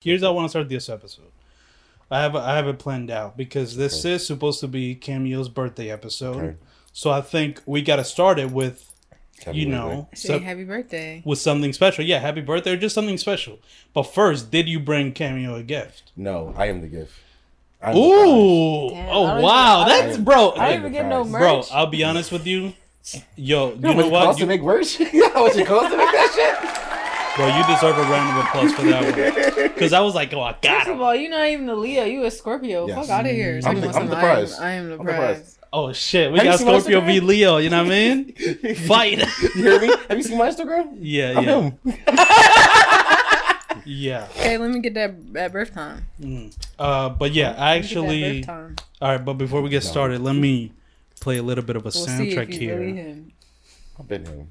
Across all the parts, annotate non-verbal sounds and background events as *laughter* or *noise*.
here's how I want to start this episode. I have I have it planned out because this is supposed to be Cameo's birthday episode. Okay. So I think we got to start it with Happy you birthday. know Say so- happy birthday. with something special. Yeah, happy birthday or just something special. But first, did you bring Cameo a gift? No, I am the gift. I'm Ooh, the prize. I don't oh even- wow, I don't that's even- bro, I Like didn't the even get no prize. merch. bro. I'll be honest with you, yo, you You know what know it costs what, to you, make merch? *laughs* you know how much it costs to make that bro, you deserve a round of applause for that *laughs* one. Because I was like, oh, I got First of him. all, you're not even a Leo. You a Scorpio. Yes. Fuck out of here. I'm Talking the- about I'm the something. I am- prize. I am the I'm the prize. prize. Oh shit, we Have you got seen my Scorpio v Instagram? Leo. You know what I *laughs* mean? shit? Fight. *laughs* You hear me? Have you seen my Instagram? Yeah, I'm yeah, him. yeah. Okay, let me get that at birth time. Mm. Uh, but yeah, I Let me get that actually. birth time. All right, but before we get started, let me play a little bit of a We'll see if soundtrack he's here. really him. I've been him.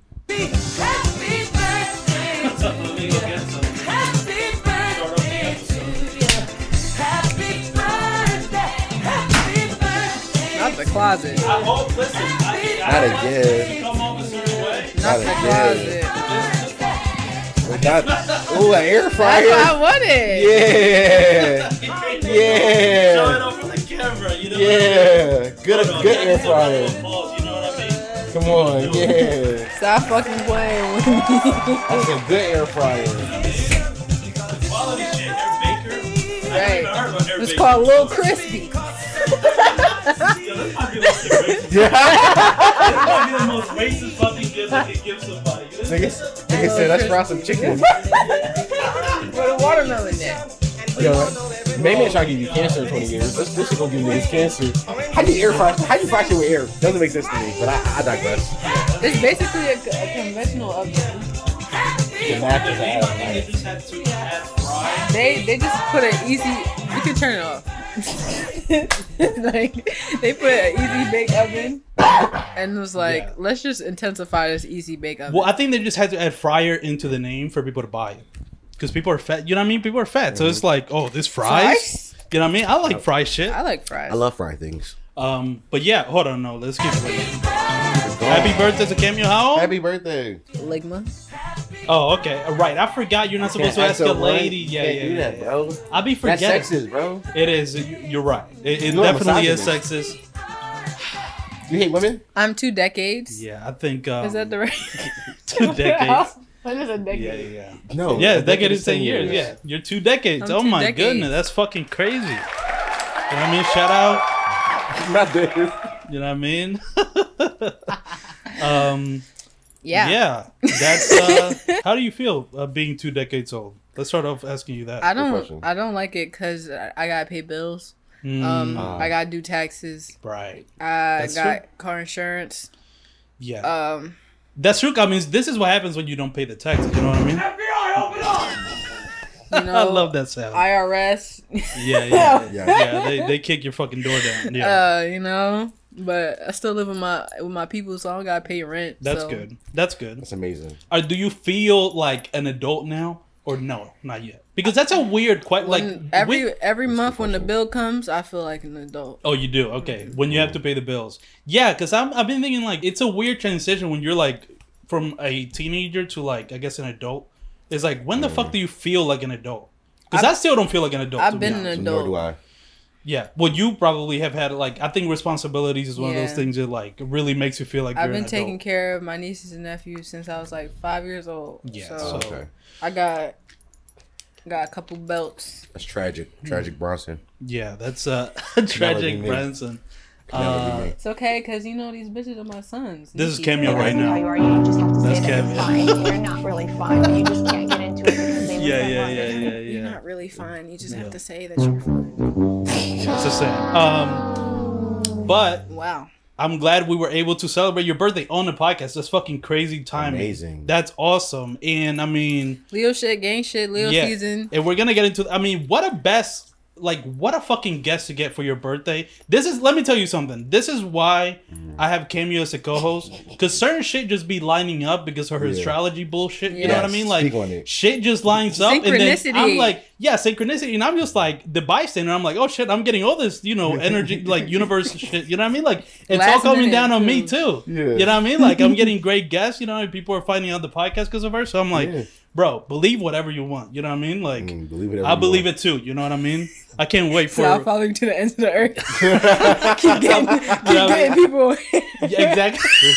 Not the closet. I hope, listen, I, Not again. come home a certain way. Not the again. closet. Not, ooh, an air That's what fryer. I wanted. Yeah. Yeah. off on the camera, you know Yeah. Good, Hold on, good that's a air round of fryer. applause, you know what I mean? Come on. Yeah. Stop fucking playing with me. *laughs* That's a good air fryer. Quality shit, Eric Baker. I Right. haven't heard about Eric It's Baker called Little before. Crispy. Yo, this might be like the racist- Yeah. this might be the most racist fucking gift I could give somebody. This Nigga nigga said, let's fry some chicken. With a watermelon neck. Yo, maybe it's trying to give you cancer in 20 years. This, this shit gonna give niggas cancer. How do you air fry? How do you fry shit with air? Doesn't make sense to me, but I, I digress. It's basically a, a conventional oven. The math is I think ass. they just had to add fry. They they just put an easy. You can turn it *laughs* off. like they put an easy bake oven and was like, Yeah. let's just intensify this easy bake oven. Well, I think they just had to add fryer into the name for people to buy it. Because people are fat. You know what I mean? People are fat. So Mm-hmm. it's like, oh, this fries? You know what I mean? I like fry shit. I like fries. I love fry things. Um, but yeah, hold on, no, let's keep going. Happy birthday to Cameo. How old? Happy birthday. Ligma. oh, okay. Right. I forgot you're not supposed to ask a lady. Yeah, yeah, do yeah. that, yeah. bro. I'll be That's forgetting. sexist, bro. It is. you- You're right. It, it You are definitely is sexist. You hate women? I'm two decades. Yeah, I think. Um, Is that the right? *laughs* two *laughs* decades? What is a decade? Yeah, yeah, yeah. No. Yeah, a a decade is 10 years. Yeah, you're two decades. I'm oh two my decades. goodness, that's fucking crazy. You know what I mean? Shout out. I'm not there. You know what I mean? *laughs* um, Yeah. yeah. That's, *laughs* uh, how do you feel uh, being two decades old? Let's start off asking you that. I question. don't. I don't like it because I I gotta pay bills. Mm, Um, Ah. I gotta do taxes. right. I That's got car insurance. Yeah. Um, that's true. I mean, this is what happens when you don't pay the taxes. You know what I mean? you know, *laughs* I love that sound. IRS. yeah, *laughs* yeah, yeah. Yeah. yeah they, they kick your fucking door down. Yeah. Uh, you know, but I still live with my with my people, so I don't gotta pay rent. that's so. good. That's good. That's amazing. Or do you feel like an adult now, or no, not yet? Because that's a weird question. Like When every we- every month when the question. bill comes, I feel like an adult. oh, you do okay when you have to pay the bills. Yeah, because I'm I've been thinking like it's a weird transition when you're like from a teenager to like I guess an adult. It's like when the fuck do you feel like an adult? Because I, still don't feel like an adult. I've to be been an honest. So adult. nor do I. Yeah. Well, you probably have had like I think responsibilities is one of Yeah. those things that like really makes you feel like I've you're been an taking adult. care of my nieces and nephews since I was like five years old. Yeah, So, so- Oh, okay. I got got a couple belts. That's tragic. Tragic Bronson. Yeah, that's *laughs* uh, tragic, me. Branson. That would be Uh, me. It's okay, cause you know these bitches are my sons. This is Nikki. cameo right How now. you are, you just have to That's say that you're Kevin. fine. You're not really fine, but you just can't get into it because they Yeah, regret yeah, wanting yeah, to yeah, You're yeah. not really fine. You just Yeah. have to say that you're fine. Yeah, It's the same. Um, but Wow. I'm glad we were able to celebrate your birthday on the podcast. That's fucking crazy timing. Amazing. That's awesome. And I mean, Leo shit, gang shit, Leo yeah. season. And we're gonna get into. I mean, what a best. Like what a fucking guest to get for your birthday. This is let me tell you something. This is why I have Cameo as a co-host because certain shit just be lining up because of her Yeah. astrology bullshit. You know what I Yes, mean? Like speak on it. shit just lines up. And then I'm Synchronicity. like, yeah, synchronicity. And I'm just like the bystander. I'm like, oh shit, I'm getting all this, you *laughs* know, energy, like universe shit. You know what I mean? Like it's all Last coming minute, Hmm. down on me too. too. Yeah. *laughs* You know what I mean? Like I'm getting great guests. You know, and people are finding out the podcast because of her. So I'm like, Yeah. bro, believe whatever you want. You know what I mean? Like, Mm, believe it. I believe *laughs* it too. You know what I mean? I can't wait for So I'll follow you to the ends of the *laughs* earth. keep keep getting, keep getting people. yeah, exactly.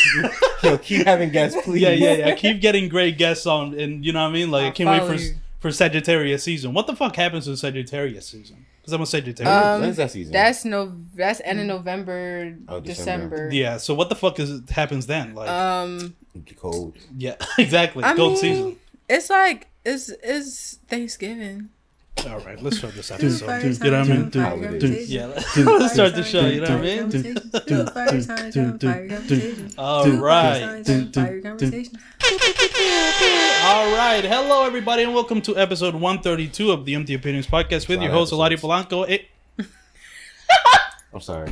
Yo, keep having guests, please. Yeah, yeah, yeah. I keep getting great guests on, and you know what I mean. Like, I I'll can't wait for follow you. for Sagittarius season. What the fuck happens in Sagittarius season? Because I'm a Sagittarius. When Um, is that season? That's no. That's end Mm. of November, Oh, December. December. yeah. So what the fuck is happens then? Like, Um, It's cold. yeah, exactly. I Gold mean, season. it's like it's it's *laughs* Thanksgiving. All right, let's start this episode. Fire you know what I mean? time, fire Dude, conversation. Yeah, let's start the show. You know what I mean? All right. All right. Hello, everybody, and welcome to episode 132 of the Empty Opinions Podcast with Wow, your host, episodes. Eladi Polanco. It, I'm sorry.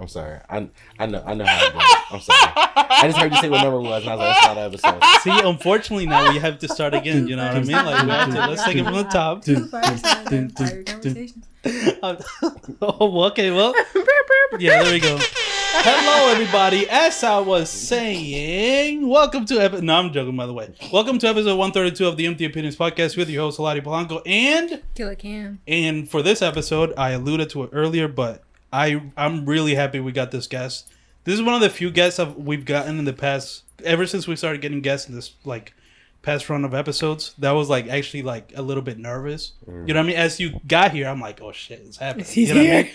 I'm sorry. I I know I know how it goes. I'm sorry. I just heard you say what number it was, and I was like, that's not an episode. Eh, see, unfortunately, now we have to start again. You know what I mean? Like, we have to, let's take it from the top. *laughs* oh, okay, well, yeah, there we go. Hello, everybody. As I was saying, welcome to episode. No, I'm joking, by the way. Welcome to episode 132 of the Empty Opinions Podcast with your host, Eladi Polanco, and. Killer Cam. And for this episode, I alluded to it earlier, but I I'm really happy we got this guest. This is one of the few guests I've, we've gotten in the past ever since we started getting guests in this like past run of episodes. That was like actually like a little bit nervous. You know what I mean? As you got here, I'm like, oh shit, it's happening. He's You know what I here. *laughs* mean?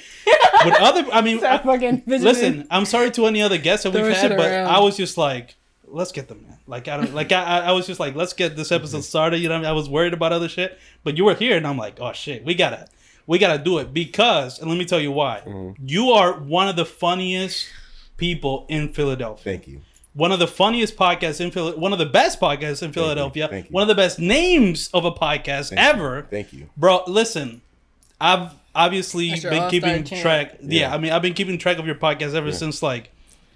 With other, I mean, I- *laughs* fucking listen, I'm sorry to any other guests that we've Throwing had, shit but around. I was just like, let's get them, man. Like I don't, like I, I- I was just like, let's get this Mm-hmm. episode started. You know, what I, mean? I was worried about other shit, but you were here, and I'm like, oh shit, we gotta, we gotta do it because, and let me tell you why. Mm-hmm. You are one of the funniest people in Philadelphia. Thank you. One of the funniest podcasts in Philadelphia. One of the best podcasts in Philadelphia. Thank you. One of the best names of a podcast Thank ever. You. Thank you. Bro, listen, I've obviously That's your been all-star keeping chant. track. Yeah. Yeah. I mean, I've been keeping track of your podcast ever since like,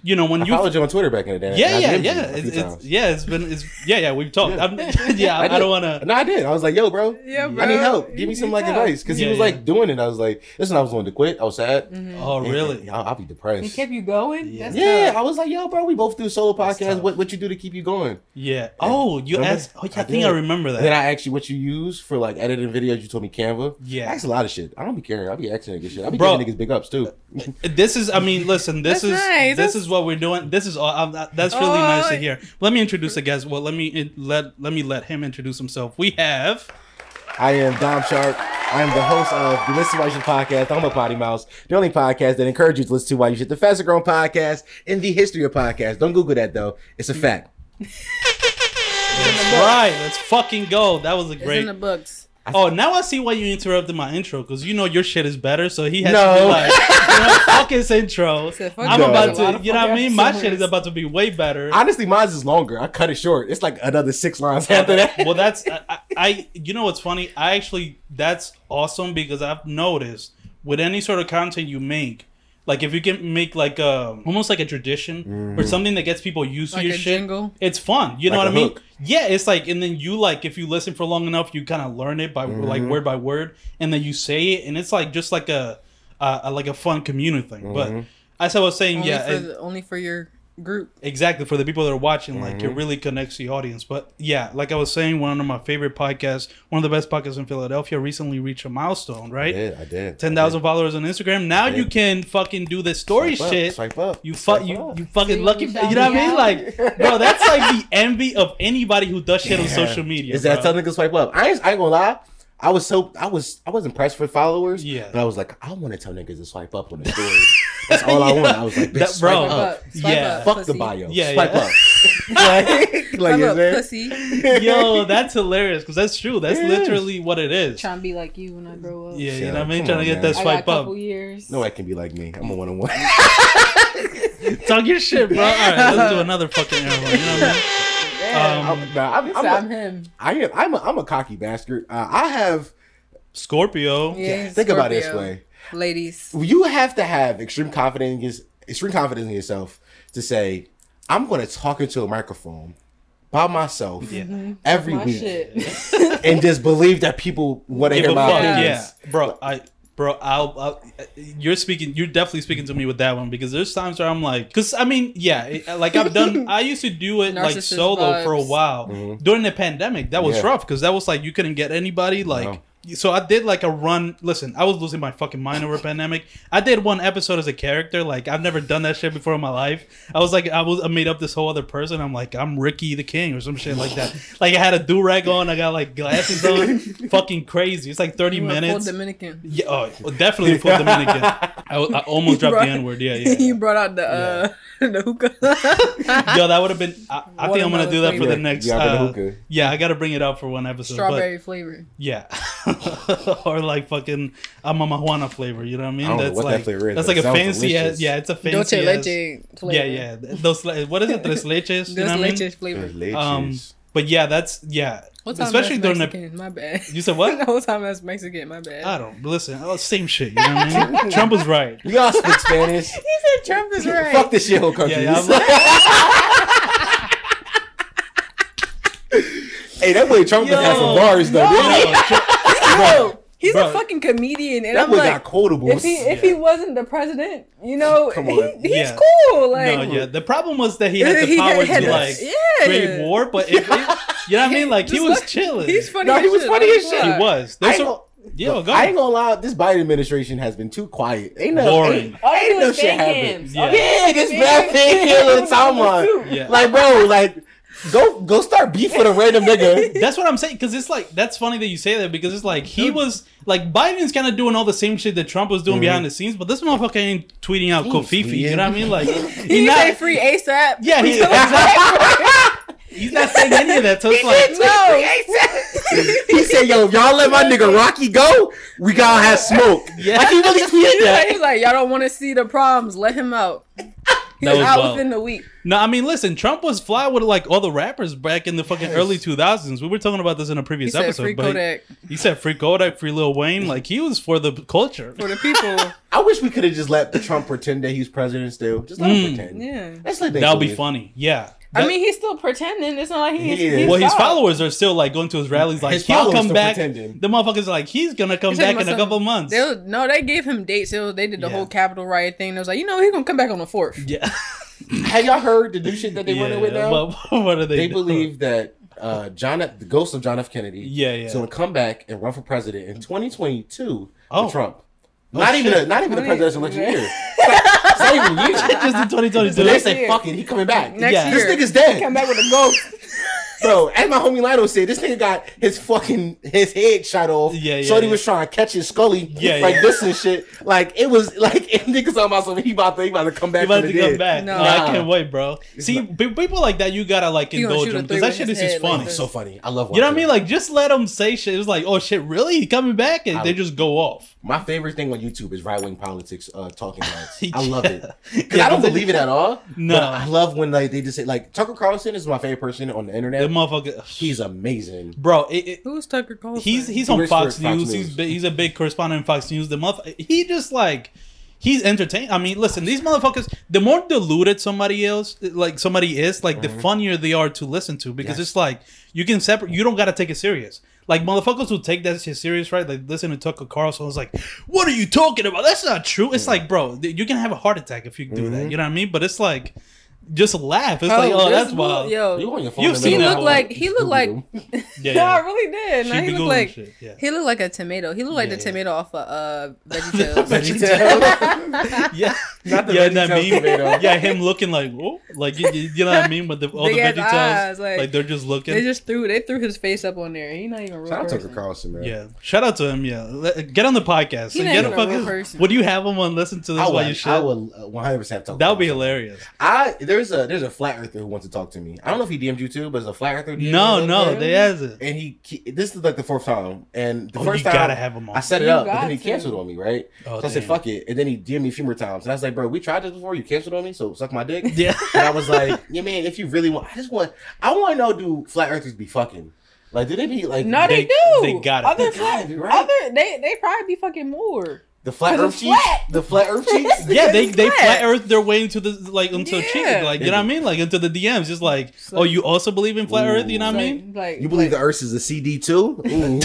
you know, when I you. followed you on Twitter back in the day. and yeah, I yeah, DM'd yeah. you a few It's, it's, times. yeah, it's been. It's, yeah, yeah. We've talked. Yeah. I'm, *laughs* yeah, I, I did. don't want to. No, I did. I was like, yo, bro. Yeah, bro. I need help. Give me some like advice because Yeah, he was yeah. like doing it. I was like, listen, I was going to quit. I was sad. Oh, And- really? and I'll, I'll be He depressed. kept you going. Yeah. That's yeah, tough. I was like, yo, bro, we both do solo That's podcasts. tough. What what you do to keep you going? Yeah. Oh, you Remember? asked. Oh, yeah, I I think did. I remember And then that. I asked you what you use for like editing videos. You told me Canva. Yeah. I ask a lot of shit. I don't be caring. I be asking niggas shit. I be Bro. giving niggas big ups too. This is. I mean, listen. This That's is. nice. This That's- is what we're doing. This is all. I'm, not- that's really Oh, nice to wait. hear. Let me introduce the guest. Well, let me it, let let me let him introduce himself. We have. I am Dom Sharp. I am the host of the Listen to Why You Should podcast. I'm a potty mouse, the only podcast that encourages you to listen to Why You Should, the fastest growing podcast in the history of podcasts. Don't Google that though; it's a fact. Right. Let's fucking go. That was a It's great. in the books. Oh, now I see why you interrupted my intro because you know your shit is better. So he has to be No. like, you know, fuck his intro. Said, fuck I'm no. about There's a lot to, of you know what I fucking mean? My shit episodes. is about to be way better. Honestly, mine's is longer. I cut it short. It's like another six lines *laughs* after that. well, that's I, I- I. You know what's funny? I actually that's awesome because I've noticed with any sort of content you make, like if you can make like um almost like a tradition or something that gets people used to Like your a shit, jingle? it's fun. You know Mm. Like what a I mean? hook. Yeah, it's like, and then you like if you listen for long enough, you kind of learn it by like Mm-hmm. word by word, and then you say it, and it's like just like a, uh, a- like a fun community thing. Mm-hmm. But as I was saying, Only yeah, Oh, for and- the, only for your group. exactly for the people that are watching like Mm-hmm. it really connects the audience but yeah like i was saying one of my favorite podcasts one of the best podcasts in philadelphia recently reached a milestone right I did. 10,000 followers on instagram now you Yeah. can fucking do the story Swipe up, shit swipe up, you fuck swipe you up. you fucking See, lucky you you know found what i me mean out. like bro that's like *laughs* the envy of anybody who does shit on Yeah. social media Is that bro. tell niggas swipe up? I ain't, I ain't gonna lie. I was so I was I was impressed for followers. Yeah. But I was like, I want to tell niggas to swipe up on *laughs* the stories. That's all I want. I was like, bitch, That- bro. swipe Swipe up. up. Swipe Oh, yeah. up, Fuck pussy. the bio. Yeah, swipe yeah. *laughs* up. like, like Swipe you know up, what I'm saying? *laughs* pussy. yo that's hilarious because that's true that's It is. literally what it is Trying to be like you when I grow up. yeah you Shut know what i up. mean Come trying to on, get man. that I got a swipe up couple years. No, I can be like me. I'm a one on one. talk your shit bro all right let's do another fucking arrow you know what i Yeah. mean *laughs* Um, *laughs* I'm, nah, I'm, So I'm, I'm a, him. I am, I'm, a, I'm a cocky bastard. Uh, I have. scorpio Yeah, think about it this Scorpio. way: ladies. you have to have extreme confidence, extreme confidence in yourself to say, "I'm going to talk into a microphone by myself Yeah. every My week," shit. *laughs* and just believe that people want to give hear a my fuck. opinions. Yeah, bro. I Bro, I'll, I'll, you're speaking. You're definitely speaking to me with that one because there's times where I'm like, because I mean, yeah, it, like I've *laughs* done. I used to do it like Narcissist solo for a vibes. while Mhm. during the pandemic. That was Yeah. rough because that was like you couldn't get anybody. Like, so I did like a run. Listen, I was losing my fucking mind over a pandemic. I did one episode as a character. Like, I've never done that shit before in my life. I was like, I was I made up this whole other person. I'm like, I'm Ricky the King or some shit like *laughs* that. like, I had a do rag on. I got like glasses on. fucking crazy. It's like 30 You were a minutes. Full Dominican. Yeah, oh, well, definitely full Dominican. *laughs* I, I almost dropped the *laughs* Right. N word. Yeah, yeah. you brought out the uh, *laughs* *laughs* the hookah. Yo, that would have been. I, I think I'm gonna do that for Watermelon the flavor. next. Yeah, I've uh, been hookah. yeah, I gotta bring it up for one episode. Strawberry flavor. But yeah, *laughs* or like fucking a Mama Juana flavor. You know what I mean? I don't know that's what that like flavor is, that's but like a it sounds fancy delicious. ass. Yeah, it's a fancy Dolce ass. leche flavor. Yeah, yeah. Those like, what is it? Tres leches. you know Dolce what I leche mean? flavor. Um, Leches. but yeah, that's yeah. What time Especially Especially during during the- Mexican? My bad. *laughs* You said what? What time that's Mexican? My bad. *laughs* I don't listen. Oh, same shit. You know what I mean? Trump was right. we all speak Spanish. He said Trump is right. Fuck this shit whole country. Yeah, yeah. I'm like, *laughs* hey, that boy Trump just had Yo. some bars though. didn't he? no, Trump- Bro, he's Bro. a fucking comedian, and That I'm boy got like, quotables. If he if he wasn't the president, you *laughs* know, Come he, on. he's Yeah. cool. Like *laughs* no, yeah. The problem was that he had the He power had- to had- like yeah. create war, but if it, you know what I mean? Like he Just was look- chilling. he's funny. No, as he was shit. funny Like, as shit. He fuck. was. I There's ain't, a, gonna, yo, go. I ain't gonna lie, this Biden administration has been too quiet. Ain't no Boring. Ain't, all you ain't do no is shit thank happening. him. Yeah. All you do is Yeah, this bad thing here in Taiwan. Yeah. Like, bro, like, go go start beef with a *laughs* random nigga. That's what I'm saying because it's like that's funny that you say that because it's like he was like Biden's kind of doing all the same shit that Trump was Mm-hmm. doing behind the scenes, but this motherfucker ain't tweeting out Kofifi. You know what I mean? *laughs* Like He he not, say not. free ASAP. Yeah, *laughs* he, *laughs* *laughs* he's not saying any of that. *laughs* So it's like no. He said, "Yo, y'all let my nigga Rocky go. We gotta have smoke." Yeah. like he *laughs* really tweeted that. He's like, y'all don't want to see the problems. Let *laughs* him out. He That was was out wild. within the week. No, I mean, listen, Trump was fly with like all the rappers back in the fucking Yes. early 2000s. We were talking about this in a He previous said episode, free but Kodak he said free Kodak, free Lil *laughs* Wayne. Like he was for the culture. for *laughs* the people. I wish we could have just let Trump pretend that he's president still. Just let him Mm. pretend. yeah. That's like That would be funny. Yeah. I That- mean, he's still pretending. It's not like he's, He is. he's well, his soft. followers are still like going to his rallies. Like, His he'll followers come still back. pretending. The motherfuckers are like, he's gonna come He's back in talking a about couple some- months. They was, no, they gave him dates. They, was- they did the Yeah. whole Capitol riot thing. They was like, you know, he gonna come back on the fourth. yeah. Have y'all heard the new shit that *laughs* they yeah, running with now? But what are they? they doing? believe that uh, John, F- the ghost of John F. Kennedy, Yeah, yeah. is going to come back and run for president in 2022 Oh. for Trump. Not even, shit. a, not even the Wait. presidential election year. *laughs* It's not- it's not even *laughs* a *laughs* year. just in 2022. So they say, year. "Fuck it, he coming back." Next Yeah. This year, nigga's dead, Come back with a ghost. *laughs* bro. As my homie Lino said, this nigga got his fucking his head shot off. Yeah, yeah, Shorty yeah. was trying to catch his Scully, Yeah, like yeah. this and shit. Like it was like *laughs* and niggas talking about something. He about to he about to come back. You about from to the come dead. back. No. Yeah, I Nah. can't wait, bro. See, pe- people like that, you gotta like He gonna indulge shoot a them three because that with shit is his just head like funny. this. So funny. I love. you know what I watching mean? it. Like, just let them say shit. It was like, oh shit, really? He coming back? And I- they just go off. My favorite thing on YouTube is right wing politics uh, talking heads. *laughs* Yeah. I love it. 'Cause Yeah, I don't 'cause they- believe it at all. No. but I love when like they just say like Tucker Carlson is my favorite person on the The internet. motherfucker. He's amazing. Bro, it, it, who's Tucker Carlson? he's he's He on works for Fox Fox News. News. He's bi- he's a big correspondent in Fox News. The month he just like he's entertaining. I mean, listen, these motherfuckers. The more deluded somebody else, like somebody is, like the funnier they are to listen to because Mm-hmm. Yes. it's like you can separate. You don't gotta take it serious. Like motherfuckers who take that shit serious, right? Like listen to Tucker Carlson. It's like, what are you talking about? That's not true. It's like, bro, th- you can have a heart attack if you do Mm-hmm. that. You know what I mean? But it's like, just laugh. It's like, oh, this that's dude- wild. Yeah, Yo, You on your phone You've in the seen he middle that of looked the one. like night. he looked like *laughs* yeah. No, I really did. She No, be he googling looked like shit. Yeah. *laughs* he looked like a tomato. He looked like Yeah, the yeah. tomato off of *laughs* uh, VeggieTales. VeggieTales. *laughs* yeah, *laughs* Not the yeah, that VeggieTales meme. tomato. yeah, him looking like, oh, like you, you- you know what I mean, with the, all the Big ass veggie eyes, like, like- they're just looking. they just threw they threw his face up on there. He not even a real Shout out Tucker person. Carlson, man. yeah, shout out to him. Yeah, Let- get on the podcast. He and not get a even a real fucking. person. Would you have him on? Listen to this I while you will. shit. I will. One hundred percent talk. That would be a. hilarious. I there's a there's a flat earther who wants to talk to me. I don't know if he DM'd you too, but it's a flat earther. DM No, me. no, they has it. And he, he this is like the fourth time, and the Oh, first you time gotta have him on. I set it You up, but got then he to. canceled on me, right? Oh, so I said, damn. "Fuck it," and then he DM'd me a few more times, and I was like, "Bro, we tried this before. You canceled on me, so suck my dick." Yeah, *laughs* and I was like, "Yeah, man, if you really want, I just want, I want to know, do flat earthers be fucking? Like, do they be like No, they, They- do. they got it. Other They got it, right? other they they probably be fucking more. the flat 'Cause earth it's cheeks? flat. The flat earth cheeks? yeah, they It's they flat flat. earth their way into the like into Yeah. cheating, like you know what I mean, like into the DMs, just like, It's oh, like- you also believe in flat earth, you know what I Like- mean? like *laughs* You believe the earth is a CD too? Ooh.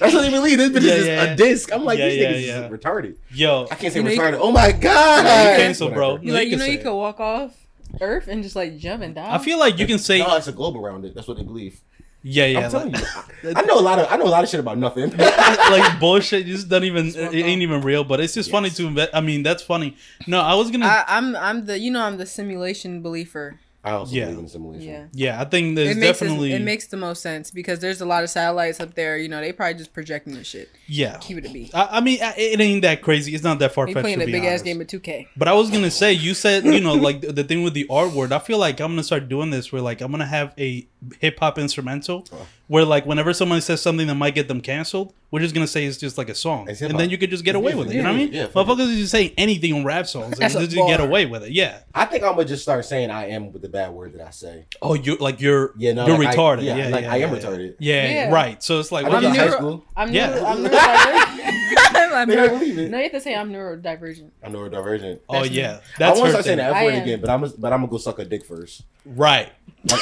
That's not even leave. This Yeah, bitch is just yeah, yeah. a disc. I'm like, Yeah, these yeah, niggas yeah. is retarded. Yo, I can't say You know you retarded. oh my god. You cancel, bro. Whatever. No, You like you you can know say you it. could walk off Earth and just like jump and die. I feel like you can say, No, it's a globe around it. That's what they believe. yeah, yeah. I'm like- telling you. *laughs* I know a lot of I know a lot of shit about nothing. like bullshit. Just doesn't even. It fucked ain't even real. But it's just funny Yes. to. Inve- I mean, that's funny. No, I was gonna. I, I'm I'm the you know I'm the simulation believer. I also Yeah. believe in simulation. Yeah. yeah, I think there's it makes definitely. it makes the most sense because there's a lot of satellites up there. You know they probably just projecting the shit. yeah. Keep it a B. I, I mean, I- it ain't that crazy. It's not that far They fetched. playing to a be big ass honest. game of 2K. But I was gonna say, you said you know, like the, the thing with the R word. I feel like I'm gonna start doing this, where like I'm gonna have a hip hop instrumental, Oh. where like whenever somebody says something that might get them canceled, we're just gonna say it's just like a song, It's and hip-hop. then you could just get It's away music. with it. You know what I Yeah, mean? yeah, fuck it. Motherfuckers just say anything on rap songs and That's a just get bar. away with it. Yeah. I think I'm gonna just start saying I am with the bad word that I say. Oh, you're like you're Yeah, no, you're like, I- retarded. yeah, yeah, yeah, like, I am yeah, yeah. retarded. Yeah, Yeah. right. So it's like I what think I'm you in high neuro- school, I'm Yeah. neuro- *laughs* I'm neurodivergent. I'm they not- don't *laughs* believe no, it. you have to say I'm neurodivergent. I'm neurodivergent. Oh yeah, I that's want to her start saying thing. that I word am. again, but I'm but I'm gonna go suck a dick first. Right. Like,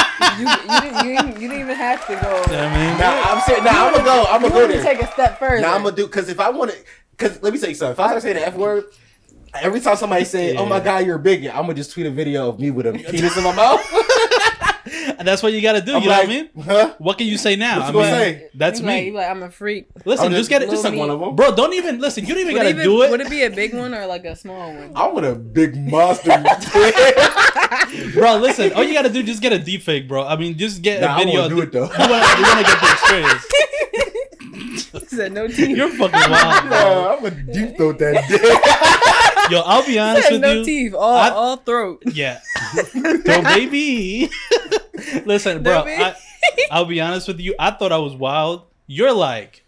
*laughs* *laughs* You, you, didn't, you, didn't, you didn't even have to go. You know what I mean? now I'm saying now I'm gonna go. I'm You gonna go wanted to there. take a step further. Now I'm gonna do because if I want to, because let me tell you something. If I start saying the f word, every time somebody say, "Oh my Yeah. god, you're a bigot," I'm gonna just tweet a video of *laughs* me with a penis in my mouth. And that's what you gotta do. I'm you know like, what I mean? Huh? What can you say now? What you I gonna mean, say? that's You me. Like, you like I'm a freak. Listen, I'm just get it. Just Just suck me. one of them. Bro, don't even listen. You don't even Would, gotta even, do it. would it be a big one or like a *laughs* small one? I want a big *laughs* monster. bro, listen. All you gotta do just get a deep fake, bro. I mean, just get nah, a I video. want to do it though. You wanna, you wanna get the experience? He said no teeth. You're fucking wild, bro. Nah, I'm gonna deep throat that dick. Yo, I'll be He honest said with no you. teeth. All I- all throat. *laughs* Yeah. *laughs* Yo, baby. Listen, bro. Baby. I, I'll be honest with you. I thought I was wild. You're like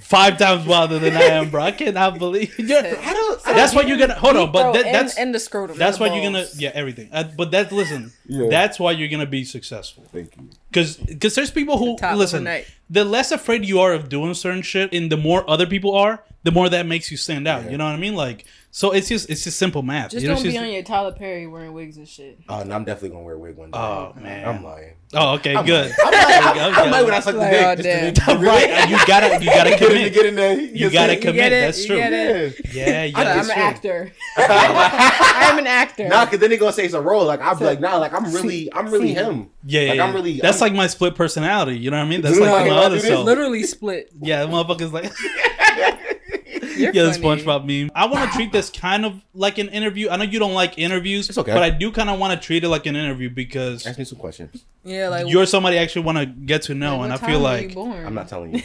five times wilder than I am, bro. I cannot believe. *laughs* You're, I don't. I that's why you're gonna hold on, but Throat that, and- that's and the scrotum. that's and why the you're gonna balls. yeah everything. Uh, but that's listen. Yeah. That's why you're gonna be successful. *laughs* Thank you. Because because there's people who top of the listen. night. The less afraid you are of doing certain shit, and the more other people are, the more that makes you stand out. Yeah. You know what I mean? Like so, it's just it's just simple math. Just you know, don't it's be just- on your Tyler Perry wearing wigs and shit. Oh, no, I'm definitely gonna wear a wig one day. Oh man. I'm lying. oh okay, I'm good. *laughs* lying. I'm lying. Okay. I'm lying when I suck Like, oh, the *laughs* dick. just to right, make- and you gotta you gotta *laughs* Get in, commit. get in there. You gotta see? commit. it, That's you true. get it. *laughs* Yeah, yeah. I'm that's I'm sure. an true. actor. Yeah. I'm an *laughs* actor. Nah, cause then they gonna say it's a role. Like I'm like, nah, like I'm really, I'm really him. Yeah, yeah, Like, yeah. I'm really- That's I'm- like my split personality. You know what I mean? That's You know like how my I do other this? self. Literally split. Yeah, the motherfucker's like, *laughs* yeah, You're the funny. SpongeBob meme. I want to treat this kind of like an interview. I know you don't like interviews, It's okay. but I do kind of want to treat it like an interview because Ask me some questions. Yeah, like you're somebody I actually want to get to know, What and I time feel were like, you born? I'm not telling *laughs* you.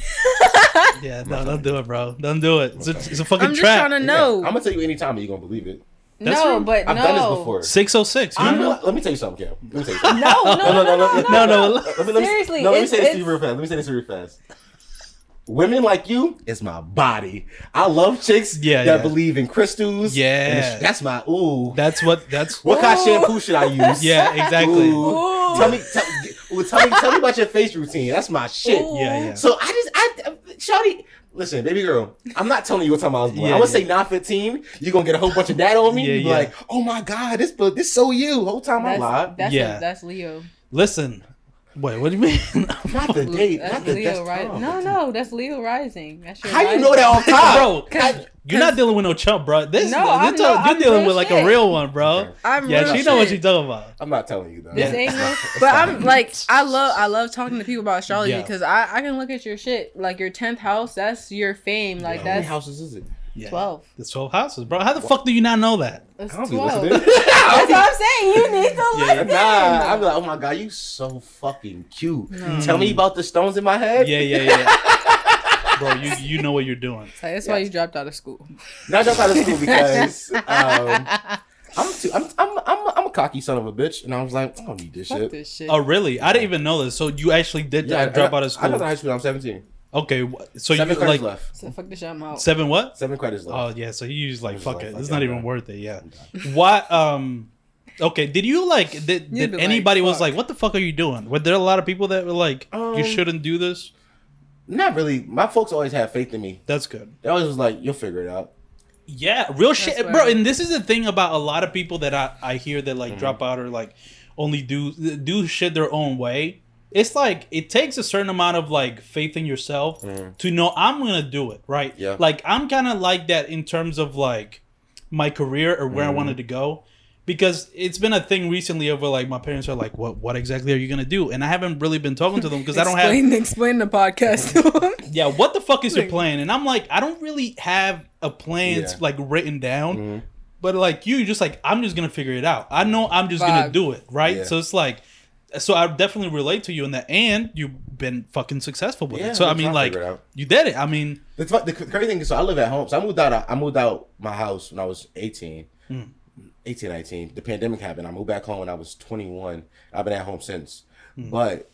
yeah, no, don't do it, bro. Don't do it. It's a, it's a fucking I'm just trap. trying to know. I'm gonna tell you anytime, and you gonna believe it. That's no, right. but no. I've done this before. Six oh six. You realize- let me tell you something, Cam. Let me tell you something. No, *laughs* no, no, no, no, *laughs* No, no. Let me, let me, Seriously, no, let me it's- say this to you it's- real fast. Let me say this to you real fast. Women like you is my body. I love chicks Yeah, that yeah. believe in crystals. Yeah. and it's- that's my ooh. That's what. That's what kind of Ooh. shampoo should I *laughs* use? yeah, exactly. Ooh. Ooh. Tell me, tell, ooh, tell me, tell me about your face routine. That's my shit. Ooh. Yeah, yeah. So I just, I, Shawty, listen, baby girl, I'm not telling you what time I was born. Yeah, I'm gonna yeah. say 915. You're gonna get a whole bunch of that on me. Yeah, you be yeah. like, oh my god, this bu- this so you. Whole time I That's, lied. that's, Yeah. a, that's Leo. Listen. Wait, what do you mean? *laughs* Not the date. That's Not the Leo, that's right? time. No, no, that's Leo rising. That's your How you rising. know that off top, *laughs* bro, you're not dealing with no chump, bro. This, No, this I'm talk- not- you're I'm dealing real with like a shit. real one, bro. I'm yeah, real she know what shit. she talking about. I'm not telling you though. This Yeah. ain't no. But I'm like, I love, I love talking to people about astrology Yeah. because I, I can look at your shit, like your tenth house. That's your fame. Like How many that's houses is it? Yeah. twelve. The 12 houses, bro. How the fuck do you not know that? That's I don't twelve. be listening. *laughs* That's what I'm saying. You *laughs* need to Yeah. listen. nah, I'm like, oh my god, you so fucking cute. Tell me about the stones in my head. Yeah, yeah, yeah. *laughs* bro, you you know what you're doing. Like, that's why you dropped out of school. Now I dropped out of school *laughs* because um, I'm too. I'm, I'm I'm I'm a cocky son of a bitch, and I was like, I don't need this Fuck shit. this shit. Oh, really? I didn't even know this. So you actually did I- I drop out got- of I dropped out school. of high school. I'm 17. Okay, wh- so Seven you credits like left. So fuck this shit. I'm out. seven what? Seven credits Oh left. yeah, so you just like was fuck like, it. fuck It's it, not I'm even done. worth it. *laughs* Yeah. What? Um. Okay. Did you like? Did, You'd did be like, anybody was fuck. like, "What the fuck are you doing?" Were there a lot of people that were like, "You Um, shouldn't do this"? Not really. My folks always had faith in me. That's good. They always was like, you'll figure it out. Yeah, real shit, what bro. I- And this is the thing about a lot of people that I, I hear that like drop out or like only do do shit their own way. it's like it takes a certain amount of like faith in yourself to know I'm gonna do it right. Yeah. Like I'm kind of like that in terms of like my career or where I wanted to go, because it's been a thing recently over like my parents are like, what What exactly are you gonna do? And I haven't really been talking to them because I don't have explain, explain the podcast. *laughs* to him. yeah, what the fuck is your Like- plan? And I'm like, I don't really have a plan Yeah. Mm-hmm. like written down, but like you, just like I'm just gonna figure it out. I know I'm just gonna Vibe. do it, right? Yeah. So it's like, so I definitely relate to you in that, and you've been fucking successful with Yeah, it. So I I'm mean, trying to like, figure it out. you did it. I mean, The, fu- the crazy thing is, so I live at home. So I moved out. Of, I moved out my house when I was 18, 18, 19. The pandemic happened. I moved back home when I was 21. I've been at home since. But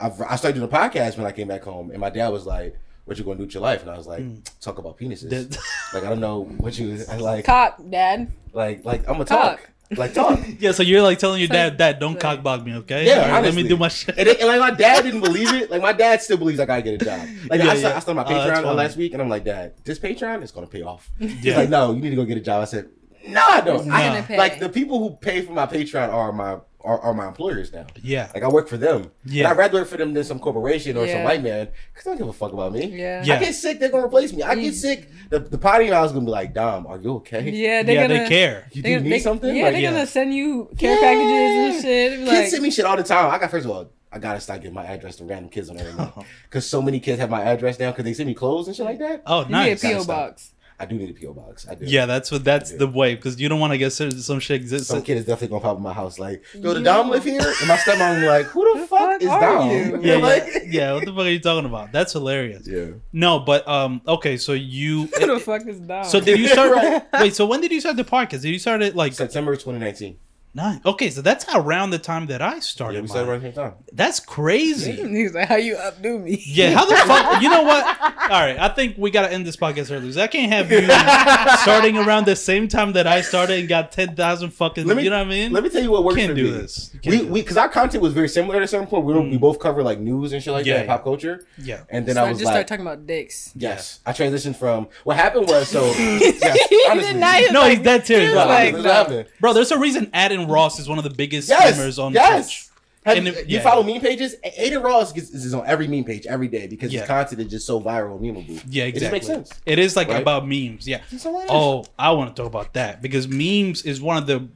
I've, I started doing a podcast when I came back home, and my dad was like, "What you gonna do with your life?" And I was like, "Talk about penises." That- like I don't know what you *laughs* I like. Cock, dad. Like like I'm gonna Cock. talk. Like talk. yeah. So you're like telling your dad, like- Dad, don't like- cock cockblock me, okay? Yeah, All right, let honestly. me do my shit. *laughs* And, it- and like my dad didn't believe it. Like my dad still believes I gotta get a job. Like Yeah, I, sta- yeah. I started my Oh, that's Patreon funny. last week, and I'm like, Dad, this Patreon is gonna pay off. He's Yeah. like, No, you need to go get a job. I said, No, I don't. Nah. gonna pay. Like the people who pay for my Patreon are my are, are my employers now. Yeah. Like I work for them. Yeah. And I'd rather work for them than some corporation or some Yeah. white man because they don't give a fuck about me. Yeah. Yeah. I get sick, they're gonna replace me. I get sick. The the potty mouth's gonna be like, Dom, are you okay? Yeah, they're yeah, gonna, they care. You they- do need they- something? Yeah, Like, they're yeah. gonna send you care Yeah. packages and shit. It'd be Kids Like, send me shit all the time. I got first of all, I gotta stop getting my address to random kids on *laughs* everything because so many kids have my address now because they send me clothes and shit like that. Oh, you need nice. a Gotta PO stop. box. I do need a PO box. I do. Yeah, that's what that's Yeah. the way because you don't want to get certain- some shit exists. *laughs* Some kid is definitely gonna pop in my house like, yo, the You- Dom live here? And my stepmom be like, who the, fuck, fuck is are Dom? *laughs* you? Yeah, yeah, Like- yeah. What the fuck are you talking about? That's hilarious. yeah. No, but um, okay. *laughs* So you, Who the fuck is dog? so did *laughs* you start? Right. Wait, so when did you start the podcast? Did you start it like September 2019. nine? Okay, so that's around the time that I Yeah, started. we mine. started around the same time. That's crazy. He's like, "How you updo me?" Yeah, how the fuck? You know what? All right, I think we gotta end this podcast early. 'cause I can't *laughs* have you starting around the same time that I started and got ten thousand fucking. Let me- you know what I mean? Let me tell you what works Can't for do me. this. You can't We do we because our content was very similar at a certain point. We, were we both cover like news and shit like Yeah, that, and yeah. pop culture. yeah. And then I I was just like, start talking about dicks. yes, I transitioned from what happened *laughs* was so. yes, honestly. deny it. No, he's dead serious. he was No, bro. like- that's what no. happened. Bro, there's a reason Adam Ross is one of the biggest yes, streamers on yes. Twitch. Have And you, if- you yeah. follow meme pages? A- Aiden Ross gets, is on every meme page every day because Yeah. his content is just so viral and memeable. Yeah, exactly. It just makes sense. It is like Right? about memes. Yeah. So what is- Oh, I want to talk about that because memes is one of the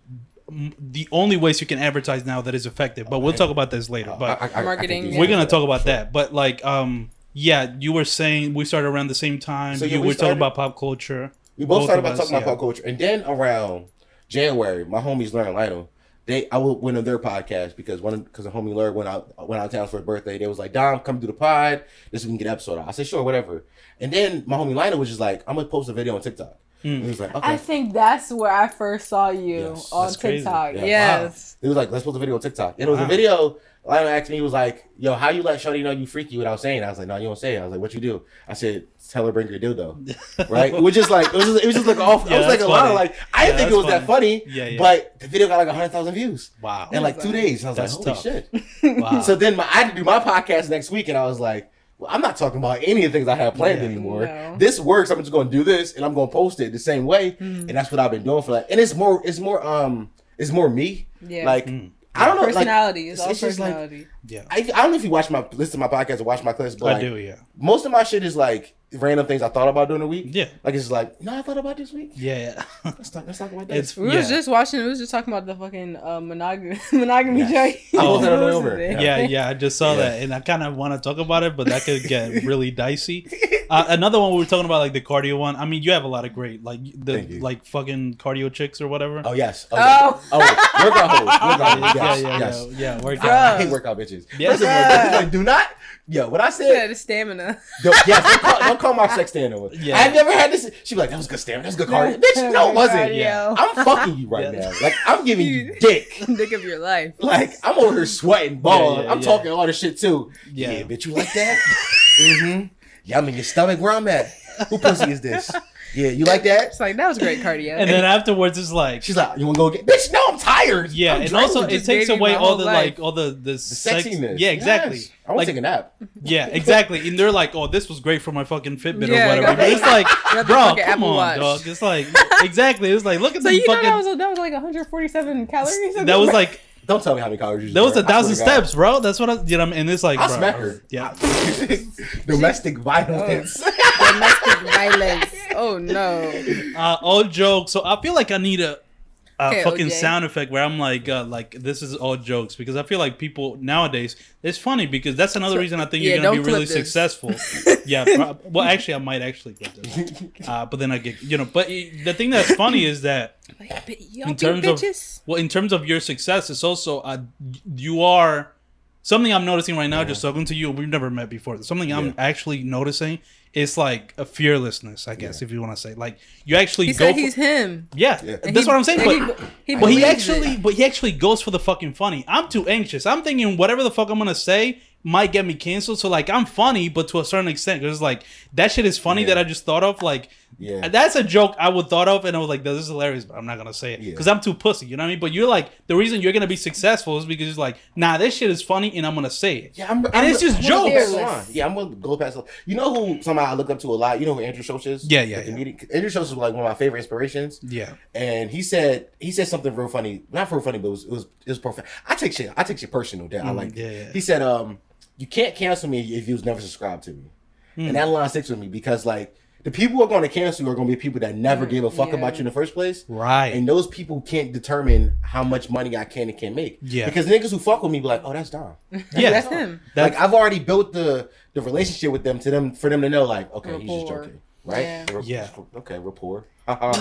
m- the only ways you can advertise now that is effective. But we'll talk about this Oh, later. But can Marketing, do yeah. we're gonna that. talk about that. But like, um, yeah, you were saying we started around the same time. So, yeah, you we were started- talking about pop culture. We both, started of by us, talking about yeah. pop culture, and then around January, my homies learned Lionel. They, I will- went on their podcast because one because a homie learned went out went out of town for his birthday. They was like, Dom, come do the pod. This we can get an episode. Out. I said, sure, whatever. And then my homie Lionel was just like, I'm gonna post a video on TikTok. Hmm. And he was like, okay. I think that's where I first saw you Yes, on that's crazy. TikTok. Yeah. Yes. He was like, let's post a video on TikTok. And it was Wow. a video. Lionel asked me, he was like, yo, how you let Shorty know you freaky without saying? it? I was like, no, you don't say it. I was like, what you do? I said, tell her bring *laughs* your dildo. right? It was just like, it was just, it was just like off. Yeah, it was like that's a lot funny. of like, I Yeah, didn't think that's it was that funny. Yeah, yeah. But the video got like 100,000 views Wow. in like two days. And I was That's like, tough. holy shit. wow. So then my, I had to do my podcast next week, and I was like, well, I'm not talking about any of the things I had planned Yeah. anymore. No. Hmm. This works. I'm just going to do this, and I'm going to post it the same way, and that's what I've been doing for like. And it's more, it's more, um, it's more me. Yeah. Like Hmm. I don't know, like, Personality. it's all it's just like- personality. yeah. I, I don't know if you watch my listen to my podcast or watch my clips, but I like, do. Yeah. most of my shit is like random things I thought about during the week. Yeah. Like it's like, no, I thought about this week. *laughs* Yeah. yeah. Let's talk, let's talk about this. it's We yeah. was just watching. We was just talking about the fucking uh, monogamy *laughs* monogamy Yes. journey. I *laughs* Oh. posted it on the way over. Posted it. yeah, yeah, I just saw Yeah. that, and I kind of want to talk about it, but that could get really dicey. Uh, another one we were talking about, like the cardio one. I mean, you have a lot of great, like Thank the you. like fucking cardio chicks or whatever. Oh yes. Oh, Oh. yes. oh wait. workout *laughs* hoes. Workout hoes. Yes. yeah, yeah, yes. yeah, yeah. Work I, out. I hate workout bitches. Yeah. First of all, Bruh. like, do not. Yo, what I Yeah, said. the stamina. Don't, yes, don't call, don't call my sex stand over. Yeah. I never had this. She be like, that was good stand. That was good *laughs* cardio. Bitch, no, it wasn't. Yeah. I'm fucking you *laughs* right Yeah. now. Like I'm *laughs* giving you dick. Dick of your life. Like I'm over here sweating balls. Yeah, yeah, I'm yeah. talking all this shit too. Yeah. Yeah, bitch, you like *laughs* that? mm-hmm. Yeah, I'm in your stomach where I'm at. Who pussy is this? Yeah, you like that? It's *laughs* like that was great cardio. And then afterwards, it's like, She's like, you wanna go get? Bitch, no, I'm tired. yeah, I'm and drained. also it just takes gave me away my all whole the life. like all the the, The sex- sexiness. Yeah, exactly. Yes. I want Like- to take a nap. Yeah, exactly. And they're like, "Oh, this was great for my fucking Fitbit Yeah, or whatever." got But the- it's like, got the bro, fucking come Apple on, Watch. dog. It's like, exactly. It's like, look at So this you know fucking. that was that was like 147 calories. *laughs* that was like Don't tell me how many calories. There was a thousand steps, bro. That's what I, you know. And it's like, I bro, smack her. yeah. *laughs* *laughs* Domestic violence. *laughs* Domestic violence. Oh no. Uh, all jokes. So I feel like I need a, a Okay, fucking OJ. sound effect where I'm like, uh, like this is all jokes because I feel like people nowadays. It's funny because that's another reason I think yeah, you're gonna don't be really clip this. *laughs* successful. yeah. pro- Well, actually, I might actually get this, uh, but then I get you know. But it- the thing that's funny is that Like, bi- y'all in be terms of bitches. well, in terms of your success, it's also uh, you are something I'm noticing right now. Just talking to you, we've never met before. Something Yeah. I'm actually noticing is like a fearlessness, I guess, if you want to say. Like you actually he go. said for, he's him. yeah, Yeah. that's what I'm saying. and But he, he but he believes it. actually, but he actually goes for the fucking funny. I'm too anxious. I'm thinking whatever the fuck I'm gonna say might get me canceled. So like, I'm funny, but to a certain extent, because like that shit is funny Yeah. that I just thought of. Like, Yeah. that's a joke I would thought of, and I was like, this is hilarious, but I'm not gonna say it Yeah. because I'm too pussy. You know what I mean? But you're like, the reason you're gonna be successful is because it's like, nah, this shit is funny, and I'm gonna say it. Yeah, I'm, and it's just jokes. Yeah, I'm gonna go past. You know who somebody I look up to a lot. You know who Andrew Schultz is? Yeah, yeah, The yeah. comedian- Andrew Schultz is like one of my favorite inspirations. Yeah. and he said he said something real funny. Not real funny, but it was it was, it was profound. I take shit. I take shit personal. That I like. Mm, yeah, yeah. He said, "Um, you can't cancel me if you was never subscribed to me," Hmm. and that line sticks with me because like the people who are going to cancel you are going to be people that never gave a fuck yeah. about you in the first place, Right. And those people can't determine how much money I can and can't make. Yeah. because niggas who fuck with me be like, "Oh, that's *laughs* Dom." yeah, That's him. That's- like I've already built the the relationship with them to them for them to know like okay he's just Rapport. joking right Yeah. Rap- Yeah. okay rapport *laughs* Haha.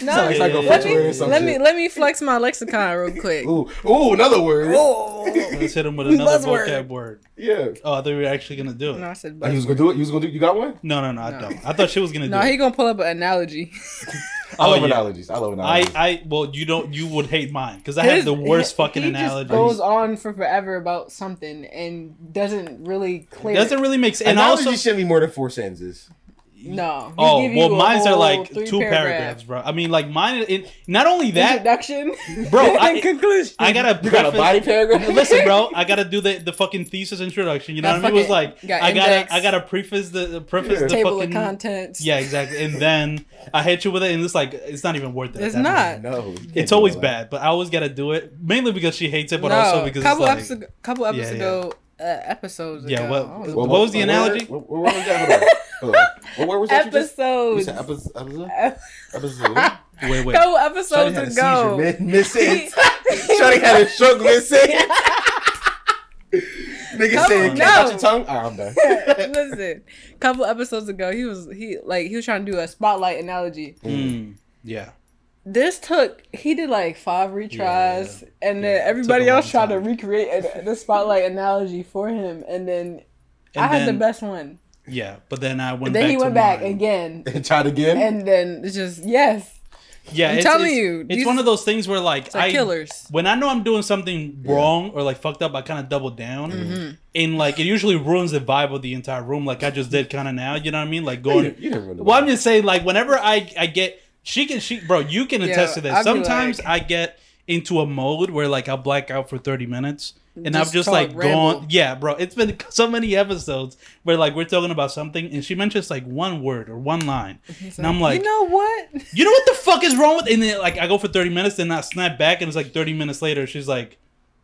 No, Sound like yeah, psycho yeah. Let French me- word or some Let me shit. let me flex my lexicon real quick. ooh ooh another word Let's hit him with another vocab buzzword. word. yeah Oh, I thought we were actually gonna do it. No, No, I said Oh, you was buzzword. gonna do it you was gonna do you got one no, no, I No. don't. I thought she was gonna *laughs* No, do it. he gonna pull up an analogy. I Oh, love yeah. analogies I love I, analogies I, well, you don't, you would hate mine because I have his- the worst he- fucking he analogy. Just goes on for forever about something and doesn't really clear. Doesn't really make sense. And analogies also, shouldn't be more than four sentences No. oh, They give well, you a mine's are whole like three two paragraphs, bro. I mean, like mine. It, not only that, Introduction. *laughs* bro. I, conclusion. I gotta. you got a preface- body paragraph *laughs* Listen, bro. I gotta do the, the fucking thesis introduction. You know Got what I mean? It was like fucking- got I index. gotta I gotta preface the- the preface the Yeah. Table fucking of contents. yeah exactly. And then I hit you with it, and it's like it's not even worth it. at It's that point. not. no you can't It's do always all that. bad, but I always gotta do it mainly because she hates it, but no, also because couple it's episodes, like, ago, couple Yeah, yeah. episodes ago, uh, episodes ago. Yeah, I what- don't know. What was the word- analogy? what, what, what was that Hold on. Hold on. what word was that you just- you episodes? said episode episode *laughs* Ep- episode wait, wait. Couple Shawty episodes had a ago. seizure mid- *laughs* mid sentence. He- Shawty had a *laughs* stroke mid sentence. Nigga Come said, on, "Can't out no. your tongue." Ah, I'm done. Listen, couple episodes ago, he was he like he was trying to do a spotlight analogy. Mm, yeah. This took he did like five retries, Yeah, Yeah, it and then took everybody a else long tried to time. recreate a, the spotlight analogy for him, and then And I had then- the best one. Yeah, but then I went. Then back he to went back mine. again, Tried again. and then it's just yes, Yeah, I'm it's, telling it's- you, it's these- one of those things where like, like I killers. when I know I'm doing something wrong or like fucked up, I kind of double down, Mm-hmm. and like it usually ruins the vibe of the entire room. Like I just did kind of now, you know what I mean? Like you going. didn't, you didn't ruin the Well, I'm word. just saying, like, whenever I I get she can she bro, you can attest to this. I'd be Sometimes like- I get into a mode where like I'll black out for 30 minutes and I've Just just talk, like ramble. gone. Yeah, bro, it's been *laughs* so many episodes where like we're talking about something and she mentions like one word or one line, and I'm like, you know what? you know what the fuck is wrong with? And then like I go for 30 minutes, then I snap back and it's like 30 minutes later. She's like.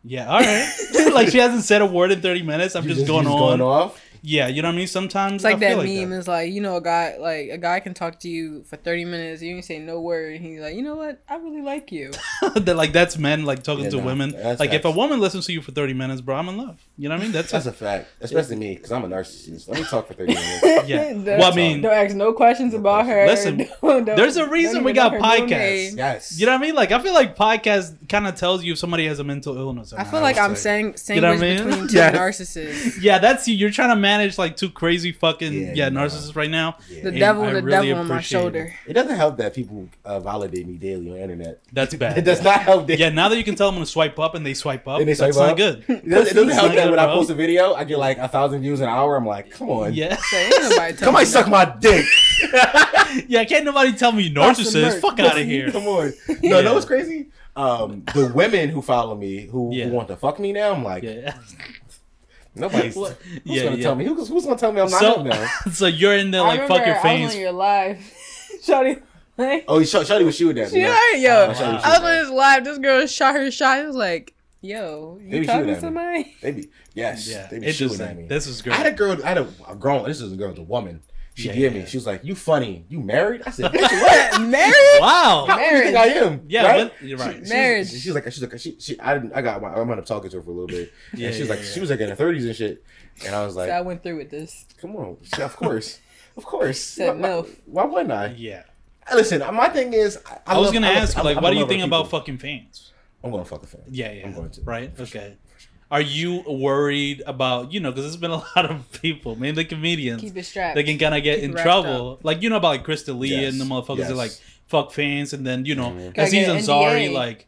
Yeah, all *laughs* right. *laughs* like she hasn't said a word in thirty minutes. I'm You just, you going, on. going off. Yeah, you know what I mean. Sometimes It's like I that feel meme that. is like, you know, a guy like a guy can talk to you for thirty minutes, you ain't say no word, and he's like, you know what, I really like you. *laughs* that like that's men like talking Yeah, to nah, women. Like that's if a facts. woman listens to you for thirty minutes, bro, I'm in love. You know what I mean? That's, That's a fact, especially me, because I'm a narcissist. Let me talk for thirty minutes. *laughs* yeah. Don't- Well, I mean, don't ask no questions about her. Listen, *laughs* Don't- don't- there's a don't reason we even know got her real podcasts. name. Yes. you know what I mean? Like I feel like podcast kind of tells you if somebody has a mental illness. Or I not, feel like would I'm say. saying sandwiched You know what I mean? between two Yes. narcissists. Yeah, that's you. You're trying to manage like two crazy fucking yeah, Yeah, nah. narcissists right now. The And devil I and the really devil on my appreciate it. shoulder. It doesn't help that people uh, validate me daily on the internet. *laughs* That's bad. It does not help. That. Yeah, now that you can tell them to swipe up and they swipe up, And they that's swipe not up. *laughs* good. It doesn't, it doesn't help It's not that good, when I bro. post a video, I get like a thousand views an hour. I'm like, come on, Yeah, So ain't *laughs* nobody telling come on, me suck my dick. *laughs* yeah. Can't nobody tell me That's the narcissist. merch. Fuck out of here. *laughs* Come on. No, Yeah. no, it's crazy. Um, the women who follow me, who, Yeah. who want to fuck me now, I'm like, Yeah. *laughs* nobody's. Who's What? Yeah, gonna yeah. tell *laughs* me? Who's, who's gonna tell me I'm not So, up now? so you're in there I like fuck remember your I was face. on your live. Shawty *laughs* Like, Oh, Sh- Shawty was shooting at me. she no. alright, yo. That's how you I was shoot. on this live. This girl shot her shot. I was like, yo, They you be shooting talking to at me. somebody? *laughs* They be yes. Yeah, they be shooting at interesting. me. This is I had a great. girl. I had a, a grown. This is a girl. It's a woman. She Yeah, gave yeah, me. yeah. She was like, "You funny? You married?" *laughs* I said, "Bitch, what? *laughs* Married? How Wow. old you think I am?" Yeah, right? what- you're right. She, she's- Marriage. She's, like, she's like, she, she. I didn't. I got. I ended up talking to her for a little bit. Yeah, Yeah. And she was yeah, like, yeah. she was like in her thirties and shit. And I was So like, I went through with this. Come on, Yeah, of course, of course. Said why, milf. why wouldn't I? Yeah. Listen, my thing is, I, I, was love- gonna I love- ask, I- like, I'm what a do you lover of think about people. fucking fans? I'm gonna fuck a fan. Yeah, yeah, I'm going to. right. For sure. Okay. Are you worried about you know because there's been a *laughs* lot of people, mainly comedians, Keep it strapped. they can kind of get Keep in it wrapped trouble. Like you know about like Krista Lee and the Yes, motherfuckers that yes. like fuck fans, and then you know Mhm. Gotta Aziz get an Ansari NDA. like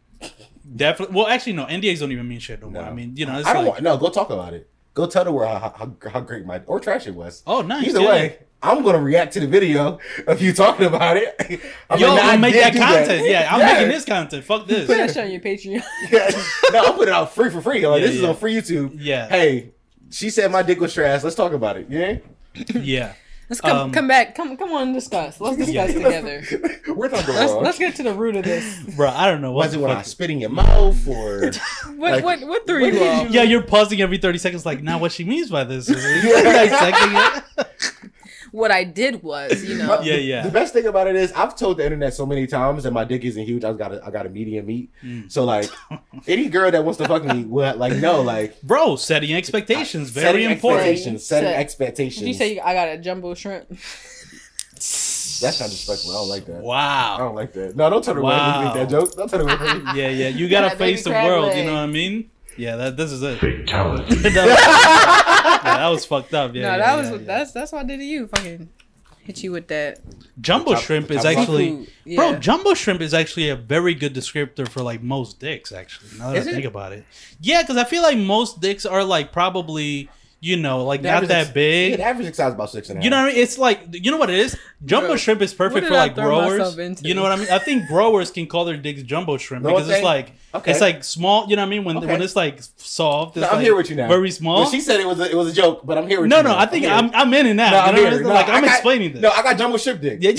definitely. Well, actually, no, NDAs don't even mean shit no more. No. I mean, you know, it's I don't like want. No, go talk about it. Go tell the world how, how, how great my or trash it was. oh nice. Either yeah. way, I'm gonna react to the video of you talking about it. *laughs* I'm yo, like, nah, I I'll make did that do content. Yeah, I'm Yeah. making this content. Fuck this. Put that shit on your Patreon. *laughs* *laughs* Yeah. no, I'll put it out free for free. Like, Yeah, this is yeah. on free YouTube. Yeah, Hey, she said my dick was trash. Let's talk about it. Yeah, *laughs* yeah. Let's come, Um, come back. Come come on, discuss. *laughs* Let's discuss Yeah. together. we're not going Let's wrong. let's get to the root of this. *laughs* Bro, I don't know what. Was the it when I fuck- spit in your mouth or? What Like, what what threw what you did off? you- yeah, you're pausing every 30 seconds, like, now what she means by *laughs* this is dissecting it. What I did was, you know, But Yeah, the- yeah. The best thing about it is I've told the internet so many times that my dick isn't huge. I've got a, I got a medium meat. Mm. *laughs* So like any girl that wants to fuck me, would like no, like Bro, setting expectations, very setting important. Expectations, setting Set- expectations. Did you say you, I got a jumbo shrimp? *laughs* That's not disrespectful. I don't like that. I Wow. don't like that. No, don't turn away from me Wow. with that joke. Don't turn *laughs* away from me. Yeah, yeah. You gotta Yeah, baby face the crab world, you leg. know what I mean? Yeah, that this is it. *laughs* Fatality. that, was, yeah, that was fucked *laughs* up. Yeah, no, yeah, that yeah, was yeah. that's that's what I did to you. Fucking hit you with that. jumbo Top- shrimp top is left. actually Seafood, yeah. Bro, jumbo shrimp is actually a very good descriptor for like most dicks. Actually, now that Is I it? think about it, yeah, because I feel like most dicks are like probably you know like The not average that ex- Yeah, big. the average size is about six and a half. You know what I mean? It's like you know what it is. Jumbo Bro, shrimp is what perfect did for I like throw myself growers. into? You know what I mean? I think growers can call their dicks jumbo shrimp No, because it's thank- like okay. it's like small. You know what I mean? When Okay. when it's like soft, it's No, I'm like here with you now. Very small. Well, she said it was a, it was a joke, but I'm here with no, you. no, now. I think here. I'm I'm in it now. No, you know I'm what I here. mean? No, like I I'm got- explaining this. *laughs* No, I got jumbo ship dick. Yeah.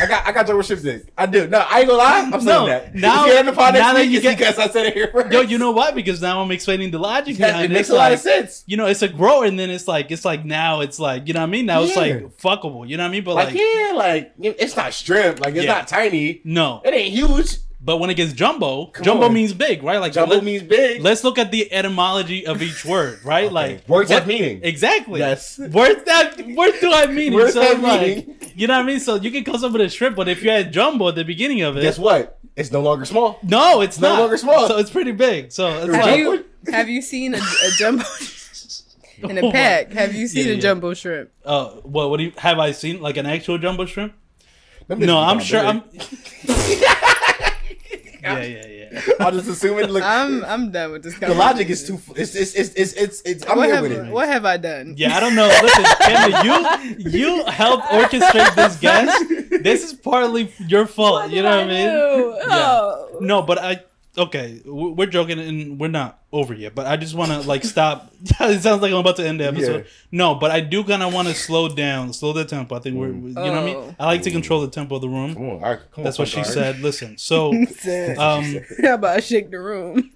I got I got double ship dick. I do. No, I ain't gonna lie. I'm *laughs* saying No, that. now- if you're in the pod now next that week, you it's get- because I said it here first. Yo, you know why? Because now I'm explaining the *laughs* logic Yeah, behind it makes It's a lot like- of sense. You know, it's a grower, and then it's like it's like now it's like you know what I mean. Now it's Yeah. like fuckable. You know what I mean? But Like, like, yeah, like it's not shrimp. Like it's Yeah. not tiny. no. It ain't huge. But when it gets jumbo, Come jumbo on. means big, right? Like Jumbo let- means big. Let's look at the etymology of each word, *laughs* right? Okay. Like words what- have meaning. Exactly. Yes. Words that words do have meaning. Words so have like, meaning. You know what I mean? So you can call something a shrimp, but if you had jumbo at the beginning of it, Guess what? It's no longer small. no, it's No not. longer small. So it's pretty big. So it's Have like you have you seen a, a *laughs* jumbo in Oh my- a pack? Have you seen Yeah, a yeah. jumbo shrimp? uh, what? What do you have? I seen like an actual jumbo shrimp? Them bitches No, be I'm kinda sure. big. I'm. *laughs* yeah, yeah, yeah. *laughs* I'm just assuming. Look, I'm I'm done with this. the logic is too. It's it's it's it's. it's, it's I'm What here have, with it. what have I done? *laughs* Yeah, I don't know. Listen, Kendra, you you helped orchestrate *laughs* this guess. This is partly your fault. you know what I mean? Oh. *laughs* No, but I okay. w- We're joking and we're not over yet. But I just want to like stop. *laughs* it sounds like I'm about to end the episode. Yeah. No, but I do kind of want to slow down, slow the tempo. I think we're you know what I mean. Oh. I like to control the tempo of the room. Come on, all right, come That's on, what she Funk Guard. said. Listen, so Sad. um. How about I shake the room?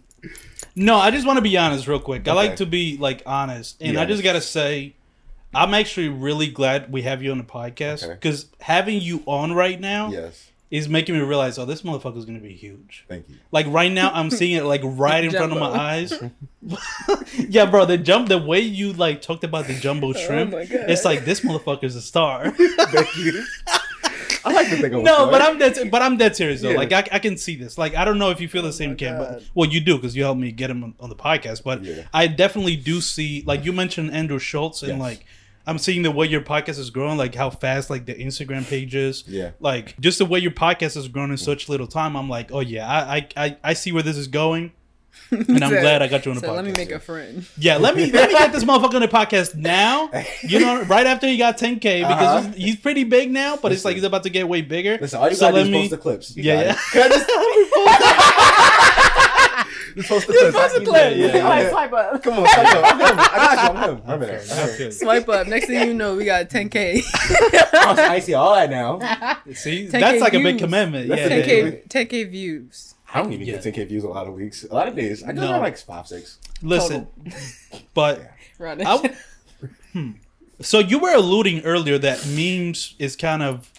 No, I just want to be honest real quick. I Okay. like to be like honest, and I Yes. just gotta say, I'm actually really glad we have you on the podcast Okay. because having you on right now Yes, is making me realize, oh, this motherfucker's gonna be huge. thank you. Like right now, I'm seeing it *laughs* like right in front of my Jumbo. eyes. *laughs* *laughs* yeah, bro, the jump, the way you like talked about the jumbo shrimp, Oh my God. it's like this motherfucker's a star. Thank you. I like to think of no, but I'm dead. But I'm dead serious though. Yeah. Like I, I can see this. Like I don't know if you feel the same, Cam. But, well, you do because you helped me get him on, on the podcast. But Yeah. I definitely do see. Like you mentioned Andrew Schultz, and Yes. like I'm seeing the way your podcast is growing. Like how fast like the Instagram pages. Yeah. Like just the way your podcast has grown in such little time. I'm like, oh yeah, I I I, I see where this is going. And I'm So- glad I got you on the So podcast. let me make a friend. *laughs* Yeah, let me let me get this motherfucker on the podcast now. You know, right after he got 10k because Uh-huh. he's- he's pretty big now, but it's like he's about to get way bigger. Listen, all you so gotta let do is me. post the clips. You Yeah, got it. Can I just- *laughs* You're supposed to You're clip. supposed to Yeah, clip. yeah, You're like, yeah. swipe up. *laughs* Come on, come on. I'm him. I got you. I'm him. I'm in it. I'm in *laughs* it. Okay. Swipe up. Next thing you know, we *laughs* got 10k. I see all that *laughs* now. *laughs* See, 10K that's like a big views. commitment. That's Yeah, a big yeah. commitment. 10k, 10k views. I don't even Yeah. get 10k views a lot of weeks. A lot of days. I go No. around like five, six. Listen, but Right. *laughs* I w- Hmm. So you were alluding earlier that memes is kind of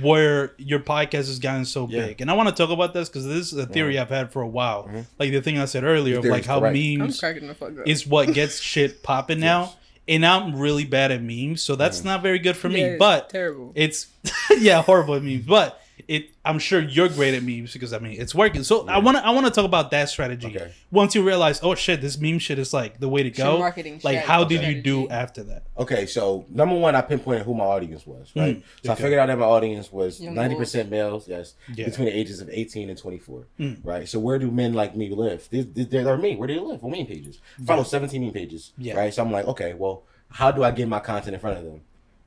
where your podcast has gotten so Yeah. Mm-hmm. big, and I want to talk about this because this is a theory I've had for a while. Like the thing I said earlier of Theory's like how correct. I'm memes cracking the fuck up. is what gets shit *laughs* popping now, and I'm really bad at memes, so that's Mm-hmm. not very good for Yeah, me. it's But terrible. it's *laughs* yeah, horrible at memes, but. It, I'm sure you're great at memes because I mean it's working. So I wanna I wanna talk about that strategy. Okay. Once you realize, oh shit, this meme shit is like the way to go. marketing like strat- how did you strategy. do after that? Okay, so number one, I pinpointed who my audience was, right? Mm, okay. So I figured out that my audience was Young ninety percent males, yes, Yeah. between the ages of eighteen and twenty-four, Mm. right? So where do men like me live? These- these- They're, they're me. Where do they live? On meme pages. Follow seventeen meme pages, Yeah. right? So I'm like, okay, well, how do I get my content in front of them?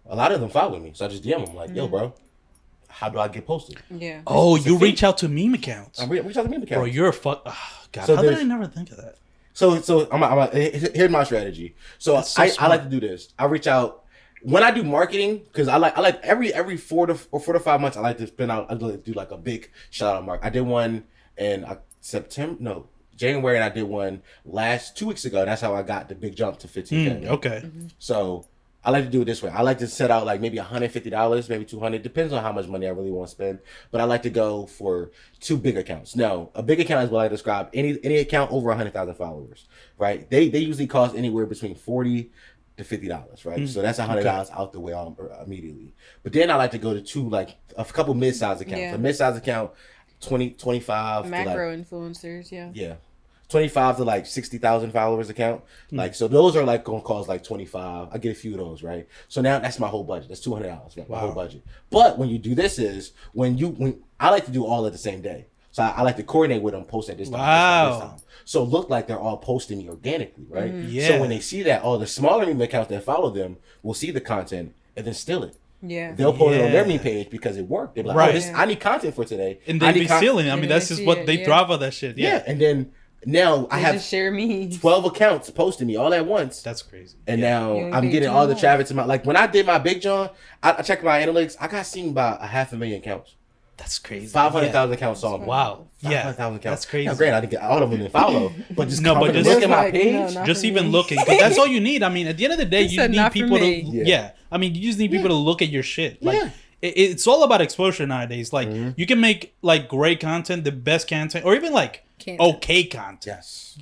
A lot of them follow me, so I just DM them like, yo, Hmm. bro, how do I get posted? yeah. Oh, It's a you thing. reach out to meme accounts. I re- reach out to meme accounts. Bro, you're a fuck. ah, God, So how did I there's- never think of that? So so I'm, I'm here's my strategy. So, That's so I, I smart. like to do this. I reach out when I do marketing because I like I like every every four to or four to five months I like to spend out I like to do like a big shout out mark. I did one in uh, September no January and I did one last two weeks ago. And that's how I got the big jump to 15k. Mm, okay. Mm-hmm. So I like to do it this way. I like to set out like maybe $150, maybe 200 depends on how much money I really want to spend. But I like to go for two big accounts. No, a big account is what I describe any any account over 100,000 followers, right? They they usually cost anywhere between 40 to fifty dollars, right? So that's a hundred dollars out the way um, immediately. But then I like to go to two, like a couple mid-sized accounts. Yeah. A mid-sized account, 20, 25 to, like, Macro influencers, yeah. yeah. 25 to like 60,000 followers account. Hmm. Like, so those are like going to cost like 25. I get a few of those, right? So now that's my whole budget. That's $200, right? My Wow. whole budget. But when you do this is when you, when I like to do all at the same day. So I, I like to coordinate with them, post at this time. this time, Wow. this time. So it look like they're all posting me organically, right? Mm-hmm. Yeah. So when they see that, all the smaller meme accounts that follow them will see the content and then steal it. Yeah. They'll post it on their Yeah. meme page because it worked. They're like, Right. oh, this, I need content for today. And I they need be con- stealing. I And mean, they that's just see what it, they yeah. drive all that shit. Yeah. Yeah. And then now I They have just share me. *laughs* 12 accounts posting me all at once. That's crazy. and yeah. now You ain't I'm big getting all the John. traffic to my like when I did my Big John, I, I checked my analytics. I got seen by a half a million accounts. that's crazy. Five hundred thousand accounts saw me. Yeah. Wow. Yeah. 500,000 accounts. That's crazy. Now, granted, I didn't get all of them *laughs* to follow, but just No, come but and just- look at my Like, no, page. not just for even me. looking, 'cause that's all you need. I mean, at the end of the day, He you said, need "Not for people to. me." Yeah. Yeah. I mean, you just need people to look at your shit. Like, Yeah. it, it's all about exposure nowadays. Like, you can make like great content, the best content, or even like Can't. okay content. Yes.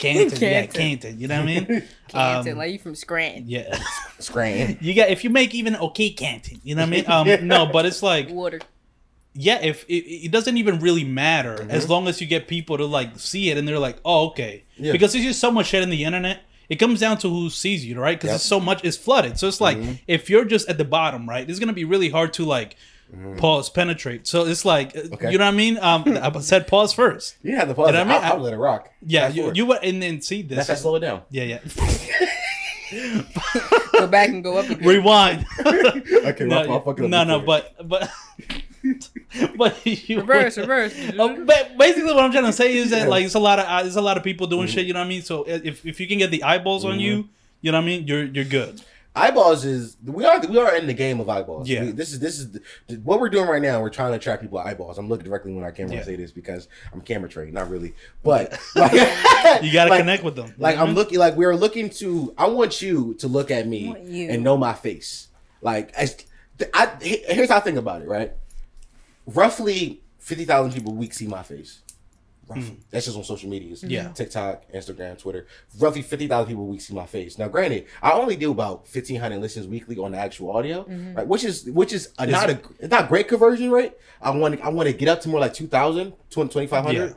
Canton, yeah, Canton. Canton. You know what I *laughs* mean? Canton, Um, like you from Scranton. yeah. Scram. You got if you make even okay Canton, you know what I mean? Um, *laughs* Yeah. No, but it's like Water. yeah, if it, it doesn't even really matter Mm-hmm. as long as you get people to like see it and they're like, oh okay, Yeah. because there's just so much shit in the internet. It comes down to who sees you, right? Because Yep. Mm-hmm. it's so much, it's flooded. So it's like if you're just at the bottom, right? It's gonna be really hard to like pause, penetrate. So it's like, uh, Mm-hmm. Okay. you know what I mean? Um, *laughs* I said pause first. You have the pause. I I mean? I- will let it rock. Yeah, Fast you, forward. you were, and then see this. That's how I *laughs* slow it down. yeah, yeah. *laughs* Go back and go up *laughs* again. Rewind. Okay, no, my- my fucking up no, no, before. but but but *laughs* you reverse, reverse. Oh, but basically, what I'm trying to say is that Yeah. like it's a lot of uh, it's a lot of people Mm-hmm. doing shit. You know what I mean? So if, if you can get the eyeballs on you, you know what I mean. You're you're good. eyeballs is we are we are in the game of eyeballs. Yeah. We- this is this is the, what we're doing right now. We're trying to attract people eyeballs. I'm looking directly when I camera Yeah. I say this because I'm camera trained, not really, but like, *laughs* You gotta like- connect with them. Like You know what I I'm mean? looking, like we are looking to. I want you to look at me want you. and know my face. Like as, th- I, he- here's how I think about it. Right, roughly fifty thousand people a week see my face. Roughly. That's just on social medias. Hmm. Yeah. TikTok, Instagram, Twitter. Roughly fifty thousand people a week see my face. Now, granted, I only do about fifteen hundred listens weekly on the actual audio, Mm-hmm. right? Which is which is a, not a it's not great conversion rate. I want I want to get up to more like 2,000, 2,500. Yeah.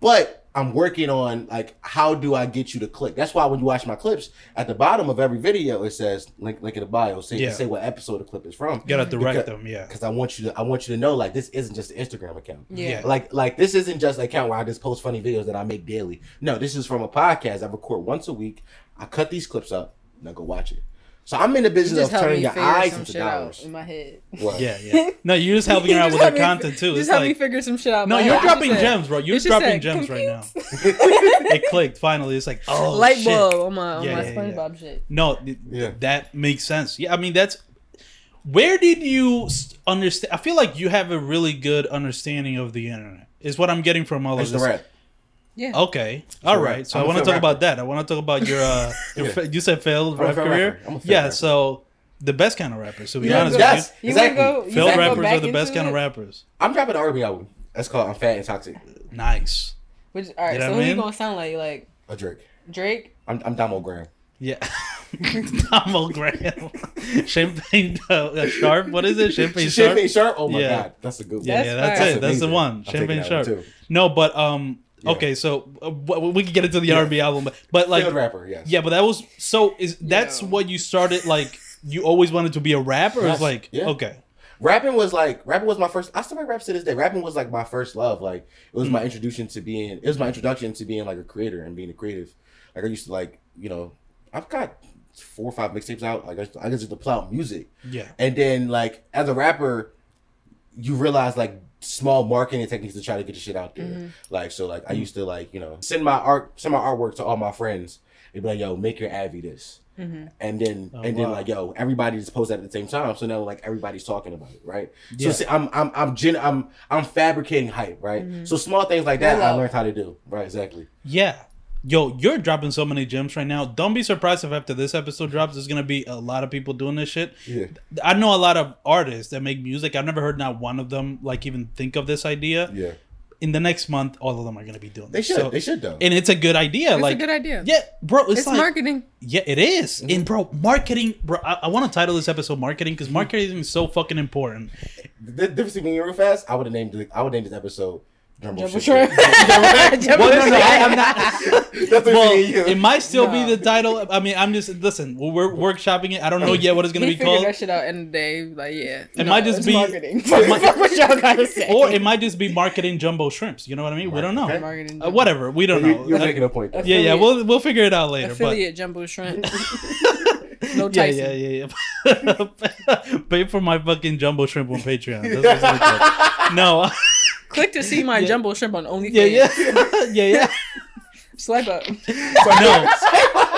But I'm working on like how do I get you to click? That's why when you watch my clips, at the bottom of every video it says link link in the bio. Say Yeah. say what episode the clip is from. gotta direct Because- them. Yeah. Because I want you to I want you to know like this isn't just an Instagram account. *laughs* Yeah. yeah. Like like this isn't just an account where I just post funny videos that I make daily. No, this is from a podcast I record once a week. I cut these clips up and I go watch it. So I'm in the You business just of helped turning me your figure eyes some into shit out dollars. in my head. What? Yeah, yeah. No, you're *laughs* just helping her out Just with her help me fi- content too. It's Just help me like figure some shit out. no, man. you're I dropping just said- gems, bro. You're it's just dropping that gems right now. compute. It clicked finally. *laughs* It's *laughs* like oh Light shit. bulb on my on Yeah, my yeah, yeah. SpongeBob shit. No, th- Yeah. that makes sense. Yeah, I mean that's where did you s- understand? I feel like you have a really good understanding of the internet. Is what I'm getting from all I used of to this. rap. Yeah. Okay, all a right. rap. So I'm i a want to failed talk about that. I want to talk about your. *laughs* Uh, your Yeah. fa- you said failed a rap failed career. rapper. I'm a failed yeah. rapper. So the best kind of rappers. To be Yeah, honest, yes, with You exactly. wanna go? you. You failed wanna go rappers back are the best into kind of it? rappers. I'm dropping an R&B album. That's called "I'm Fat and Toxic." Nice. Which all right, You know so what I who you mean? gonna sound like? Like A Drake. Drake? I'm I'm Damo Graham. Yeah. *laughs* Tom Graham. *laughs* Champagne uh, uh, Sharp. What is it? Champagne Sharp. Champagne Sharp. Oh my Yeah. god, that's a good one. Yeah, yeah, that's fire. it. That's the amazing. one. I'm taking Champagne that one, Sharp. too. No, but um, Yeah. okay, so uh, w- we can get into the Yeah. R&B album, but, but like, Failed rapper. Yes. yeah, but that was so. Is that's Yeah. what you started like? You always wanted to be a rapper, or it's Yes. like Yeah. okay, Rapping was like rapping was my first. I still make raps to this day. Rapping was like my first love. Like it was my Mm. introduction to being. It was my introduction to being like a creator and being a creative. Like I used to like you know I've got four or five mixtapes out. Like I just, I just used to plow music. yeah, And then like as a rapper, you realize like small marketing techniques to try to get your shit out there. Like so like I used to like, you know, send my art send my artwork to all my friends and be like, yo, make your Avi this. And then Oh, and wow. then like yo, everybody just posts that at the same time. So now like everybody's talking about it, right? Yeah. So see, I'm I'm I'm gen- I'm I'm fabricating hype, right? So small things like that I Hello. learned how to do. Right, exactly. yeah. Yo, you're dropping so many gems right now. Don't be surprised if after this episode drops, there's gonna be a lot of people doing this shit. Yeah. I know a lot of artists that make music. I've never heard not one of them like even think of this idea. Yeah. In the next month, all of them are gonna be doing. They this. should. So- they should though. And it's a good idea. It's like a good idea. Yeah, bro. It's, It's like, marketing. Yeah, it is. Mm-hmm. And bro, marketing, bro. I, I want to title this episode "Marketing" Mm-hmm. because marketing is so fucking important. the difference between real fast, I would have named the, I would name this episode Jumbo, Jumbo Shrimp. *laughs* Shrimp. Jumbo Well, no, no, I Shrimp. am *laughs* not. That's Well, well, you. it might still No. be the title. I mean, I'm just listen. We're workshopping it. I don't know yet what it's *laughs* gonna he be figured called, that shit out in the day. Like yeah, It might just it's be- marketing. it might- Fuck *laughs* what y'all *laughs* gotta say. or it might just be marketing jumbo shrimps. You know what I mean? We don't know. Okay. *laughs* marketing. Uh, whatever. We don't you, know. you're Uh, making a point. though. yeah, yeah. We'll we'll figure it out later. But *laughs* affiliate jumbo shrimp. no No Tyson. Yeah, yeah, yeah. yeah. *laughs* Pay for my fucking jumbo shrimp on Patreon. That's what's like *laughs* no. *laughs* Click to see my Yeah. jumbo shrimp on OnlyFans. Yeah, *laughs* yeah, yeah, yeah. *laughs* Swipe up. No. Oh, *laughs*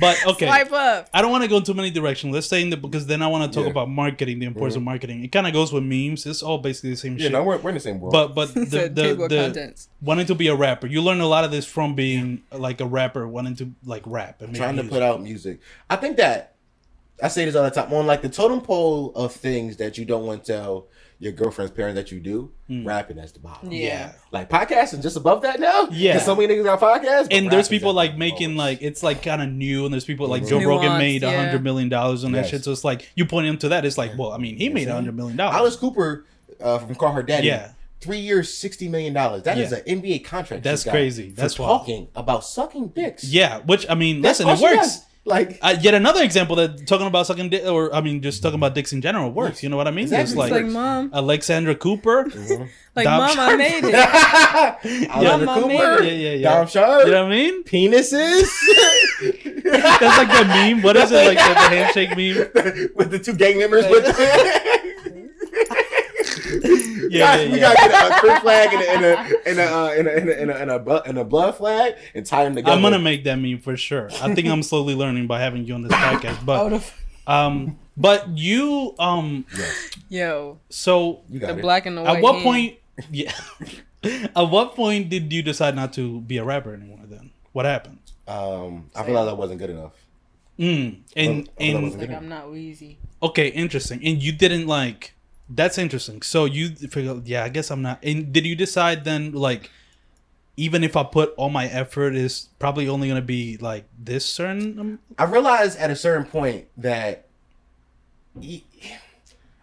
But okay. Swipe up. *laughs* I don't want to go in too many directions. Let's stay in the because then I want to talk Yeah. Mm-hmm. about marketing, the importance of marketing. It kind of goes with memes. It's all basically the same Yeah, shit. no, we're, we're in the same world. but *laughs* but the, It's a the, table of the contents. wanting to be a rapper, you learn a lot of this from being like a rapper, wanting to like rap and make trying to music. put out music. I think that I say this all the time on like the totem pole of things that you don't want to tell your girlfriend's parents that you do. Hmm. Rapping at the bottom. Yeah. yeah. Like podcasting just above that now. Yeah. 'Cause so many niggas got podcasts. but And there's rapping's people at like the making lowest. like it's like kind of new, and there's people like Mhm. Joe Rogan Nuanced, made a yeah. hundred million dollars on that Yes. shit. So it's like you point him to that. It's like, well, I mean, he made a sir. hundred million dollars. Alice Cooper uh, from Call Her Daddy. Yeah. Three years, sixty million dollars. That is Yeah. an NBA contract. That's she got crazy. for That's wild. talking about sucking dicks. Yeah, which I mean, That's listen, it all oh, she works. does. Like Uh, yet another example that talking about sucking dick, or I mean, just talking about dicks in general works. You know what I mean? Exactly. Just It's like, It's *laughs* like mom, Alexandra Cooper, like Dom mom, I Sharp. *laughs* made it. *laughs* Alexander my Cooper, man. Yeah, yeah, yeah. Dom Sharp, You know what I mean? penises That's like the meme. What is it? Like the, the handshake *laughs* meme? *laughs* with the two gang members. *laughs* With the- Yeah, Guys, yeah, we yeah. gotta get a, a crit flag and a and a and a, uh, and a, and a, and a, and a, bu- and a blood flag and tie them together. I'm gonna make that meme for sure. I think I'm slowly learning by having you on this podcast. *laughs* Out But of um, but you um, yo, so You the got it. black and the white. at what hand. point? Yeah. *laughs* At what point did you decide not to be a rapper anymore? Then what happened? Um, I realized I wasn't good enough. Mm. And Well, that and was a Like I'm not wheezy. Okay, interesting. And you didn't like that's interesting. So you figure, yeah, I guess I'm not. And did you decide then like even if I put all my effort is probably only going to be like this certain um, I realized at a certain point that e-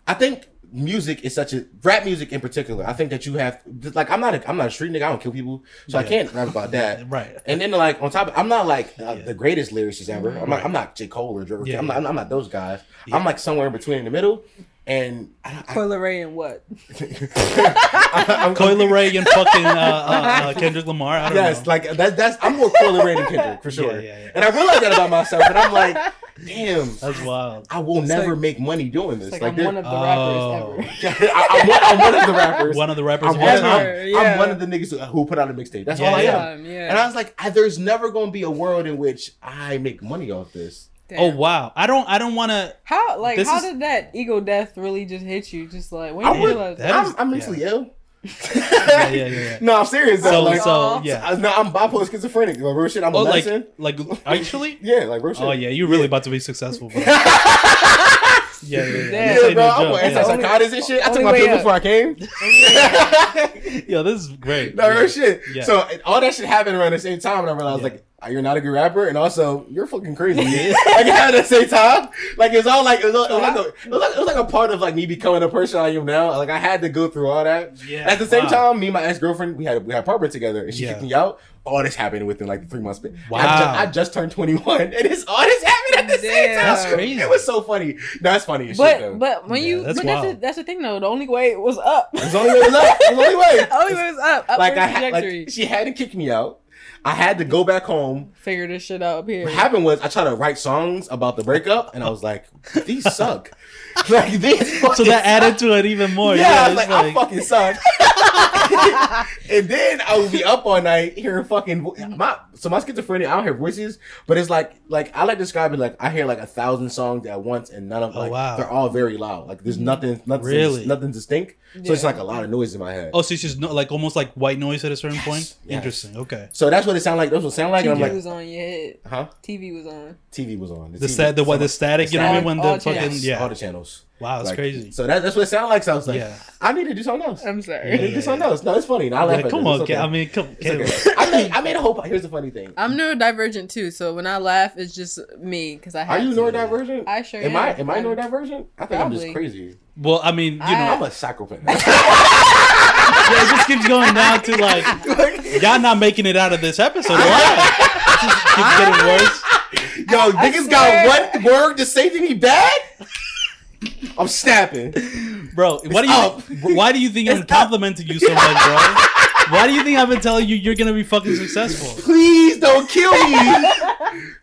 I think music is such a rap music in particular. I think that you have like I'm not a I'm not a street nigga. I don't kill people, so I Yeah. can't rap about that. right. And then like on top of I'm not like uh, Yeah. the greatest lyricist ever. I'm not I'm not J Cole or Dre. Yeah, I'm, yeah. Not, I'm not those guys. Yeah. I'm like somewhere in between in the middle. And I, I, Coil Ray and what? *laughs* I, am Coil Ray and fucking uh, uh, uh, Kendrick Lamar. I don't Yes, know. like that's that's I'm more correlated than Kendrick for *laughs* Yeah, Uh, sure. yeah, yeah. And I realized that about myself, and I'm like, damn, That's wild. I will never like- make money doing this. It's like, Like, I'm there- one of the Oh. *laughs* rappers ever. *laughs* I, I'm, one, I'm one of the rappers. One of the rappers. I'm, one of, ever. I'm- Ever, I'm yeah. one of the niggas who, who put out a mixtape. That's Yeah, all I Oh, yeah. am. Um, yeah. And I was like, I, there's never gonna be a world in which I make money off this. Damn. Oh wow. I don't. I don't want to. How like This how is- did that ego death really just hit you? Just like when I you would- realize that- I'm, is- I'm mentally ill. Yeah, yeah, yeah. yeah. *laughs* No, I'm serious. though. So, like, so Aw. yeah. I- no, I'm bipolar schizophrenic. Like real shit. I'm Oh, a like, medicine. like actually. Yeah, like real shit. Oh yeah, you're really about to be successful. *laughs* Bro. Yeah, yeah, yeah. Yeah, This Yeah, ain't bro, no I'm joke. on Yeah. only- antipsychotics and shit. I took only my way pills up. before I came. *laughs* *laughs* Yo, this is great. no, Yeah. real shit. Yeah. So and all that shit happened around the same time, and I Yeah. realized like "Ah, you're not a good rapper, and also you're fucking crazy. man." *laughs* like it happened at the same time. Like it was all like it was, all, it was like a, it was like it was like a part of like me becoming the person I am now. Like I had to go through all that. Yeah. At the same Wow. time, me and my ex girlfriend, we had we had apartment together, and she Yeah. kicked me out. All this happened within like the three months. span. Wow. I ju- I just, turned twenty one, and it's all this happened at the same Damn. time. That's crazy. It was so funny. That's funny as shit. Though. But but when Yeah, you that's but that's, wild. the, that's the thing though. The only way was up. it's the only way. It's up. It's the only *laughs* way. only way was up. Upward like I had, trajectory. like she had to kick me out. I had to go back home. Figure this shit out up here. What happened was I tried to write songs about the breakup, and I was like, these suck. *laughs* like these. So fucking that suck. added to it even more. Yeah, Yeah, I was it's like, oh, like, I fucking suck. *laughs* and then I would be up all night hearing fucking vo- my so my schizophrenia. I don't hear voices, but it's like like I like describing like I hear like a thousand songs at once, and none of Oh, like wow. they're all very loud. Like there's nothing, nothing, Really? nothing distinct. So it's Yeah. like a lot of noise in my head. oh, so it's just no, like almost like white noise at a certain Yes, point. yes. Interesting. Okay. So that's what it sounded like. That's what it sounded like, TV and I'm like, was on your head. huh? TV was on. TV was on. The sad, the what, the static. You know what I mean? When All the fucking channels. all yeah. the channels. Wow, it's Like, crazy. So that, that's what it sounded like. So I was like, Yeah. I need to do something else. I I'm Yeah, sorry. need to yeah, do something yeah. else. No, it's funny. And I laugh Like, at come this. on, It's Ke- okay. I mean, come, Caleb. It's okay. I made I made a whole. Here's the funny thing. I'm neurodivergent too, so when I laugh, it's just me because I Are have. you to. neurodivergent? I sure am. am. I am I I'm- neurodivergent? I think I'm just Probably. crazy. Well, I mean, you *laughs* know, I'm a psychopath. yeah, it just keeps going down to like y'all not making it out of this episode. *laughs* Why? It just keeps getting worse. *laughs* Yo, niggas swear. got one word to say to me bad. I'm snapping. Bro, why do you up. why do you think I'm complimenting you so much, bro? Why do you think I've been telling you you're gonna be fucking successful? Please don't kill me.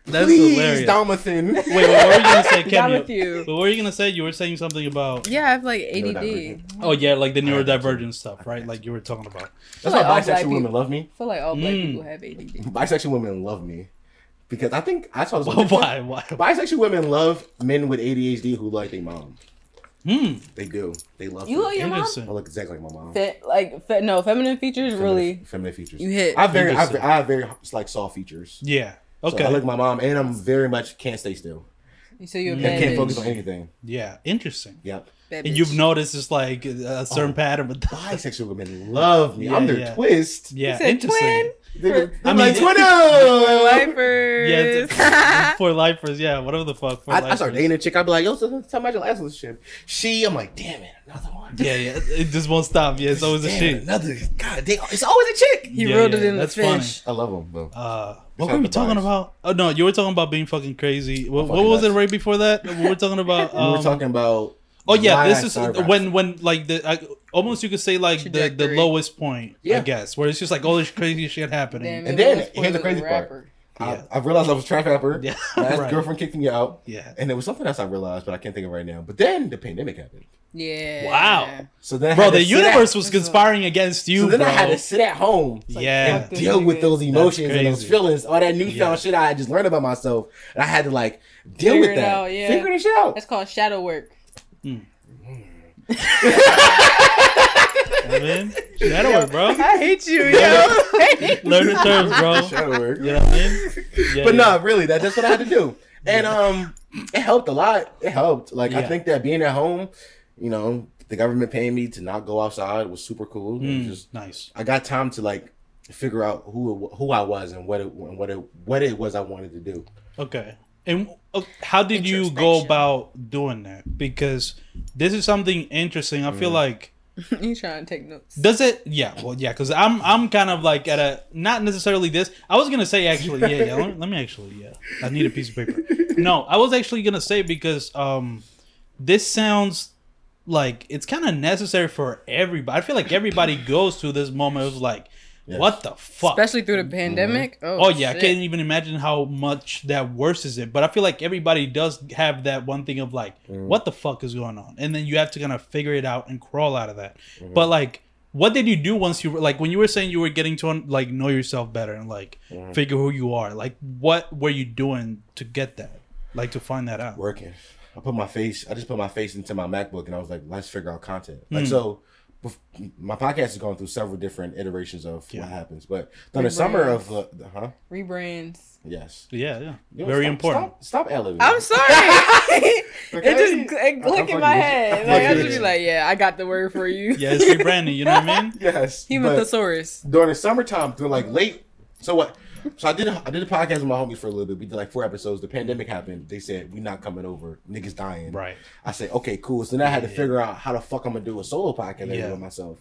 That's Please, hilarious. Domathan. Wait, Wait, what were you gonna *laughs* say, Down Ken? with You- you. What were you gonna say? You were saying something about Yeah, I have like ADD. I Neurodivergent. oh yeah, like the neurodivergent stuff, right? Like you were talking about. *laughs* That's why Like all black bisexual people. women love me. feel like all black Mm. people have ADD. Bisexual women love me because I think I *laughs* saw this. why? Why? Bisexual women love men with ADHD who look like their mom. Hmm. They do. They love You me. look your mom. I Interesting. look exactly like my mom. Fe- like fe- no feminine features Feminine- really. feminine features. You hit. I have very, I have, Interesting. I have very like soft features. Yeah. So I Okay. look at my mom, and I'm very much can't stay still. So you're a Yeah, I bad can't bitch. focus on anything. Yeah. Interesting. Yep. Bad And bitch. you've noticed it's like Oh. a certain pattern, but Bisexual women love me. I'm Yeah, their yeah. twist. yeah, You said interesting. *laughs* twin. They, they're I mean- like twin. Lifers. Yeah, it's- *laughs* for lifers. Yeah, whatever the fuck. For I, I lifers. start dating a chick. I'd be like, yo, so- tell me about your last relationship. She, I'm like, damn it, another one. Yeah, yeah. It just won't stop. Yeah, it's always a Damn, shit. Another God, they, it's always a chick. *laughs* he Yeah, rolled it yeah, in the that's funny. fish. I love them, bro. Uh, what It's were not we the talking bias. about? Oh no, you were talking about being fucking crazy. What, what fucking was it nuts. right before that? We were talking about. Um, *laughs* we were talking about. oh yeah, why I this is started rap. when when like the I, almost you could say like the, the Trajectory. lowest point, I Yeah. guess, where it's just like all this crazy shit happening. Damn, And it then, was here's the spoiled crazy part. rapper. Yeah. I, I realized I was a trap rapper. Yeah, *laughs* My ex right. girlfriend kicked me out. Yeah. And there was something else I realized, but I can't think of it right now. But then the pandemic happened. Yeah. Wow. So then, I Bro, had to the sit at- universe was conspiring against you, So then bro. I had to sit at home, yeah, fuck this. deal with those emotions and those crazy. feelings, all that newfound Yeah. shit I had just learned about myself, and I had to like deal Figure with it that, out, yeah. figure this shit out. That's called *laughs* shadow work. I *laughs* *laughs* mean, that'll work, bro. I hate you, Learn the terms, *laughs* bro. Shadow work. You know what I mean? Yeah, But yeah. no, really, that, that's what I had *laughs* to do, and um, it helped a lot. It helped. Like I Yeah. think that being at home, you know, the government paying me to not go outside was super cool. It was Mm, just nice. I got time to like figure out who it, who I was and what it and what it what it was I wanted to do. Okay. And uh, how did you go Introspection. about doing that? Because this is something interesting. I feel Mm. like you trying to take notes? does it? Yeah. Well, yeah. Because I'm I'm kind of like at a not necessarily this. I was gonna say actually. Yeah. Yeah. Let me, let me actually. Yeah. I need a piece of paper. No, I was actually gonna say because um, this sounds like it's kind of necessary for everybody. I feel like everybody goes through this moment of like, Yes. What the fuck? especially through the pandemic. oh yeah, I shit. can't even imagine how much that worsens it. But I feel like everybody does have that one thing of like, Mm. what the fuck is going on, and then you have to kind of figure it out and crawl out of that. Mm-hmm. But like, what did you do once you were like when you were saying you were getting to un- like know yourself better and like Mm-hmm. figure who you are? Like, what were you doing to get that? Like to find that out? working. I put my face. I just put my face into my MacBook, and I was like, let's figure out content. Mm. Like so, bef- my podcast has gone through several different iterations of Yeah. what happens. But during the summer of, uh, the- huh? Rebrands. Yes, Yeah, yeah, Yo, very stop- important. Stop, stop elevating. *laughs* I'm sorry. it Okay? just it I'm clicked fucking in my with you. head. I'm Like I fucking should with be you. like, yeah, I got the word for you. *laughs* Yeah, it's *laughs* rebranding. You know what I mean? Yes, Human but- thesaurus. during the summertime, through like late. So what? So I did. A, I did a podcast with my homie for a little bit. We did like four episodes. The pandemic happened. They said we not coming over. Niggas dying. Right. I said okay, cool. So then I had to figure out how the fuck I'm gonna do a solo podcast Yeah. with myself.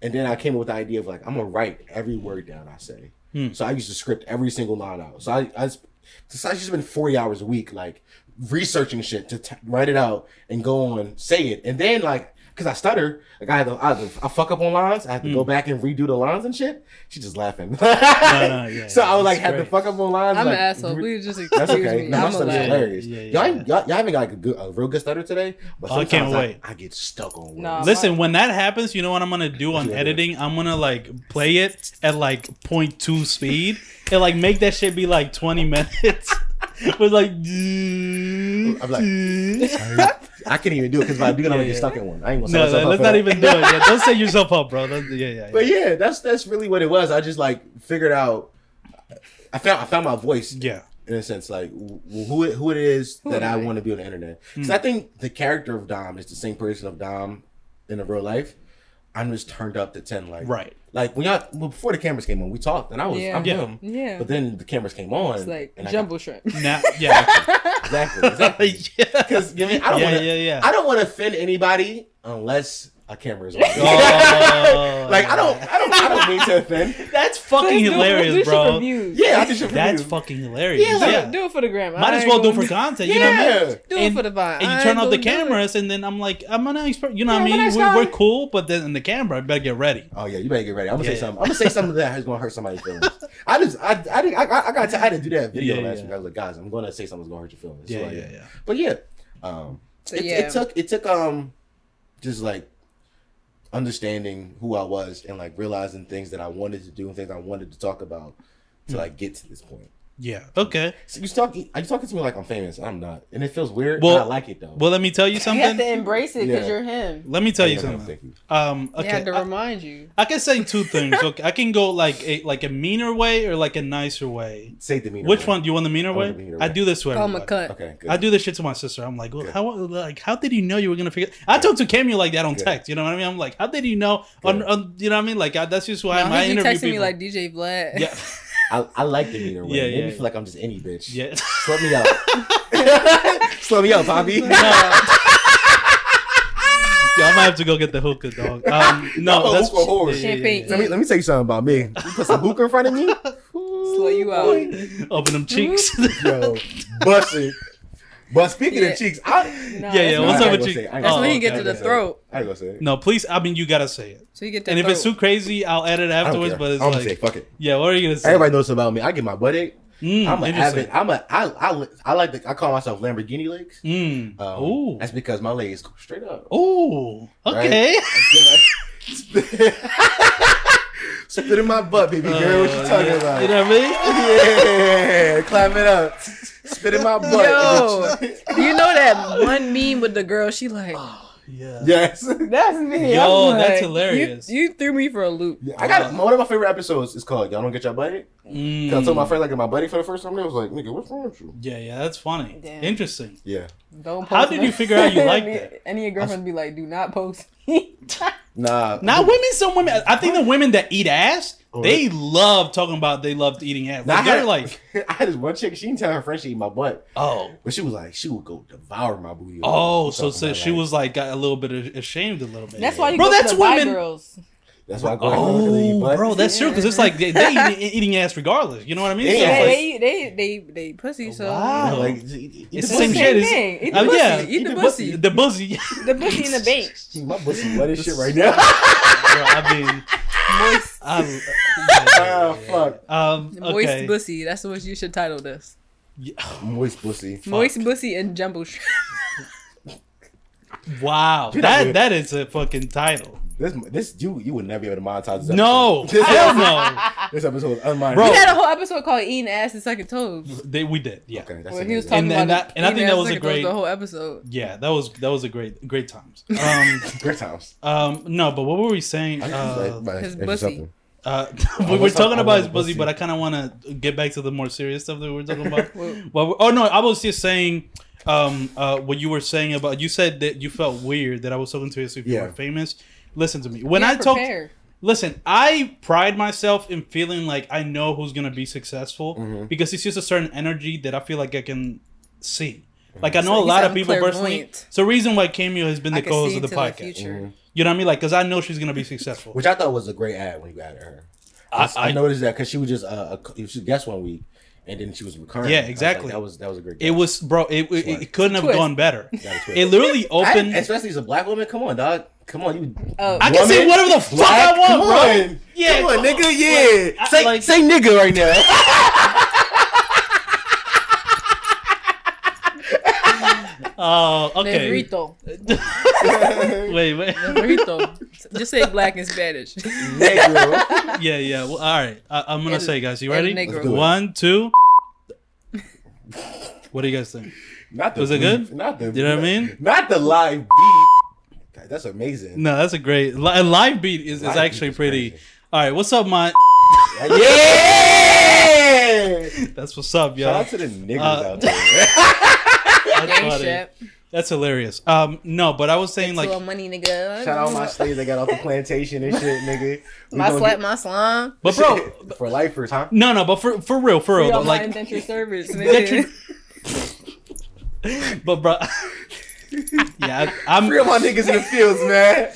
And then I came up with the idea of like I'm gonna write every word down I say. Hmm. So I used to script every single line out. So I, I sp- so I just spend forty hours a week like researching shit to t- write it out and go on say it. And then like because I stutter, like I had to, I, had to, I fuck up on lines. I have to go back and redo the lines and shit. She just laughing. Hmm. *laughs* no, yeah, so I was that's like had to great. fuck up on lines. I'm like, an asshole. re- Please just *laughs* excuse that's okay. me. No, my I'm a stutter's laugh. lad. hilarious. Yeah, yeah, y'all, ain't- yeah. Oh, y'all, y'all haven't got a, good, a real good stutter today, but I can't sometimes I, wait. I get stuck on words. Nah. Nah. Listen, when that happens, you know what I'm gonna do on Yeah. editing? I'm gonna like play it at like 0.2 speed and like make that shit be like 20 minutes. *laughs* With like, I'm like- *laughs* I can't even do it because if I do it, I'm gonna Yeah, get yeah. stuck in one. I ain't gonna set no, no, myself up let's for not that. even do it. Yeah, don't set yourself up, bro. That's, yeah, yeah, yeah. But yeah, that's that's really what it was. I just like figured out. I found I found my voice yeah. in a sense, like wh- who it, who it is that am I I? want to be on the internet. Hmm. Because I think the character of Dom is the same person of Dom in the real life. I'm just turned up to ten, like Right. Like when y'all well, before the cameras came on, we talked, and I was Yeah. I'm Yeah. him. Yeah. But then the cameras came on, It's like and I- *laughs* jumbo shrimp. Now, yeah. exactly, *laughs* exactly. yeah. Because you know, I don't Yeah, want to. yeah, yeah. I don't want to offend anybody unless a camera's on. *laughs* Oh. *laughs* like I don't. I don't. I don't mean to offend. That's fucking Let's do it- let's do hilarious, shit for bro. views. Yeah, I just That's fucking hilarious. Yeah, Yeah, like- Do it for the gram. Might as well do it for content. You know what I mean? Yeah. Do it and, for the vibe. And I you turn ain't off the gonna do it. cameras, and then I'm like, I'm an expert. You know what Yeah, I I'm a mean? nice We, we're guy. cool, but then in the camera, I better get ready. Oh yeah, you better get ready. I'm gonna Yeah, say yeah. something. I'm gonna say something that is gonna hurt somebody's feelings. I just, I, I, didn't- I, I got, tired to do that video Yeah, yeah, last yeah. week. I was like, guys, I'm gonna say something's gonna hurt your feelings. Yeah, So, yeah, yeah. But yeah, um, So, it, yeah. it took, it took, um, just like understanding who I was and like realizing things that I wanted to do and things I wanted to talk about Hmm. to like get to this point. Yeah. Okay. So you talking? Are you talking to me like I'm famous? I'm not, and it feels weird. Well- Well, I like it though. Well, let me *laughs* tell you You have to something. embrace it because Yeah. you're him. Let me tell you Yeah, no, something. thank you. Um. They had Okay. to I, remind you. I can say two things. Okay. I can go like a like a meaner way or like a nicer way. Say the meaner. Which way. one do you want? The meaner I want way? the meaner I way. do this way. Call him Oh, a cunt. Okay, good. I do this shit to my sister. I'm like, well, how like how did you know you were gonna figure? I talk to Camille like that on Good. text. You know what I mean? I'm like, how did you know? On, Good. on you know what I mean? Like I, that's just why No, I, I he be interview texting people. me like DJ *laughs* Vlad. yeah, I, I like the meaner way. Yeah, Yeah, Maybe yeah, feel like I'm just any bitch. yeah. Slow *laughs* me up. Slow me up, *laughs* Bobby. Yeah, I might have to go get the hookah, dog. Um, no, Oh, that's hookah horse. yeah, yeah, yeah, yeah. Champagne. Let me let me tell you something about me. You put some hookah in front of me. Slow you out. Open them cheeks. Mm-hmm. Yo, bust it. But speaking Yeah. of cheeks, I No, *laughs* yeah, yeah. that's no, What's up I ain't with gonna you? say it. I ain't That's Oh, when he okay, get I to ain't the gonna say it. throat. I ain't gonna say it. No, please. I mean, you gotta say it. So you get that. And if it's throat. too crazy, I'll edit I don't afterwards. care. But it's I'm like, gonna say it. fuck it. yeah, what are you gonna say? Everybody knows about me. I get my butt ache. Mm, I'm a interesting. avid. I'm a. I I li- I like. The, I call myself Lamborghini legs. Mm. Um, Ooh. That's because my legs go straight up. Ooh. Okay. *laughs* Spit in my butt, baby girl. What you talking Uh, yeah. about? You know what I mean? *laughs* Yeah, clap it up. Spit in my butt. Yo, *laughs* do you know that one meme with the girl? *gasps* She like, Yeah. yes. that's me. Yo, I'm that's like, hilarious. You, you threw me for a loop. I got one of my favorite episodes. is called "Y'all Don't Get Your Buddy." Mm. I told my friend like my buddy for the first time. They was like, "Nigga, what's wrong with you?" Yeah, yeah. That's funny. *laughs* Damn. Interesting. Yeah. Don't. Post How did me. you figure out you *laughs* liked Any- that? Any of your girlfriends be like, do not post. me." *laughs* Nah. Now, women, some women. I think the women that eat ass, Oh, they love talking about they loved eating ass. Nah, I Like, had they're like, *laughs* I had this one chick. She didn't tell her friend she eat my butt, oh, but she was like, she would go devour my booty. oh. Or So, something so like she that. was like got a little bit ashamed, a little bit. That's why you Bro, go that's to the bi women- *laughs* girls. That's why I go. Oh, bro, that's true. Because it's like they, they eat- eating ass regardless. You know what I mean? So, Yeah. Yeah, like, they, they they they pussy. So Wow. *laughs* Like, It's it's it's the the same pussy. shit. Same It's, thing. Eat the pussy. Eat the bu- pussy. The pussy. *laughs* the pussy in the bank. My pussy wet as shit right now. Bro, I mean, Moist, I, Ah, *laughs* fuck. um, *laughs* moist okay. bussy. That's what you should title this. Yeah. Moist pussy. Moist bussy and jumbo shrimp. Wow, You're not that good. that is a fucking title. This, this, you, you would never be able to monetize this. No, episode. *laughs* hell *laughs* no. This episode is unmonetized. Bro. We had a whole episode called "Eating Ass and Sucking Toes." They, we did, yeah, Okay, that's Where he was amazing. And- talking about and that- and I think eating that ass was a sucking toes great- the whole episode. yeah. That was that was a great great times. Um, Great times. um, no, but what were we saying? I Uh, just like- his like, pussy. something. uh, *laughs* I we were was- talking I about was his pussy, pussy. but I kind of want to get back to the more serious stuff that we were talking about. *laughs* Well, well, we- oh no, I was just saying um, uh, what you were saying about. You said that you felt weird that I was talking to you as if you Yeah. were famous. Listen to me. When yeah, I talk, prepare. listen, I pride myself in feeling like I know who's gonna be successful because it's just a certain energy that I feel like I can see. Like I know a like lot he's of people personally. clairvoyant. So the reason why Cameo has been I the can co-host see of the into the podcast. Mm-hmm. future. you know what I mean? Like, cause I know she's gonna be successful. Which I thought was a great ad when you added her. I, I- I I- noticed that because she was just uh, a, she guest one week, and then she was recurring. Yeah, I was like, exactly. that was that was a great. It was, bro. It it, it couldn't have Twist. gone better. *laughs* That was It literally opened. *laughs* I, especially as a black woman. Come on, dog. Come on, you. Oh. I can say woman, whatever the fuck I want, come bro. on. Yeah, come on, come nigga. on. Yeah, Like, I- say like- say nigga *laughs* right now. Oh, okay. Negrito. Wait, *laughs* wait. *laughs* Negrito. Just say black in Spanish. nigga. Yeah, yeah. Well, all right. I, I'm gonna El- say, guys. You El ready? Negro. do it. One, *laughs* two. What do you guys think? Not the Was it beef, good? Not the. You know what I mean? Not the live beef. God, that's amazing. No, that's a great. Li- a live beat is, is Live beat actually is pretty. crazy. All right, what's up, my? *laughs* Yeah. That's what's up, yo. Shout out to the niggas Uh, out *laughs* there. That's, Gang funny. shit. That's hilarious. Um, no, but I was saying Like, like, little money, nigga. Shout out my slaves that got off the plantation and shit, nigga. We *laughs* my gonna slap, get- my slime. but bro, *laughs* for lifers, huh? no, no, but for for real, for real, Free though, all my like, indentured service. that Nigga. *laughs* you- but bro, *laughs* yeah, I, Free all I'm. my niggas in the fields, *laughs* man.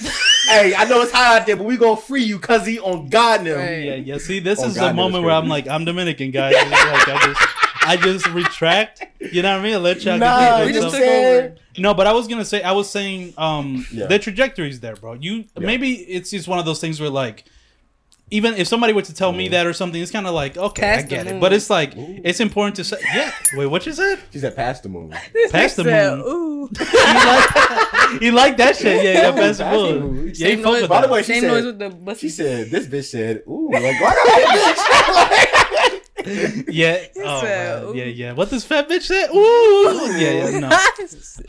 hey, I know it's hot out there, but we gonna free you, cause he on God now. Right. Yeah, yeah. See, this Oh, is the God, that's moment where crazy. I'm like, I'm Dominican, guys. It's like, I just, I just retract. You know what I mean? Let y'all Nah, continue. We you So- just know took what I'm over. saying? No, but I was gonna say I was saying um Yeah. the trajectory's there, bro. You maybe it's just one of those things where like even if somebody were to tell me that or something, it's kind of like okay, I Past the get it. moon. But it's like Ooh. it's important to say. Yeah. Wait, what you said? *laughs* She said past the moon. Past Past the He said, moon. Ooh. you like you like that shit? Yeah, yeah, past the moon. moon. Yeah, you Same fuck noise- with By the that. way, she Same said- noise with the bussy. She said this bitch said, "Ooh, like *laughs* why I got that bitch?" Yeah. Oh, said, man. ooh. yeah, yeah. What this fat bitch said? Ooh. Yeah, *laughs* yeah. No. Um,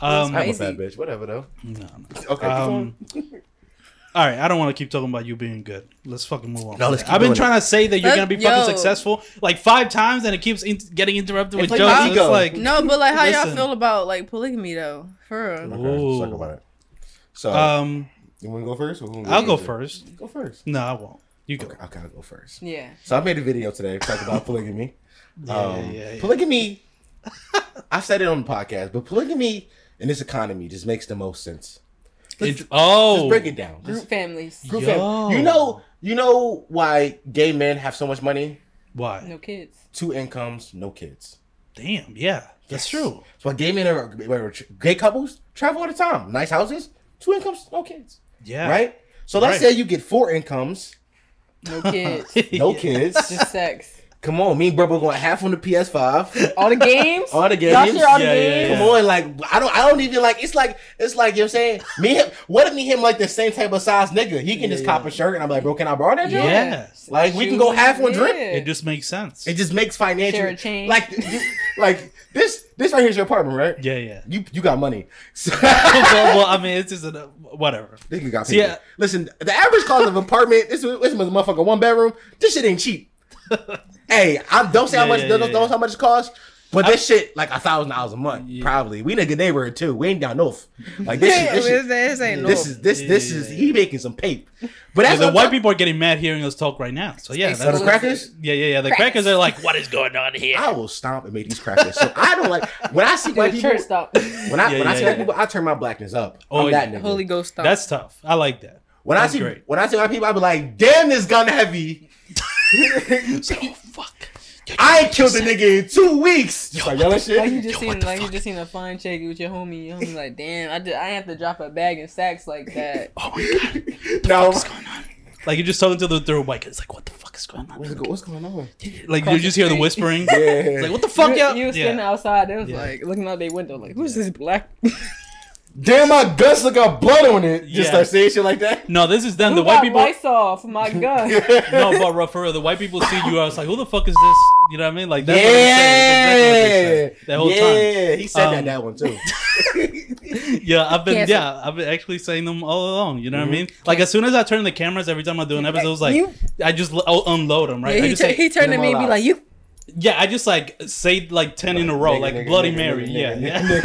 I'm a Crazy. fat bitch. Whatever though. no, no. Okay. Um, all right, I don't want to keep talking about you being good. Let's fucking move on. No, let's keep I've been doing trying to say that you're Let- gonna be fucking yo. successful like five times, and it keeps in- getting interrupted with like jokes. my It's ego. like, No, but like, how Listen. y'all feel about like polygamy though? For real. okay, let's talk about it. So um, you want to go first? Or who wanna I'll go first. Go first. No, I won't. You go. Okay, okay, I'll go first. Yeah. So I made a video today *laughs* talking about polygamy. Yeah, Um, yeah, yeah. *laughs* Polygamy. I've said it on the podcast, but polygamy in this economy just makes the most sense. It- oh, Just break it down. Group Just families. group Yo. fam- You know, you know why gay men have so much money? why? No kids. Two incomes, no kids. Damn. Yeah, that's true. That's why gay men are where gay couples travel all the time. Nice houses, two incomes, no kids. Yeah. Right. So let's Right. say you get four incomes, No kids. no Yeah. *laughs* kids. *laughs* Just sex. Come on, me and Bubba going half on the PS5. All the games. *laughs* All the games. Y'all share all the Yeah, yeah, games. yeah. Come on, like I don't, I don't even like. It's like, it's like you know what I'm saying. Me, and him, what if me and him like the same type of size nigga? He can just cop a shirt, and I'm like, bro, can I borrow that? Yeah. joint? Like we can go half on drink. It just makes sense. It just makes financial. Share a chain. Like, *laughs* you, like this, this right here is your apartment, right? yeah, *laughs* yeah. *laughs* You, you got money. So, well, well, I mean, it's just an, uh, whatever. nigga got So, paid. yeah. Listen, the average cost of apartment. This, was- this was a motherfucker one bedroom. This shit *laughs* ain't cheap. hey, I don't say how Yeah, much. yeah, don't, yeah, don't yeah. how much it costs. But this shit like a thousand dollars a month, Yeah. probably. We in a good neighborhood too. We ain't down north. Like this, shit, this shit, ain't This is this Yeah, this yeah, is yeah. he making some paper. But that's the what white I'm talking- people are getting mad hearing us talk right now. So yeah, So that's, the crackers, yeah, yeah, yeah. The crackers are like, "What is going on here?" I will stomp and make these crackers. So I don't like when I see white Dude, people. church *laughs* stop. When I Yeah, when I yeah, see yeah. white people, I turn my blackness up. Oh, I'm that yeah. nigga. Holy Ghost stop. That's tough. I like that. when I that's see great. when I see white people, I be like, damn, this gun heavy. *laughs* *laughs* So, fuck. I ain't killed a nigga in two weeks. Just like yelling like you shit. just Yo, what seen the like you just seen a fine chick with your homie. Your *laughs* homie like, damn, I did, I ain't have to drop a bag in sacks like that. Oh my god. No, going on? Like you're just talking to them through a mic. It's like, what the fuck is going on? What's, go- what's going on? Like you just hear the Concentrate. whispering. Yeah. It's like what the fuck, you, yeah? you was standing yeah. outside. They was Yeah. like looking out their window, like, who's Yeah. this black? *laughs* Damn, my guts look got blood on it. Just Yeah. start saying shit like that. No, this is them. Who The got white people. Lysol *laughs* for my gun? *laughs* No, but bro, for real, the white people see you. I was like, who the fuck is this? You know what I mean? Like that's what they yeah, said. That's exactly what they said that whole time. yeah. He said Um, that that one too. Yeah, I've been Cancel. yeah, I've been actually saying them all along. You know what I Mhm. mean? Like as soon as I turn the cameras, every time I do an episode, it's like You- I just l- I'll unload them, right? Yeah, I he, just tur- say, he turned to them me and all be out. like, you. yeah, I just like say like *laughs* ten in a row, Nigga, like nigga, Bloody nigga, Mary. nigga, yeah, nigga, yeah. Nigga,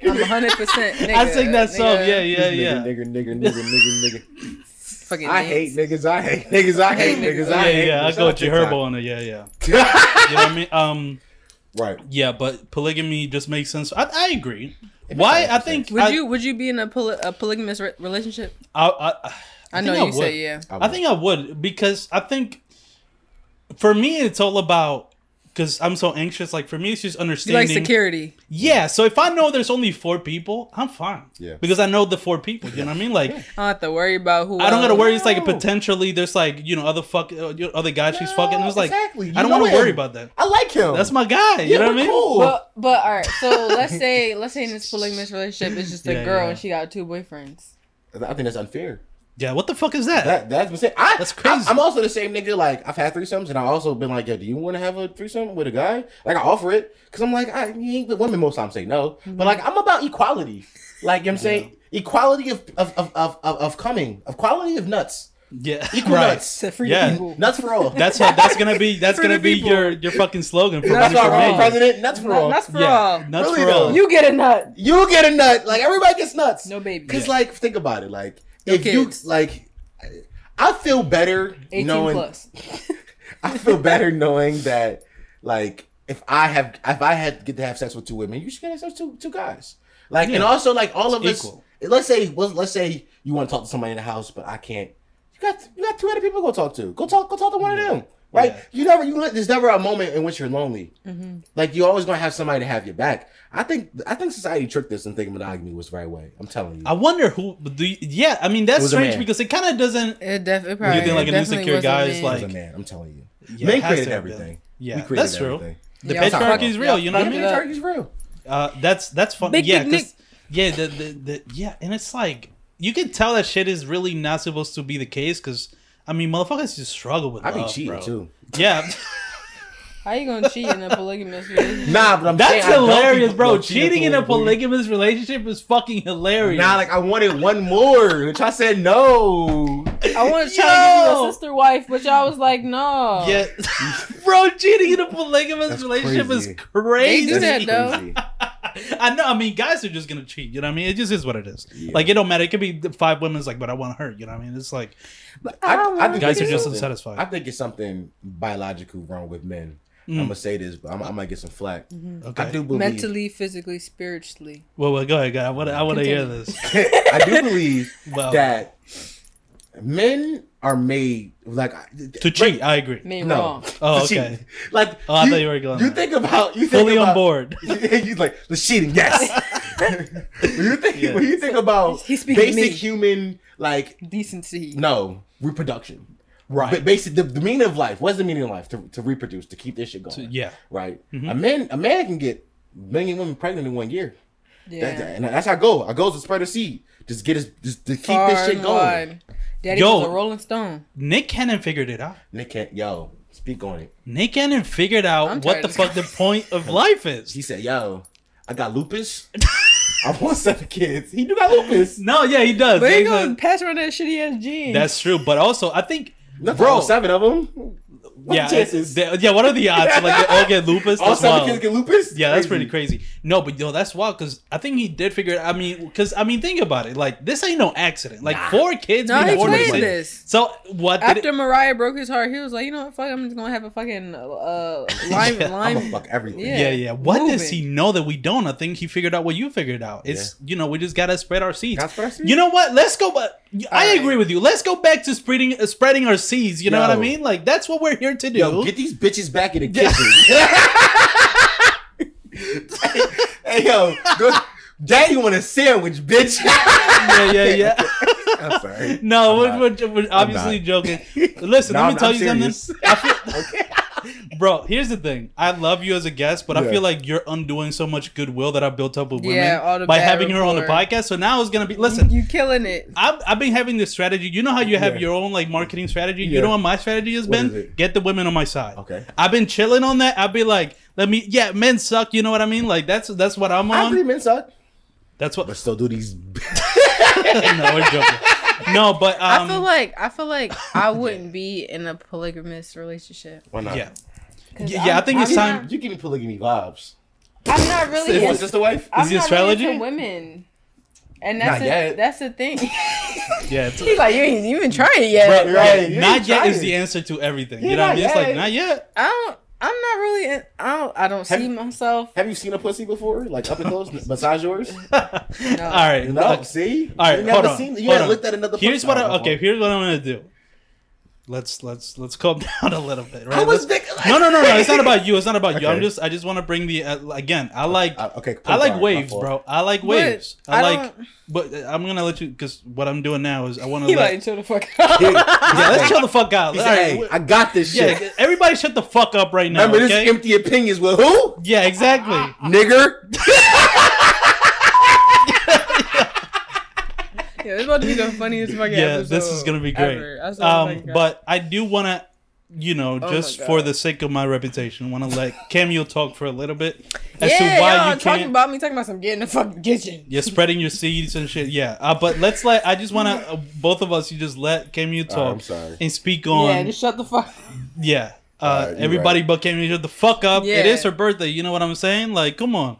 nigga, I'm nigga. 100 percent. I sing that song. Yeah, *laughs* yeah, yeah. Nigga, nigga, nigga, nigga, nigga, nigga. *laughs* Fucking I hate niggas. I hate niggas. I hate niggas. I Yeah, hate yeah, I niggas. go with Shout your out herbo on it. Yeah, yeah. *laughs* You know what I mean? Um, TikTok. Right. yeah, but polygamy just makes sense. I, I agree. Why? I think Would I, you would you be in a, poly- a polygamous re- relationship? I, I, I, think know I you would. say yeah. I think I would because I think for me it's all about because I'm so anxious. Like for me, it's just You like understanding. security. Yeah, so if I know there's only four people, I'm fine. Yeah. Because I know the four people. You know what I mean? Like I don't have to worry about who. uh, I don't gotta else. worry. It's like No. potentially there's like you know other fuck uh, you know, other guys she's fucking. It's like exactly. You I don't know want to worry him. about that. I like him. That's my guy. You Yeah, know what we're I mean? cool. But but all right, *laughs* so let's say let's say in this polygamous relationship, it's just a Yeah, girl yeah. and she got two boyfriends. I think that's unfair. Yeah. What the fuck is that? That that's what I'm saying. I, That's crazy. I, am also the same nigga. Like I've had threesomes, and I also been like, yo, do you want to have a threesome with a guy? Like I offer it because I'm like, I you ain't the women most times say no, Mm-hmm. but like I'm about equality. Like you know what I'm saying, equality of of of of, of, of coming, of quality of nuts, yeah. *laughs* equal nuts, To free Yeah. people. nuts for all. That's what, that's gonna be that's *laughs* For the gonna be people. your your fucking slogan for running That's that's for our wrong. wrong mayor. president. Nuts for all. That's for all. Yeah. Nuts Really for all. though. You get a nut. you get a nut. Like everybody gets nuts. No baby. Cause Yeah. like think about it. Like No if kids. you like, I feel better 18 knowing. plus. I feel better knowing that, like, if I have, if I had get to have sex with two women, you should get to have sex with two, two guys. Like, and Yeah. also like all of It's us. equal. Let's say, well, let's say you want to talk to somebody in the house, but I can't. You got, you got two other people to go talk to. Go talk, go talk to one of them. Right? Yeah. You never, you let- there's never a moment in which you're lonely. Like you always gonna have somebody to have your back. I think, I think society tricked us in thinking monogamy was the right way. I'm telling you. I wonder who. Do you- yeah, I mean that's was a strange man. because it kind of doesn't. It, def- it probably. think, like, an it definitely insecure wasn't guy is me. As like- a man, I'm telling you. Yeah, it Men has created to have been. everything. Yeah, We created that's true. everything. The Yeah, patriarchy is real. You know what I Yeah. mean? Yeah, patriarchy's real. Uh, that's that's funny. Big, yeah, big 'cause- yeah, the, the the yeah, and it's like you can tell that shit is really not supposed to be the case because I mean, motherfuckers just struggle with. I be love, cheating bro. too. Yeah, How you gonna cheat in a *laughs* polygamous relationship? Nah, but *laughs* I'm that's saying I don't hilarious, be- bro. yo, Cheating in a don't be- polygamous relationship is fucking hilarious. Nah, like I wanted one more, which I said no. I want to try to give you Yo! a sister wife, but y'all was like, no. yeah, *laughs* bro, cheating in a polygamous That's relationship crazy. is crazy. They do that, though. Crazy. *laughs* I know. I mean, guys are just gonna cheat. You know what I mean? It just is what it is. Yeah. Like it don't matter. It could be five women's. Like, but I want her. You know what I mean? It's like I, I think guys it's are just something- unsatisfied. I think it's something biological wrong with men. Mm. I'm gonna say this, but I'm, I might get some flack. okay. I do believe. Mentally, physically, spiritually. Well, well, go ahead, guy. I want. I want to hear this. *laughs* I *laughs* do believe Wow. that men are made like To cheat, I agree. Made No. wrong. Oh, to cheat. okay. Like Oh, I thought you were going You there. think about you think Fully about, on board. He's like the *laughs* cheating. Yes. when you think Yeah. when you think about He's speaking to basic me. human like Decency. no reproduction. Right. But basic the, the meaning of life. What's the meaning of life? To, to reproduce, to keep this shit going. yeah. Mm-hmm. Right. A man a man can get million women pregnant in one year. Yeah. That- that- and that's our goal. Our goal is to spread the seed. Just get us just to keep this Far shit and going. wide. Daddy Yo. was a Rolling Stone. Nick Cannon figured it out. Nick can't yo, speak on it. Nick Cannon figured out I'm what tired the of fuck the point of life He is. said, Yo, I *laughs* got lupus. I want seven kids. He do got lupus. No, yeah, he does. But Yeah, he he gonna does. pass around that shitty ass jeans. That's true. But also, I think, Nothing Bro. wrong with seven of them. What yeah, yeah, chances? they- yeah. What are the odds? Like they all get lupus. All That's seven wild. kids get lupus. Yeah, that's pretty crazy. No, but yo, that's wild because I think he did figure it. I mean, because I mean, think about it. Like this ain't no accident. Like four kids. no, being he born Mormon in planned said- sin. this. So what? Did After it, Mariah broke his heart, he was like, you know what? Fuck, I'm just gonna have a fucking *laughs* uh, lime, Yeah, I'm lime. gonna fuck everything. Yeah. yeah, yeah. What does moving. he know that we don't? I think he figured out what you figured out. It's you know we just gotta spread our seeds. That's what I see. You know what? Let's go. But I Alright. agree with you. Let's go back to spreading uh, spreading our seeds. You know what I Yo. mean? Like that's what we're here to do. Yo, get these bitches back in the kitchen. *laughs* hey, yo, go, daddy want a sandwich, bitch. *laughs* yeah, yeah, yeah. *laughs* I'm sorry. *laughs* No, I'm we're, not. we're, we're obviously joking. Listen, *laughs* let me No, I'm- tell I'm you serious. something. I feel- *laughs* Bro, here's the thing. I love you as a guest, but I Yeah. feel like you're undoing so much goodwill that I built up with women Yeah, all the by bad having her on the rapport. podcast. So now it's gonna be listen. You killing it. I've, I've been having this strategy. You know how you have Mm-hmm. Yeah. your own like marketing strategy. You Yeah. know what my strategy has What been? is it? Get the women on my side. Okay. I've been chilling on that. I'd be like, let me. Yeah, men suck. You know what I mean? Like that's that's what I'm I agree, on. men suck, That's what. *laughs* but still do these. no, we're joking. No, but um, I feel like I *laughs* feel like I wouldn't be in a polygamous relationship. Why not? yeah, 'Cause yeah. yeah, I I'm- think it's I'm time. not- You give me polygamy vibes. I'm not Say really. what? You in- want sister wife? I'm Is it not really astrology? into women. And that's Not the- yet. that's the *laughs* thing. Yeah, it's, He's like, you ain't even trying yet. Right, Like, right. You not ain't yet is trying. the answer to everything. Yeah, you know what I not mean? It's like yet. not yet. I don't. I'm not really. In, I don't. I don't Have see you- myself. Have you seen a pussy before? Like up and *laughs* close, besides yours? *laughs* All right. No. look, See, All right, you hold on, You hold haven't on. looked at another. here's pussy- what. Oh, I, my okay, fault. here's what I'm gonna do. Let's let's let's calm *laughs* down a little bit. Right? I was Let's- thinking. no, no, no, no. *laughs* It's not about you. It's not about you. I'm Okay. just. I just want to bring the uh, again. I like. Uh, okay. I sorry, like my waves, fault. bro. I like But waves. I, I like, don't- but uh, I'm gonna let you because what I'm doing now is I *laughs* want to He let. like chill the fuck out. Dude, yeah, let's chill the fuck out. He All said, right, "Hey, I got this yeah, shit." everybody shut the fuck up right now. Remember, this okay? is empty opinions with who? *laughs* yeah, exactly. Nigger. Yeah, it's about to be the funniest fucking yeah, this is episode gonna be great. ever. I swear to Um, God. but I do want to, you know, Oh my just for God. the sake of my reputation, want to *laughs* let Cameo talk for a little bit as yeah, to why y'all you talking can't. *laughs* about me talking about some getting the fucking kitchen. you're spreading your seeds and shit. Yeah, uh, but let's let. I just want to uh, both of us. You just let Cameo talk. All right, I'm sorry. And speak Yeah, on. just shut the fuck. *laughs* up. Yeah. Alright, Uh, you're everybody right. but Cameo shut the fuck up. It Yeah. is her birthday. You know what I'm saying? Like, come on.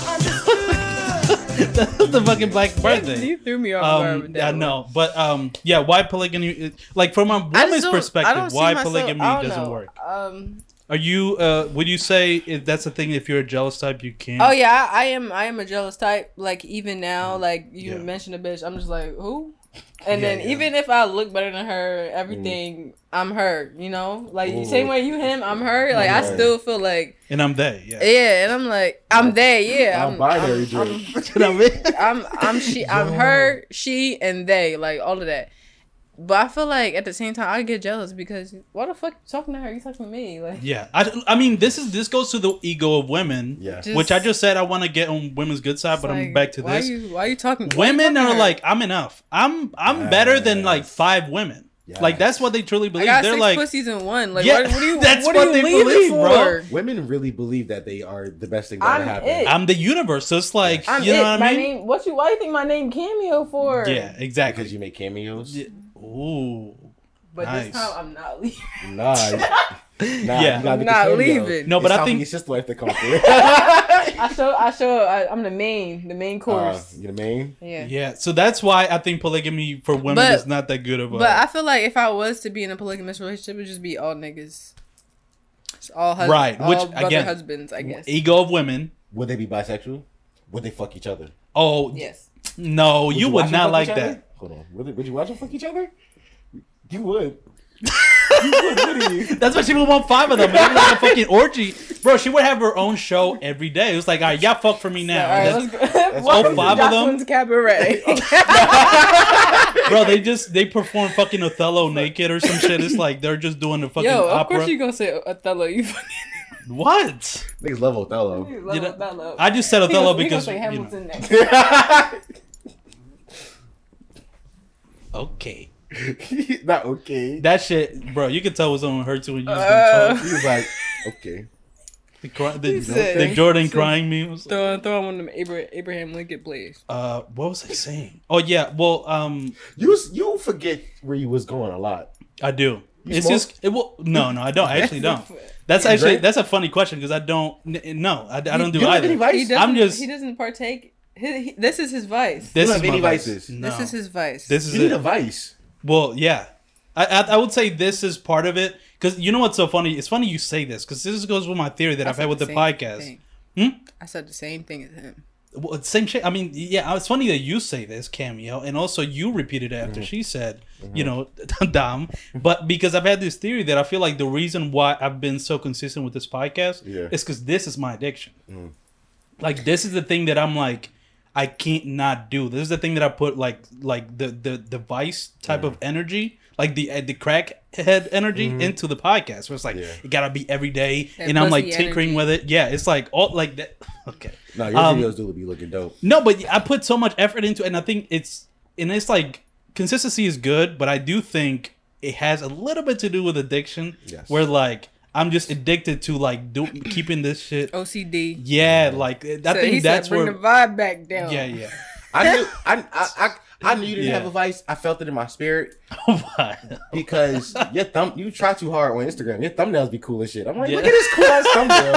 *laughs* That's the fucking black birthday. You threw me off. guard Um, with that I one. know, but um, yeah. Why polygamy? Like from a I woman's just don't- I don't perspective, see why myself- polygamy I don't doesn't know. work? Um, Are you? Uh, would you say if that's the thing? If you're a jealous type, you can't. Oh yeah, I, I am. I am a jealous type. Like even now, like you Mm. Yeah. mentioned a bitch, I'm just like who. And Yeah, then yeah. Mm. even if I look better than her, everything I'm her. You know, like Mm. same way you him, I'm her. Like I Right. still feel like And I'm they. Yeah. yeah, and I'm like I'm they. Yeah, I'm Non-binary *laughs* I'm, dude. I'm, You know what I mean? *laughs* I'm I'm she I'm her she and they like all of that. But I feel like at the same time I get jealous because why the fuck you talking to her? You talking to me? Like Yeah. I, I mean, this is this goes to the ego of women. Yeah. Which I just said I want to get on women's good side, it's but I'm like, back to why this. you why you talking? why you women talking to are her? like i'm enough i'm i'm better than like Yes. five women Yes. like that's what they truly I believe got they're six like pussies in one. Like, Yeah, what, what do you? that's what, do what you they leave believe, it bro. for? Women really believe that they are the best thing that I'm ever it. happened. i'm the universe so it's like I'm you know it, what My i mean name. What you? Why you think my name cameo for? yeah exactly Because you make cameos. Yeah. Ooh. But Nice. this time I'm not *laughs* leaving. Nah, you- nah, Yeah. you gotta get I'm not the cameo. leaving. No, It's but I time for think- your sister wife to come through. I show. I show. I, I'm the main. The main Uh, course. you know what I mean? yeah. yeah so that's why i think polygamy for women But- is not that good of a But I feel like if I was to be in a polygamous relationship, it'd just be all niggas. It's all husbands. Right, All which, brother again, husbands, I guess. ego of women Would they be bisexual? Would they fuck each other? oh Yes. no you, watch would them not fuck like each other? that Hold on. Would, would you watch them fuck each other? You *laughs* would. you would, wouldn't you? that's why she would want five of them. It would be like a fucking orgy, bro. She would have her own show every day. It was like, all right, y'all fuck for me now, all right, That's- let's go. all *laughs* Welcome five to of them? *laughs* Jocelyn's Cabaret. bro. They just they perform fucking Othello naked or some shit. It's like they're just doing the fucking *laughs* *laughs* Yo, of opera. course you gonna say Othello. You fucking What? Niggas love *laughs* *laughs* Othello. You love You know, Othello. I just said He gonna- Othello he gonna because say you know. Hamilton *laughs* next. okay, not okay. that shit, bro. You could tell was on her too when you was Uh. gonna talk. He was like, okay. The, cry, the, said- the Jordan crying me. Was like, throw throw him on them Abra- Abraham Lincoln plays. uh, what was I saying? *laughs* Oh yeah, well, um, You you forget where you was going a lot. I do. You it's smoke? just it will. No, no, I don't. I actually *laughs* don't. That's actually drink? that's a funny question because I don't. N- no, I, I don't do you don't have either. any vice? He I'm doesn't. just- He doesn't partake. His, he, this is his vice. This don't is have any my vice. vices. No. This is his vice. This is You it. need a vice. Well, yeah, I, I I would say this is part of it because you know what's so funny? It's funny you say this because this goes with my theory that I I've said had with the same podcast. thing. Hmm? I said the same thing as him. Well, it's same shit. I mean, yeah, it's funny that you say this cameo, and also you repeated it after Mm-hmm. she said, you know, *laughs* Dom. But because I've had this theory that I feel like the reason why I've been so consistent with this podcast Yeah. Mm. is because this is my addiction. Like this is the thing that I'm like. I can't not do. This is the thing that I put like like the the device type of Mm. energy, like the uh, the crackhead energy into the podcast. Where it's like Mm-hmm. Yeah. it gotta be every day, That and I'm like pussy tinkering energy. with it. Yeah, it's like all like that. *laughs* Okay. No, your Um, videos do be looking dope. No, but I put so much effort into it, and I think it's and it's like consistency is good, but I do think it has a little bit to do with addiction. Yes. Where like I'm just addicted to like do, keeping this shit. OCD. Yeah, like I Oh. So he think said, that's bring where. the vibe back down. *laughs* Yeah, yeah. *laughs* I *laughs* knew I I I, I knew you didn't Yeah. have a vice. I felt it in my spirit Why? *laughs* because your thumb you try too hard on Instagram. Your thumbnails be cool as shit. I'm like, Yeah. look at this cool ass *laughs* thumbnail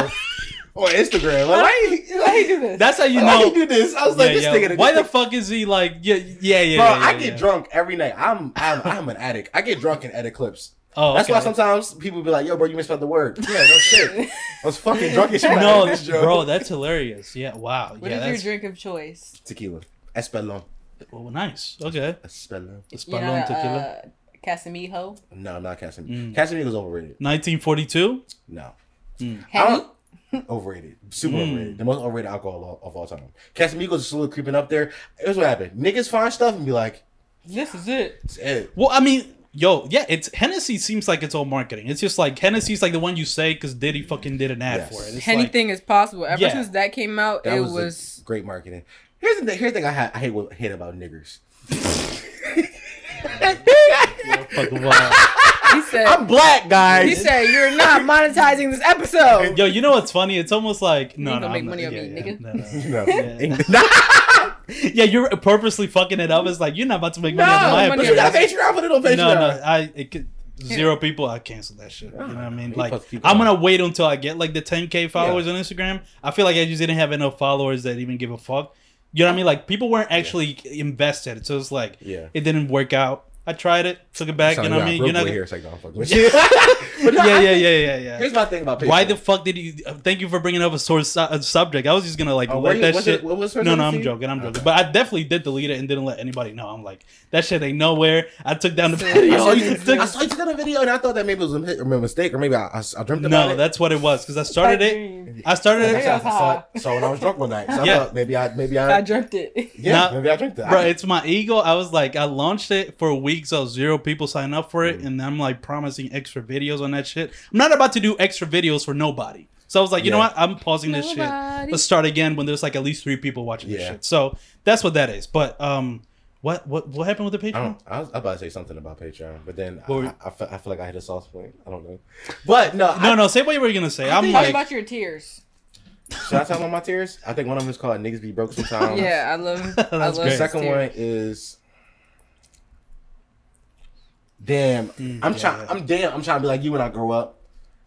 on Instagram. Like, why he- Why you do this? That's how you why he know. do this? I was like, Yeah, this yeah. nigga. Why this the fuck is he like? Yeah, yeah, yeah. Bro, yeah, yeah, I get yeah. drunk every night. I'm I'm I'm an addict. I get drunk and edit clips. Oh, That's why okay. sometimes people be like, "Yo, bro, you misspelled the word." Yeah, no shit. *laughs* I was fucking drunk as shit. when I No, edited this joke. bro, that's hilarious. Yeah, wow. What yeah, is your that's drink of choice? Tequila. Espelon. well, Oh, nice. Okay. Espelon. Espadon You know, tequila. uh, Casamijo. No, I'm not Casamigos. Mm. Casamigo's overrated. 1942. No. I Henny. don't- overrated. Super Mm. overrated. The most overrated alcohol of, of all time. Casamigos is a little creeping up there. Here's what happened. Niggas find stuff and be like, This is it. it's it. Well, I mean, yo, yeah, it's Hennessy seems like it's all marketing. It's just like Hennessy's like the one you say because Diddy fucking did an ad Yes. for it. It's *laughs* like, Anything is possible. Ever Yeah. since that came out, That it was, *laughs* a was. great marketing. Here's the thing, here's the thing I, ha- I hate what, hate about niggers. fucking wild. He said. I'm black, guys. he said, "You're not monetizing this episode." uh, yo, you know what's funny? It's almost like no, ain't no, gonna I'm make not- money on yeah, me, yeah, nigga. no, no. *laughs* No. *laughs* yeah, you're purposely fucking it up. It's like you're not about to make money No, on my but you appearance. got Patreon, put it on Patreon. no, no, I it could, zero people. I cancel that shit. You know what I mean? You Like, supposed to keep I'm going. gonna wait until I get like the 10k followers on Instagram. I feel like I just didn't have enough followers that even give a fuck. You know what I mean? Like, people weren't actually invested, so it's like, Yeah. it didn't work out. I tried it, took it back. Sorry, you know what I got mean? real You're not. boy Gonna, here, so I don't fuck with you. *laughs* But no, yeah, I yeah, think- yeah, yeah, yeah. Here's my thing about Patreon. Why the fuck did you? uh, Thank you for bringing up a source a subject. I was just gonna like Oh, let were you- that was shit. it- what was her no, no, name, I'm T? joking. I'm *laughs* joking. Okay. But I definitely did delete it and didn't let anybody know. I'm like that shit ain't nowhere. *laughs* I took down the *laughs* I I video. saw, you, Took- I saw you took on a video and I thought that maybe it was a, mi- a mistake or maybe I, I, s- I dreamt about no, it. *laughs* that's what it was because I started it. I started I it. Yeah. saw, it- saw when I was drunk one night. So Yeah. I thought maybe I maybe I I dreamt it. *laughs* yeah Nah, maybe I drank that. Bro, I- it's my ego. I was like, I launched it for a week, so zero people sign up for it, Mm. and I'm like promising extra videos on that shit. I'm not about to do extra videos for nobody. So I was like, you know Yeah. what? I'm pausing this shit. Nobody. Let's start again when there's like at least three people watching this Yeah. shit. So that's what that is. But um, what what what happened with the I, Patreon? don't, I was about to say something about Patreon, but then I, What were- I, I, feel, I feel like I hit a soft point. I don't know, but no, No, I, no, say what you were gonna say. I'm Talk like, about your tears. Should I tell them my tears? I think one of them is called "Niggas Be Broke Sometimes." *laughs* Yeah, *laughs* I love. Oh, That's I love great. The his second tears. one is damn. I'm yeah, trying. Mm, yeah. I'm damn. I'm trying to be like you when I grow up.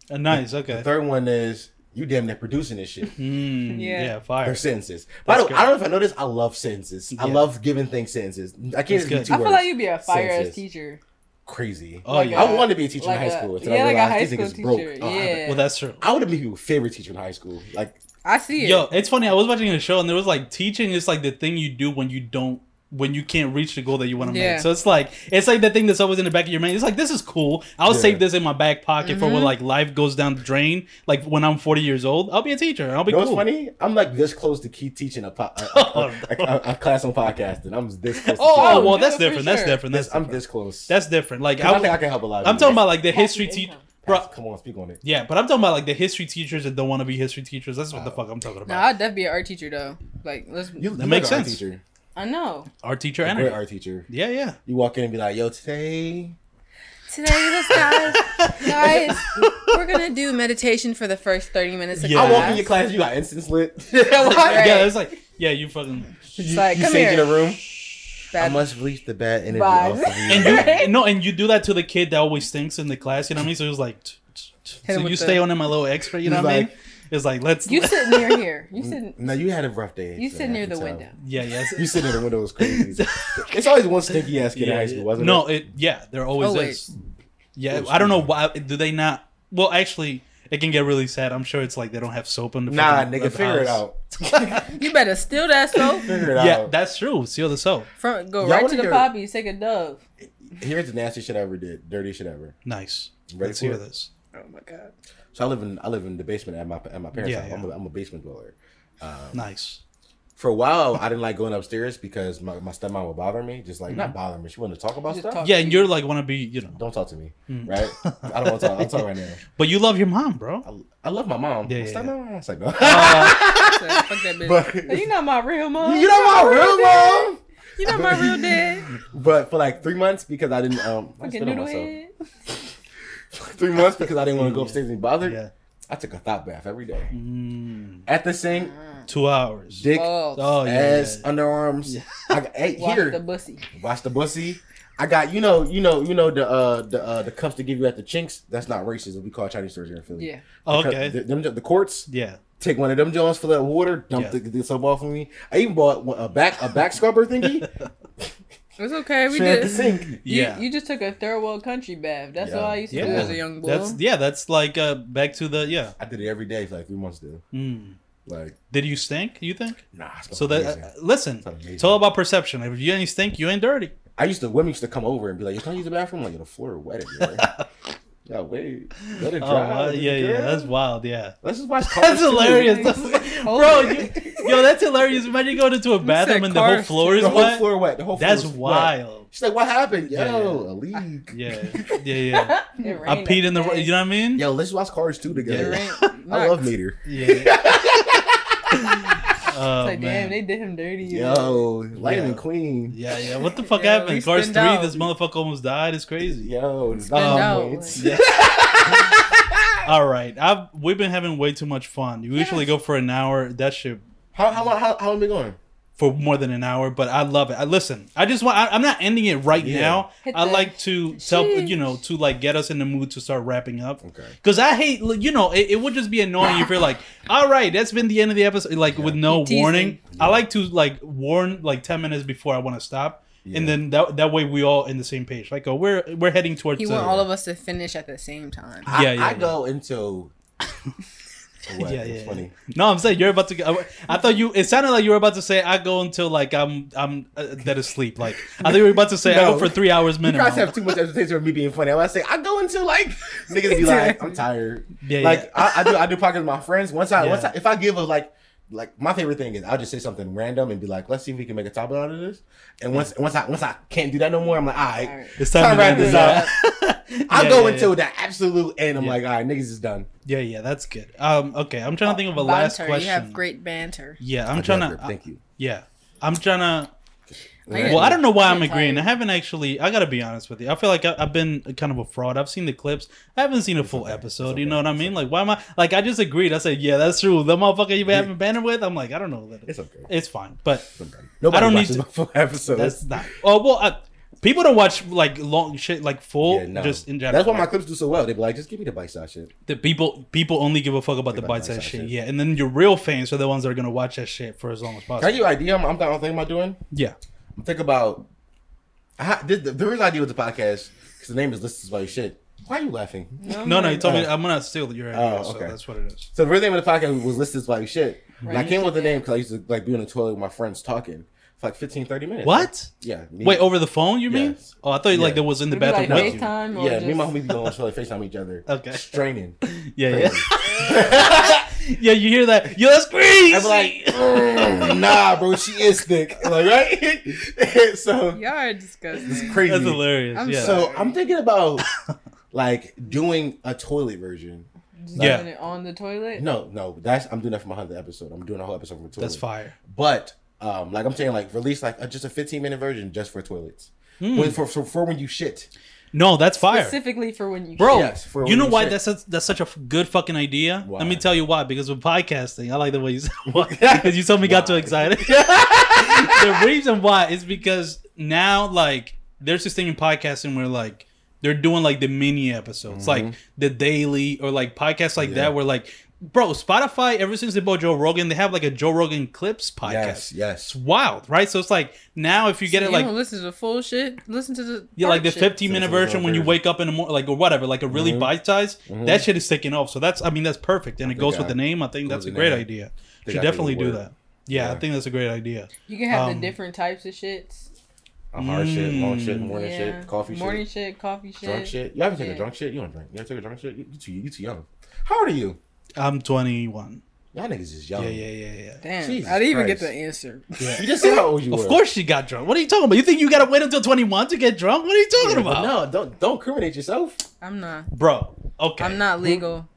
uh, nice, The okay. third one is you damn near producing this shit. Mm, yeah. Yeah. Or *laughs* fire. sentences. By the way, good. I don't know if I noticed. I love sentences. I Yeah. love giving things sentenses. I That's can't just be good. two I words. feel like you'd be a fire ass Senses. teacher. Crazy. Oh Like yeah. I wanted to be a teacher Like in high a- school until yeah, I like a realized high these niggas school broke. teacher. Oh, I- Yeah. well, that's true. I would have been people's favorite teacher in high school. Like I see it. Yo, it's funny. I was watching a show and there was like teaching is like the thing you do when you don't when you can't reach the goal that you want to Yeah. make. So it's like it's like the thing that's always in the back of your mind. It's like this is cool. I'll Yeah. save this in my back pocket for Mm-hmm. when like life goes down the drain. Like when I'm 40 years old, I'll be a teacher. I'll be You know cool. what's funny? I'm like this close to keep teaching a, po- a, *laughs* a, a, a- a class on podcasting. I'm this close. to Oh, keep- well, yeah, that's for different. That's sure. different. That's this, I'm different. this close. That's different. Like 'Cause I, I think I can help a lot. Of am you. talking about like the history Passive teacher. income. Bro, Come on, speak on it. yeah, but I'm talking about like the history teachers that don't want to be history teachers. That's Uh, what the fuck I'm talking No, about. I'd definitely be an art teacher though. Like, let's. You, That you makes like an art sense. Teacher, I know. Art teacher a energy. great art teacher. *laughs* Yeah, yeah. You walk in and be like, "Yo, today." Today, this guys, *laughs* guys, we're gonna do meditation for the first thirty minutes. Of Yeah. I walk in class. your class. You got incense lit. *laughs* Right. *laughs* Yeah, *laughs* it's like yeah, you fucking you like, you "Come sage here." in a room. I Bad- must release the bad energy Vibes. *laughs* off of you. And you and no, and you do that to the kid that always stinks in the class. You know what I mean? So it was like, t- t- t- Hit him so with you the- stay on him a little extra. You know He's what I mean? like- It's like let's You sit near here. *laughs* You sit. no, you had a rough day. You so sit I near can the tell. window. yeah yes. You sit near the window is *laughs* crazy. it's always one stinky ass kid in yeah, high school, yeah. wasn't it? no, it? yeah, there always Oh, is. Yeah, Always I don't know is. why do they not. Well, actually, it can get really sad. I'm sure it's like they don't have soap in the Nah, fucking- nigga, the figure it house. out. You better steal that *laughs* soap. Figure it Yeah, out. that's true. Seal the soap. From, go Y'all right wanna to the hear- poppies. Take a dove. Here's the nasty shit I ever did, dirty shit ever. Nice. Ready Let's for hear it? this. Oh my *laughs* god. So I live in I live in the basement at my at my parents' Yeah, house. I'm, a, I'm a basement dweller. Nice. for a while, I didn't like going upstairs because my, my stepmom would bother me. Just like, not bother me. She wanted to talk about Mm-hmm. Just stuff. talk. Mm. Yeah, and you're like want to be, you know, Don't talk to me, right? I don't want to talk. I'm talking right *laughs* now. but you love your mom, bro. I, I love my mom. Yeah, My yeah, stepmom? I was like, no. *laughs* So, fuck that bitch. but Hey, you not my real mom. you know *laughs* my real dad. mom. You not *laughs* my real dad. But for like three months because I didn't um I Fucking spit on noodle myself. head. *laughs* Three months because I didn't want to go upstairs and be bothered. Yeah, I took a thought bath every day. mm, At the sink, two hours. dick, Balls. Oh yeah, ass, yeah. underarms. I *laughs* got hey, Watch here. the bussy. Watch the bussy. I got you know you know you know the uh the uh the cups they give you at the chinks. That's not racist. We call Chinese stores here in Philly. Yeah. Oh, The cu- okay, The, them, the courts yeah. take one of them Jones, fill it up with water, dump Yeah. the, the soap off of me. I even bought one- a back a back scrubber *laughs* thingy. It's okay. We Shit at the did. sink. You, Yeah. you just took a third world country bath. That's Yeah. all I used to Yeah. do as a young boy. That's yeah. That's like uh, back to the yeah. I did it every day for like three months. Dude, Mm. like Did you stink? You think? nah. it's So that amazing. uh, listen, That's amazing. it's all about perception. If you ain't stink, you ain't dirty. I used to women used to come over and be like, "You can't use the bathroom." like, "Yo, the floor wet in *laughs* here." yeah, wait, let it Oh dry. wow. yeah, yeah, girl. that's wild. Yeah, Let's just watch. *laughs* that's Cars two. hilarious, *laughs* bro. Hold You, *laughs* yo, that's hilarious. Imagine you go into a bathroom and the whole cars. floor is *laughs* The whole wet. floor wet. The whole floor That's was wet. wild. She's like, "What happened? Yo, Yeah, yeah. a leak. Yeah, yeah, yeah. *laughs* It I rained peed that in the. day. You know what I mean? Yo, let's watch Cars two together. *laughs* Yeah. I love Meter. Yeah. *laughs* oh, It's like, damn, man. they did him dirty. you know? Yo, Lightning Yeah. Queen. yeah, yeah. *laughs* What the fuck Yeah, we happened? Cars spinned three. out. This motherfucker almost died. It's crazy. Yo, it's Um, not out, *laughs* it's- Yeah. All right, I've we've been having way too much fun. We usually go for an hour. That shit How how long how, how long we going? for more than an hour, but I love it. I listen. I just want. I, I'm not ending it right Yeah. now. Hit I the- like to tell Sheesh. you know to like get us in the mood to start wrapping up. Okay. Because I hate, like, you know, it, it would just be annoying if you're *laughs* like, all right, that's been the end of the episode, like with no Teasing. warning. I like to like warn like ten minutes before I want to stop, and Yeah. then that that way we all in the same page. Like, oh, we're we're heading towards. He the- want all of us to finish at the same time. Yeah, yeah, I, I yeah. *laughs* go into. What? Yeah, It's yeah, yeah. funny. No, I'm saying you're about to. go- I, I thought you. It sounded like you were about to say I go until like I'm I'm uh, dead asleep. Like I thought you were about to say I No. go for three hours You minimum. guys have too much expectation of me being funny. I'm about to say I go into *laughs* like niggas be like, I'm tired. Yeah, like yeah. I, I do I do podcasts with my friends. Once I Yeah. once I, if I give a like like my favorite thing is I'll just say something random and be like, let's see if we can make a topic out of this. And once once I once I can't do that no more, I'm like, all right. All right. It's time to wrap Time this wrap up. *laughs* *laughs* I'll Yeah, go yeah, until the absolute end. I'm Yeah. like, all right, niggas is done. Yeah, yeah, that's good. Um, okay, I'm trying to think of a last banter. question. You have great banter. Yeah, I'm I'll trying do that. to. Thank you. yeah, I'm trying to. Well, Well, I don't know why I'm I'm agreeing. I tired. haven't actually. I gotta be honest with you. I feel like I, I've been kind of a fraud. I've seen the clips. I haven't seen a full episode. You okay. know what I mean? Like, why am I? Like, I just agreed. I said, yeah, that's true. The motherfucker you been having banter with. I'm like, I don't know. That It's okay. It's fine, *laughs* but It's okay. Nobody I don't need watches to- my full episode. that's not. Oh well, I, people don't watch like long shit like full. Yeah, no. Oh, Just in general. That's why my clips do so well. They be like, just give me the bite size shit. the people people only give a fuck about the About bite size bite-sized shit. shit. Yeah, and then your real fans are the ones that are gonna watch that shit for as long as Can I possible. give you an idea? I'm, I'm, I'm thinking about doing. yeah. I'm thinking about. I, ha- the, the, the reason I deal with the podcast because the name is listed by shit. Why are you laughing? No, no, you told me Oh. I'm gonna steal your idea. Oh, So okay. that's what it is. So the real name of the podcast was listed by shit. And I Right. came up with the name because I used to like be in the toilet with my friends talking for like 15, 30 minutes. What? Yeah. Me, Wait, oh. over the phone? You mean? Yes. Oh, I thought you like Yeah. that was in the It'd be bathroom. like with you. FaceTime or Yeah, me and my just- homie be going on toilet FaceTime each other. Okay. Straining. *laughs* Yeah, yeah, yeah. *laughs* You hear that? Yo, that's crazy. *laughs* I'm like, "Mm, nah, bro, she is thick. Like, right? *laughs* so Y'all are disgusting. it's crazy. that's hilarious. I'm yeah. So I'm thinking about like doing a toilet version. just Yeah. doing it on the toilet. No, no, that's I'm doing that for my hundredth episode. I'm doing a whole episode for the toilet. that's fire. But um, like I'm saying, like release like a, just a 15 minute version just for toilets. Hmm. When, for, for for when you shit, No, that's fire. Specifically for when you Bro, Yes, for you know when you why shit. that's such, that's such a f- good fucking idea? Why? Let me tell you why. Because with podcasting, I like the way *laughs* you said why, because you told me got too Why? *laughs* excited. the reason why is because now like there's this thing in podcasting where like they're doing like the mini episodes, like the daily or like podcasts like Mm-hmm. Yeah. that, where like bro, Spotify ever since they bought Joe Rogan, they have like a Joe Rogan clips podcast. yes, yes. It's wild, right? So it's like now if you get You it like don't listen to full shit. Listen to the yeah, like the part shit. 15 minute So it's a version when you version. wake up in the morning, like or whatever, like a really bite size. That shit is taking off. So that's, I mean, that's perfect, and it goes Mm-hmm. I- with the name. I think that's a with the great name. idea. Think Should I think definitely it'll do work. that. Yeah, I Yeah. think that's a great idea. you can have Um, the different types of shits. A hard shit, long shit, Mm. morning Yeah. shit, coffee morning shit, shit, coffee shit. drunk shit. You ever take a Yeah. drunk shit? You don't drink. You ever take a drunk shit? You, you too you too young. How old are you? I'm 21. Y'all niggas is young. Yeah, yeah, yeah, yeah. Damn, Jesus I didn't even get Christ. the *laughs* answer. You just said how old you Of were. course she got drunk. What are you talking about? You think you gotta wait until 21 to get drunk? What are you Yeah, talking but about? No, don't don't criminate yourself. I'm not. Bro, okay. I'm not legal.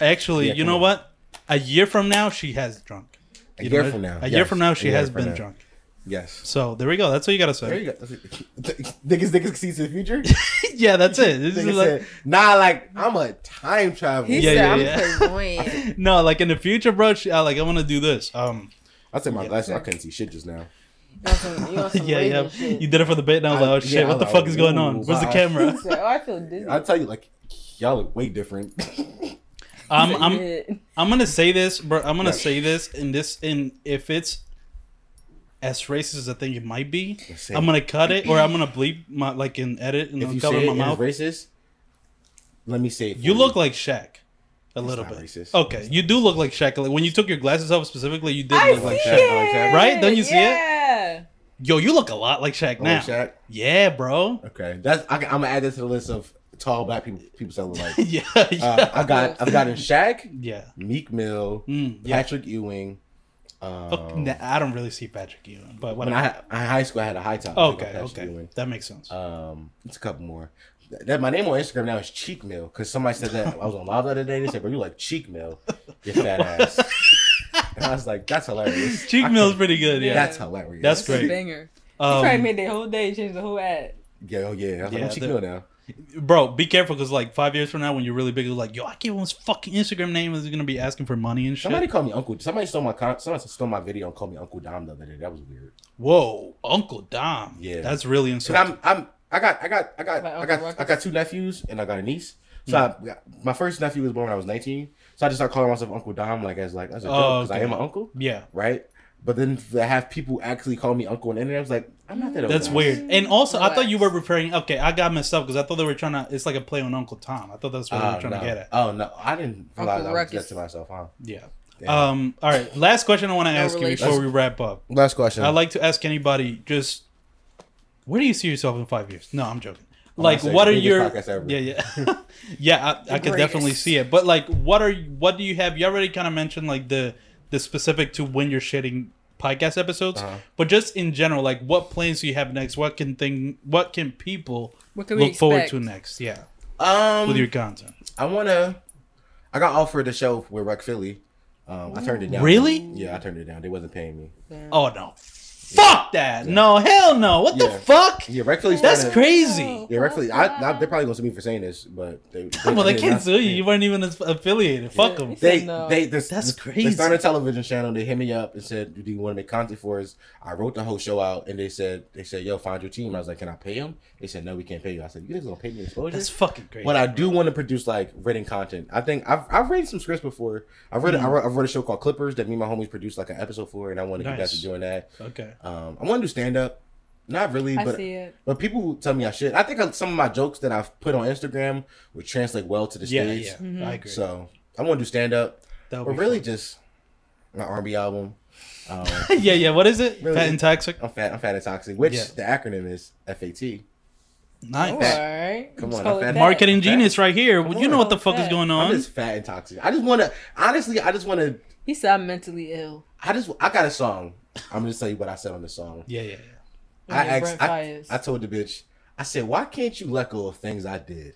Actually, Yeah, you come know on. what? A year from now, she has drunk. A You year know, from now. A year yes. from now, she A year has from been now. drunk. Yes. So there we go. That's what you gotta There say. you go. niggas, niggas see to the future. *laughs* yeah, *laughs* that's it. This is Nigga like, said, nah, like I'm a time traveler. He Yeah, said yeah, *laughs* yeah. I'm clairvoyant. no, like in the future, bro. She, I, like I want to do this. Um, I took my glasses. I couldn't see shit just now. That's some, you on some yeah, Reagan yeah. shit. You did it for the bit, and I was I- like, oh yeah, shit, I what the was fuck like, is going ooh, on? Where's the wow. *laughs* camera? *laughs* So, oh, I feel dizzy. I tell you, like y'all look way different. *laughs* I'm, I'm, *laughs* *laughs* Shit. I'm gonna say this, bro. I'm gonna Yeah. say this in this in if it's as racist as I think it might be, Say I'm it. gonna cut it or I'm gonna bleep my like in edit and if I'll you cover say my it and mouth. it's racist, let me say it. for You look like Shaq. A little not bit. racist. Okay, you do look like Shaq. Like when you took your glasses off specifically, you did I look like see Shaq. Shaq, I like Shaq. it. Right? Don't you see it? yeah. Yo, you look a lot like Shaq Oh, now. Shaq? Yeah, bro. *laughs* Okay, that's I, am gonna add that to the list of tall black people. People that *laughs* look like. yeah, yeah, Uh, I got I've gotten Shaq, yeah. Meek Mill, Mm, yeah. Patrick Ewing. Um, Fuck, nah, I don't really see Patrick Ewing, but When whatever. I in high school, I had a high top. like okay, Patrick okay, Ewing. that makes sense. Um, it's a couple more. Th- That my name on Instagram now is Cheek Mill because somebody said that I was on live the other day. They said, "Bro, you like Cheek Mill, you fat ass." and I was like, "That's hilarious." I Cheek can- Mill's pretty good. Yeah, That's hilarious. That's It's great. a banger. Um, Probably made their whole day change the whole ad. Yeah, oh yeah. I was Yeah, like, I'm Cheek the- Mill now. bro, be careful because like five years from now, when you're really big, you're like, yo, I can't one's fucking Instagram name is gonna be asking for money and shit. Somebody called me Uncle. Somebody stole my con- somebody stole my video and called me Uncle Dom the other day. That was weird. Whoa, Uncle Dom. Yeah. that's really So insulting. I'm I'm I got I got I got Like I Uncle got Ruckus? I got two nephews and I got a niece. So I Hmm. got, my first nephew was born when I was 19. So I just started calling myself Uncle Dom like as like as a joke Oh, because I okay. am an uncle, Yeah, right? But then to have people actually call me uncle on the internet, I was like, I'm not that. old, that's guys. weird. And also, I thought you were Relax. referring. Okay, I got messed up because I thought they were trying to. It's like a play on Uncle Tom. I thought that's what they Oh, were trying no. to get at. Oh no, I didn't realize Uncle I was Ruckus. just to myself. Huh? Yeah. Yeah. Um. All right. Last question I want to ask you relation. before we wrap up. Last question. I'd like to ask anybody just where do you see yourself in five years? No, I'm joking. I'm Like, gonna say what are the biggest your podcast ever. yeah, *laughs* yeah, *laughs* yeah? I, I could definitely greatest. see it, but like, what are you- what do you have? You already kind of mentioned like the the specific to when you're shitting podcast episodes, Uh-huh. but just in general, like, what plans do you have next? What can thing? What can people What can we look forward expect? Hmm. to next? Yeah, um, with your content. I wanna. I got offered a show with Ruck Philly. Um, I turned it down. Really? Yeah, I turned it down. They wasn't paying me. Oh no, fuck that! No, hell no! What the Yeah. fuck? Yeah, Ruck Philly's That's trying to- crazy. Yeah, Ruck Philly. I, I, they're probably gonna sue me for saying this, but they. they Well, they can't not- sue you. You weren't even as- affiliated. Fuck them. They, No. they, this, uh, That's this- crazy. They started a television channel. They hit me up and said, "Do you want to make content for us?" I wrote the whole show out, and they said, "They said, yo, find your team." I was like, "Can I pay them?" They said, "No, we can't pay you." I said, "You guys gonna pay me exposure?" That's fucking crazy. But I do want to produce like written content. I think I've I've written some scripts before. I've read I Hmm. wrote, I've wrote a show called Clippers that me and my homies produced like an episode for, and I want to get back Nice. to doing that. okay. Um, I want to do stand up, not really, I but see it. but people tell me I should. I think some of my jokes that I've put on Instagram would translate well to the Yeah, stage. yeah. Mm-hmm. I agree. So I want to do stand up, that but would be really fun. just my R&B album. *laughs* Um, yeah, yeah. What is it? Really Fat just- and toxic. I'm fat. I'm fat and toxic, which Yeah. the acronym is FAT. Nice. Oh, All right. Come Let's on, call I it found- that. Marketing Fat. genius right here. Come you know on. what the fuck is Fat. going I'm on? just fat and toxic. I just want to honestly. I just want to. He said I'm mentally ill. I just. I got a song. I'm gonna tell you what I said on the song. Yeah, yeah, yeah. I Yeah, asked. Brent I, Fires. I told the bitch. I said, "Why can't you let go of things I did?"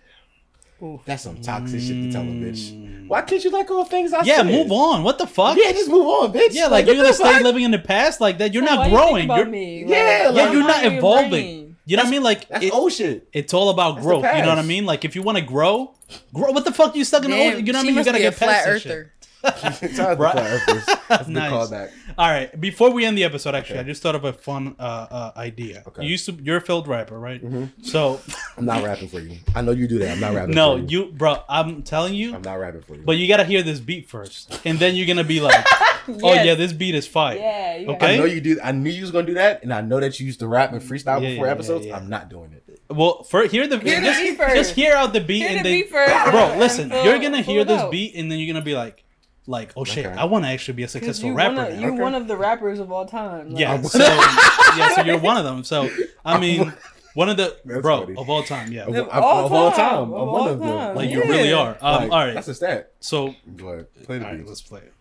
Oof. That's some toxic shit to tell a Mm. bitch. Why can't you let go of things I Yeah, said? move on. What the fuck? Yeah, just move on, bitch. Yeah, like what you're gonna the stay fuck? living in the past like that. You're So why not you think growing. about You're, me? Yeah, yeah, Like, you're not how your evolving. brain? You know what I mean? Like That's it- old shit. *laughs* it's all about That's the growth. You know what I past. mean? Like if you want to grow, grow. What the fuck? You stuck in the Damn, old. You know what I she mean? You must gotta be a get past flat this shit. earther. It's hard to Right. fly Earthers. That's *laughs* the Nice. callback. All right. Before we end the episode, actually, Okay. I just thought of a fun uh, uh, idea. Okay. Mm-hmm. You used to, you're a field rapper, right? *laughs* So, I'm not rapping for you. I know you do that. I'm not rapping. no, for you. you, bro, I'm telling you, I'm not rapping for you. but you gotta hear this beat first, and then you're gonna *laughs* be like, "Oh Yes. yeah, this beat is fire." Yeah, you Okay. I know you do. I knew you was gonna do that, and I know that you used to rap and freestyle Yeah, before yeah, episodes. yeah, yeah. I'm not doing it. Well, for hear the Hear the just, beat first. just hear out the beat, Hear and the then beat first, bro, and listen, fill- you're gonna fill hear it this out. beat, and then you're gonna be like, like, "Oh shit, Okay. I want to actually be a successful you rapper." one of, now. you're one of the rappers of all time. Like, Yeah, I'm- *laughs* so, yeah, so you're one of them. So I mean, One of the That's bro funny. of all time. Yeah, Of, like of- all of all time, time, of I'm all one of them. time. Like, you really Yeah. are. Um, all right. that's a stat. so But play the all right, beat. let's play it.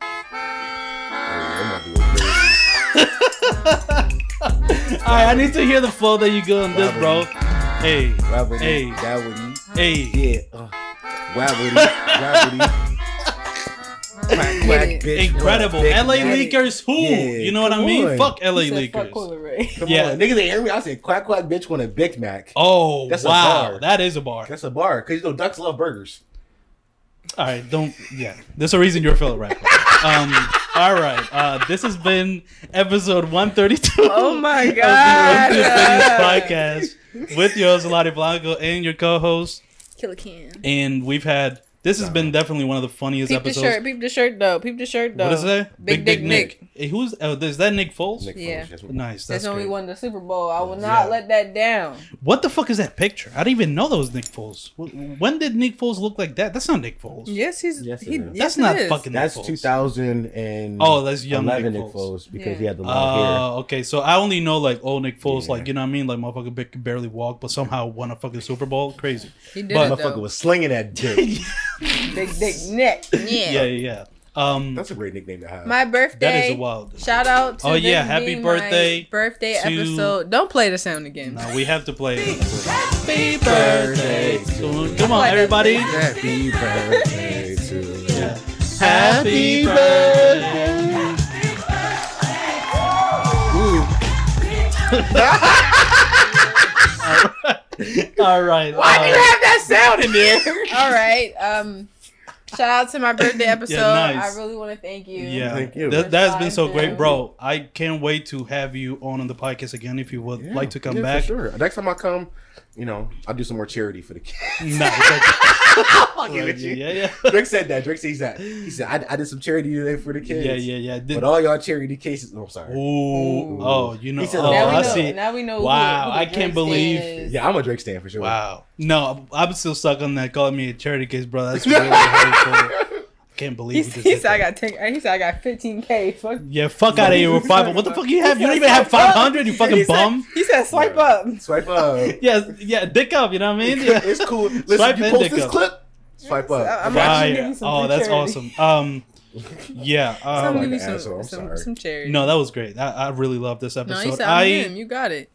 Oh, they might do it crazy. All right, I need to hear the flow that you go in this, bro. Hey, Rabbity, Hey. dabbity, hey, yeah, uh, wabbity, wabbity, quack, quack, it. bitch, incredible. quack, LA bitch. Leakers, who? Yeah, you know what I come mean? on. Fuck LA He said, "Fuck Leakers. Coil Ray." Come Yeah. on, niggas ain't hear me. I said quack quack bitch want a Big Mac. Oh That's a wow, bar. that is a bar. That's a bar, cause you know ducks love burgers. All right, don't. Yeah, there's a reason you're a fellow rapper. Um, all right, uh, this has been episode 132. Oh *laughs* my of the God. Roasted *laughs* Fitness podcast with your host Lottie Blanco and your co-host, Killer Can. and we've had. This has been definitely one of the funniest Peep the episodes. shirt. Peep the shirt though. Peep the shirt though. What is that? Big, Dick Nick. Hey, who's? Oh, is that Nick Foles? Nick Yeah. Foles, that's what- Nice. That's That's, when we great. won the Super Bowl. I will not Yeah. let that down. What the fuck is that picture? I didn't even know that was Nick Foles. Wh- When did Nick Foles look like that? That's not Nick Foles. Yes, he's. Yes, it he, is. yes, That's it not is. fucking. That's Nick Foles. 2000 and Oh, that's young Nick 11 Nick Foles. Foles because Yeah. he had the long hair. Oh, okay. So I only know like old Nick Foles, Yeah. like you know what I mean, like motherfucker ba- could barely walk, but somehow won a fucking Super Bowl. Crazy. He did But- it Motherfucker though. was slinging that dick. *laughs* Big Dick Nick. *laughs* yeah. Yeah, yeah. yeah. Um, That's a great nickname to have. My birthday. that is a wild. Shout out to Oh, this yeah, happy being birthday my birthday to- episode. Don't play the sound again. Now we have to play. *laughs* Happy birthday! to- Come on, everybody. Happy birthday to you. Yeah. Happy birthday. All right. Why do you uh, have that sound in there? All right. Um, shout out to *laughs* my birthday episode. nice. I really want to thank you. Yeah, Thank you. That, that has been so Thank great, you. bro. I can't wait to have you on on the podcast again if you would Yeah, like to come yeah, for back. sure. Next time I come, you know, I'll do some more charity for the kids. *laughs* *laughs* Nah, it's Fuck it *laughs* okay. with you. yeah, yeah, Drake said that. Drake says that. He said, I, I did some charity today for the kids. yeah, yeah, yeah. Did- But all y'all charity cases. Oh, I'm sorry. Ooh, oh, you know, He said, oh, now, we I know, see. now we know. Wow, who, who the I can't Drake believe- stan is. Yeah, I'm a Drake stan for sure. Wow. No, I'm still stuck on that calling me a charity case, bro. *laughs* That's really hurtful. Can't believe He, you just he did said I that. got ten. He said I got fifteen k. Fuck. Yeah, fuck out of here with five. What the fuck you have? You don't even have five hundred. You fucking He said- bum. He said swipe up. Swipe up. *laughs* Yeah, yeah, dick up. You know what I mean? Yeah. *laughs* It's cool. Listen, Swipe you and post dick this up. clip. Swipe up. I'm Fire. actually giving some Oh, free that's charity. awesome. Um, *laughs* yeah. I'm Um, like gonna give an you some, asshole, I'm some, sorry. some charity. no, that was great. I, I really love this no, you episode. said I'm him. I You got it.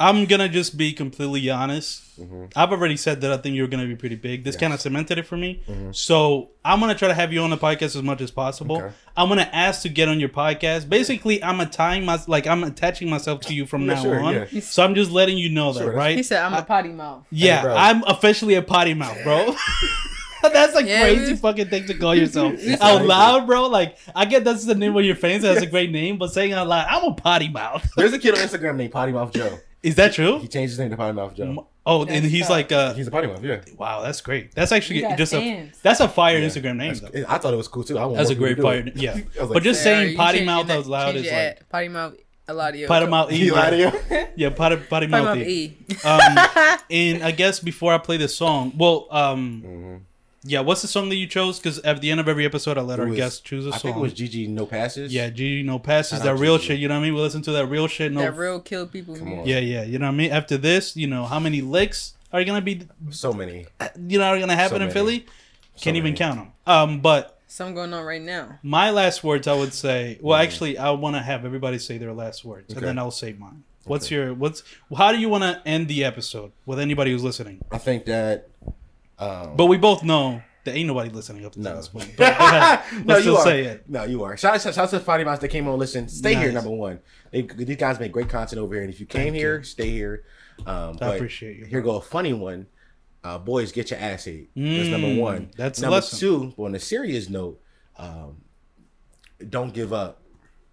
I'm gonna just be completely honest. Mhm. I've already said that I think you're gonna be pretty big. This Yes. kind of cemented it for me. Mhm. So I'm gonna try to have you on the podcast as much as possible. Okay. I'm gonna ask to get on your podcast. Basically, I'm tying my like I'm attaching myself to you from Yeah, now sure, on. yeah. So I'm just letting you know that, Sure, that's- right? He said I'm A a. potty mouth. Yeah, Hey, bro. I'm officially a potty mouth, *laughs* bro. *laughs* That's a Yeah, crazy dude. fucking thing to call yourself It's out crazy. loud, bro. Like I get that's the name of your fans. That's a great name, but saying out loud, I'm a potty mouth. *laughs* There's a kid on Instagram named Potty Mouth Joe. Is that true? He changed his name to Potty Mouth Joe. Oh, and That's he's tough. like, uh, He's a potty mouth, yeah. wow, that's great. That's actually You got just fans. a that's a fire Yeah, Instagram name. That's- though. I thought it was cool too. I want That's more a great people to part, do it. yeah. *laughs* I was But just Sarah, saying you potty change your mouth na- out loud change is your like ad. potty mouth. Eladio. potty mouth e. you out of like- here? Yeah, potty potty Potty mouth mouth e. E. *laughs* Um, and I guess before I play this song, well, um, Mm-hmm. yeah, what's the song that you chose? Because at the end of every episode, I let *laughs* It our was- guests choose a I song. think it was GG No Passes. Yeah, G, no passes. Shout That out real Gigi. shit. You know what I mean? We listen to that real shit. No. that real kill people. Come music. on. yeah, yeah. You know what I mean? After this, you know how many licks are gonna be? So many. You know are gonna happen in many. Philly? Can't even many. count them. Um, but Something going on right now. my last words, I would say. Well, actually, I want to have everybody say their last words, and Mm-hmm. Okay. then I'll say mine. What's your what's? How do you want to end the episode with anybody who's listening? I think that. Um, But we both know there ain't nobody listening up to No. this point. *laughs* But go *laughs* ahead. let's no, you just are. say it. No, you are. Shout out, shout out to Potty Mouth that came on. Listen, stay here, Nice. number one. They, these guys make great content over here. And if you came here, stay here. I Um, but appreciate you. Here go a funny one. Uh, boys, get your ass ate. That's number Mm, one. that's a number lesson. two. But on a serious note, um, don't give up.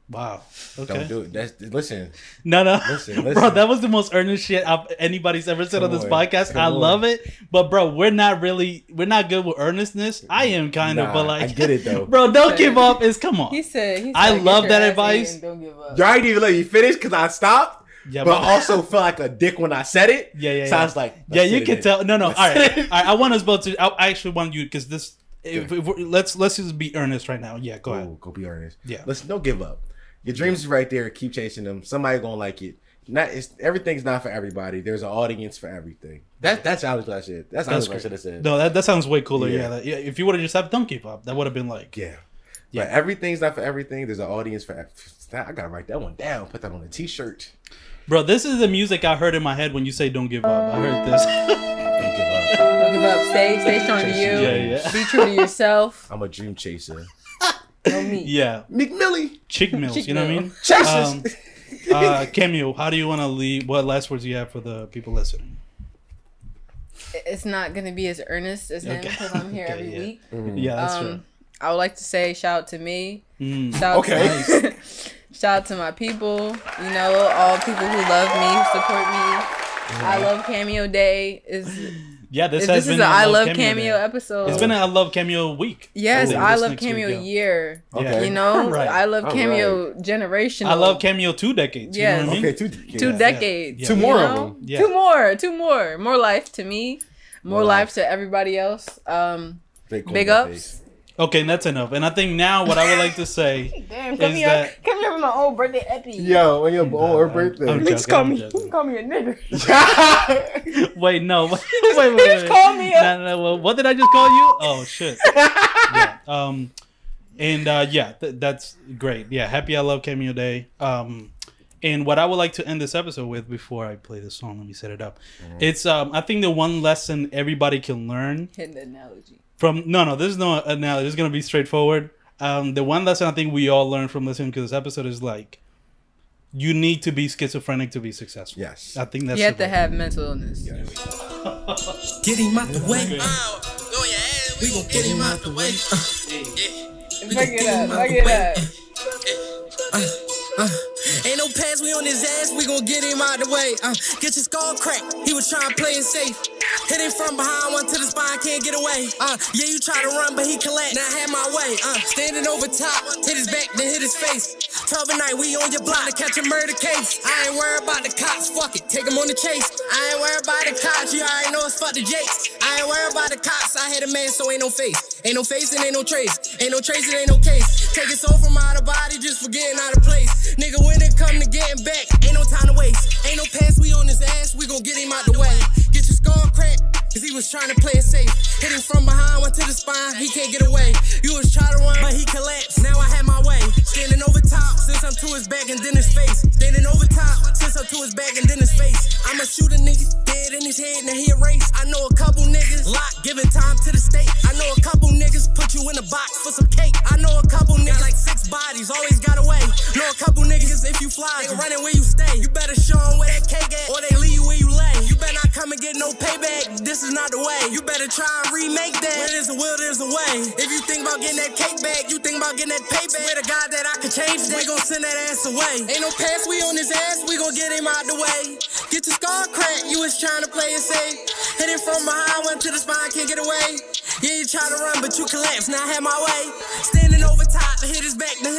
Wow. Okay. Don't do it. That's listen. No, no, Listen, *laughs* bro, listen. that was the most earnest shit I've, anybody's ever said on Come this on, podcast. come I on. love it, but bro, we're not really, we're not good with earnnestness. I am kind Nah, of, but like, I *laughs* get it, though. bro. Don't give up. It's come on. He said. He said I "Get love your that ass in advice. and Don't give up. Y'all ain't even let me finish because I stopped. Yeah, but but- also felt like a dick when I said it. Yeah, yeah, yeah. Sounds like *laughs* yeah, let's you sit can in. tell. No, no. All Let's right, sit all in. right. I want us both to. I, I actually want you because this. If, if we're, let's let's just be earnest right now. Yeah, go ahead. Ooh, go be earnest. Yeah. Listen, don't give up. Your dreams is right there. Keep chasing them. Somebody gonna like it. not it's everything's not for everybody. There's an audience for everything. That that's how I should. That's how That's I should have said. No, that, that sounds way cooler. Yeah, Yeah. that, yeah. If you would have just had Donkey Pop, that would have been like Yeah. Yeah. But everything's not for everything. There's an audience for. I gotta write that one down. Put that on a T-shirt. Bro, this is the music I heard in my head when you say "Don't give up." I heard this. *laughs* Don't give up. Don't give up. Stay, stay strong to Chase you. yeah, *laughs* yeah, Be true to *laughs* yourself. I'm a dream chaser. No me. yeah. McMillie Chick Mills, you know what I mean? chases. *laughs* Um, Uh, cameo. How do you want to leave? What last words you have for the people listening? It's not gonna be as earnest as him Okay. because I'm here *laughs* Okay, every yeah. week. Mm, Yeah, that's Um, I would like to say shout out to me. true. Mm. Shout Okay. Out to, *laughs* shout out to my people. You know, all people who love me, who support me. I love Cameo Day. Is Yeah, this this, has this is been an I love Day. Cameo episode? It's been a I love cameo week. yes, Ooh, I this love next week, Cameo yeah. year. Okay. You *laughs* know, Right. I love All Cameo generation. I love cameo two decades. You know Yes. what I mean? Okay, two, yeah. two dec- decades. Yeah. Two you more of know? them. Yeah. Two more. Two more. More life to me. More More life to everybody else. Um, Big, big ups. Okay, and that's enough. And I think now what I would like to say Damn, is that come here with my old birthday epi. Yo, on your on her I'm- birthday. I'm joking, call I'm me- joking. Call me a nigga. *laughs* Wait, *laughs* no. Wait, wait, wait. just wait. called me No, a- no, no, what did I just call you? Oh shit. *laughs* yeah. Um, and uh, yeah, th- that's great. Yeah, happy I love cameo day. Um, and what I would like to end this episode with before I play this song, let me set it up. It's um, I think the one lesson everybody can learn Hidden analogy. from no no this is uh, no analogy this is gonna be straightforward um the one lesson i think we all learned from listening to this episode is like you need to be schizophrenic to be successful yes. i think that's You have the to have mental illness. Get him out the way. Ow, go on your ass, We gon' get him out the way. Uh, Fuck it up. Fuck it up. uh, uh. Ain't no pass, we on his ass. We gon' get him out the way. Uh, get your skull cracked. He was trying to play it safe. Hit him from behind, one to the spine, can't get away. Uh, yeah, you try to run, but he collapsed. Now I had my way. Uh, standing over top, hit his back, then hit his face. 12 at night, we on your block to catch a murder case. I ain't worried about the cops, fuck it, take him on the chase. I ain't worried about the cops, you already know it's fuck the Jakes. I ain't worried about the cops, I had a man, so ain't no face. Ain't no face and ain't no trace. Ain't no trace and ain't no case. Take his soul from out of body just for getting out of place. Nigga, when it come to getting back, ain't no time to waste. Ain't no pass, we on his ass, we gon' get him out the way. Get your skull cracked, cause he was trying to play it safe. Hit him from behind, went to the spine, he can't get away. You was trying to run, but he collapsed, now I had my way. Standing over top, since I'm to his back and then his face. Standing over top, since I'm to his back and then his face. I'ma shoot a nigga dead in his head, now he a race. I know a couple niggas lock, giving time to the state. I know a couple niggas put you in a box for some cake. I know a couple niggas like six bodies, always got away. Know a couple niggas if you fly, they running where you stay. You better show 'em where that cake at, or they leave you where you lay. You better not come and get no payback, this is not the way. You better try and remake that. Where there's a will, there's a way. If you think about getting that cake back, you think about getting that payback. Swear to God that I could change that. We gon' send that ass away. Ain't no pass, we on his ass, we gon' get him out the way. Get your scar cracked, you was trying to play it safe. Hit it from behind, went to the spine, can't get away. Yeah, you try to run, but you collapse, now I had my way. Standing over top, hit his back, then hit Uh,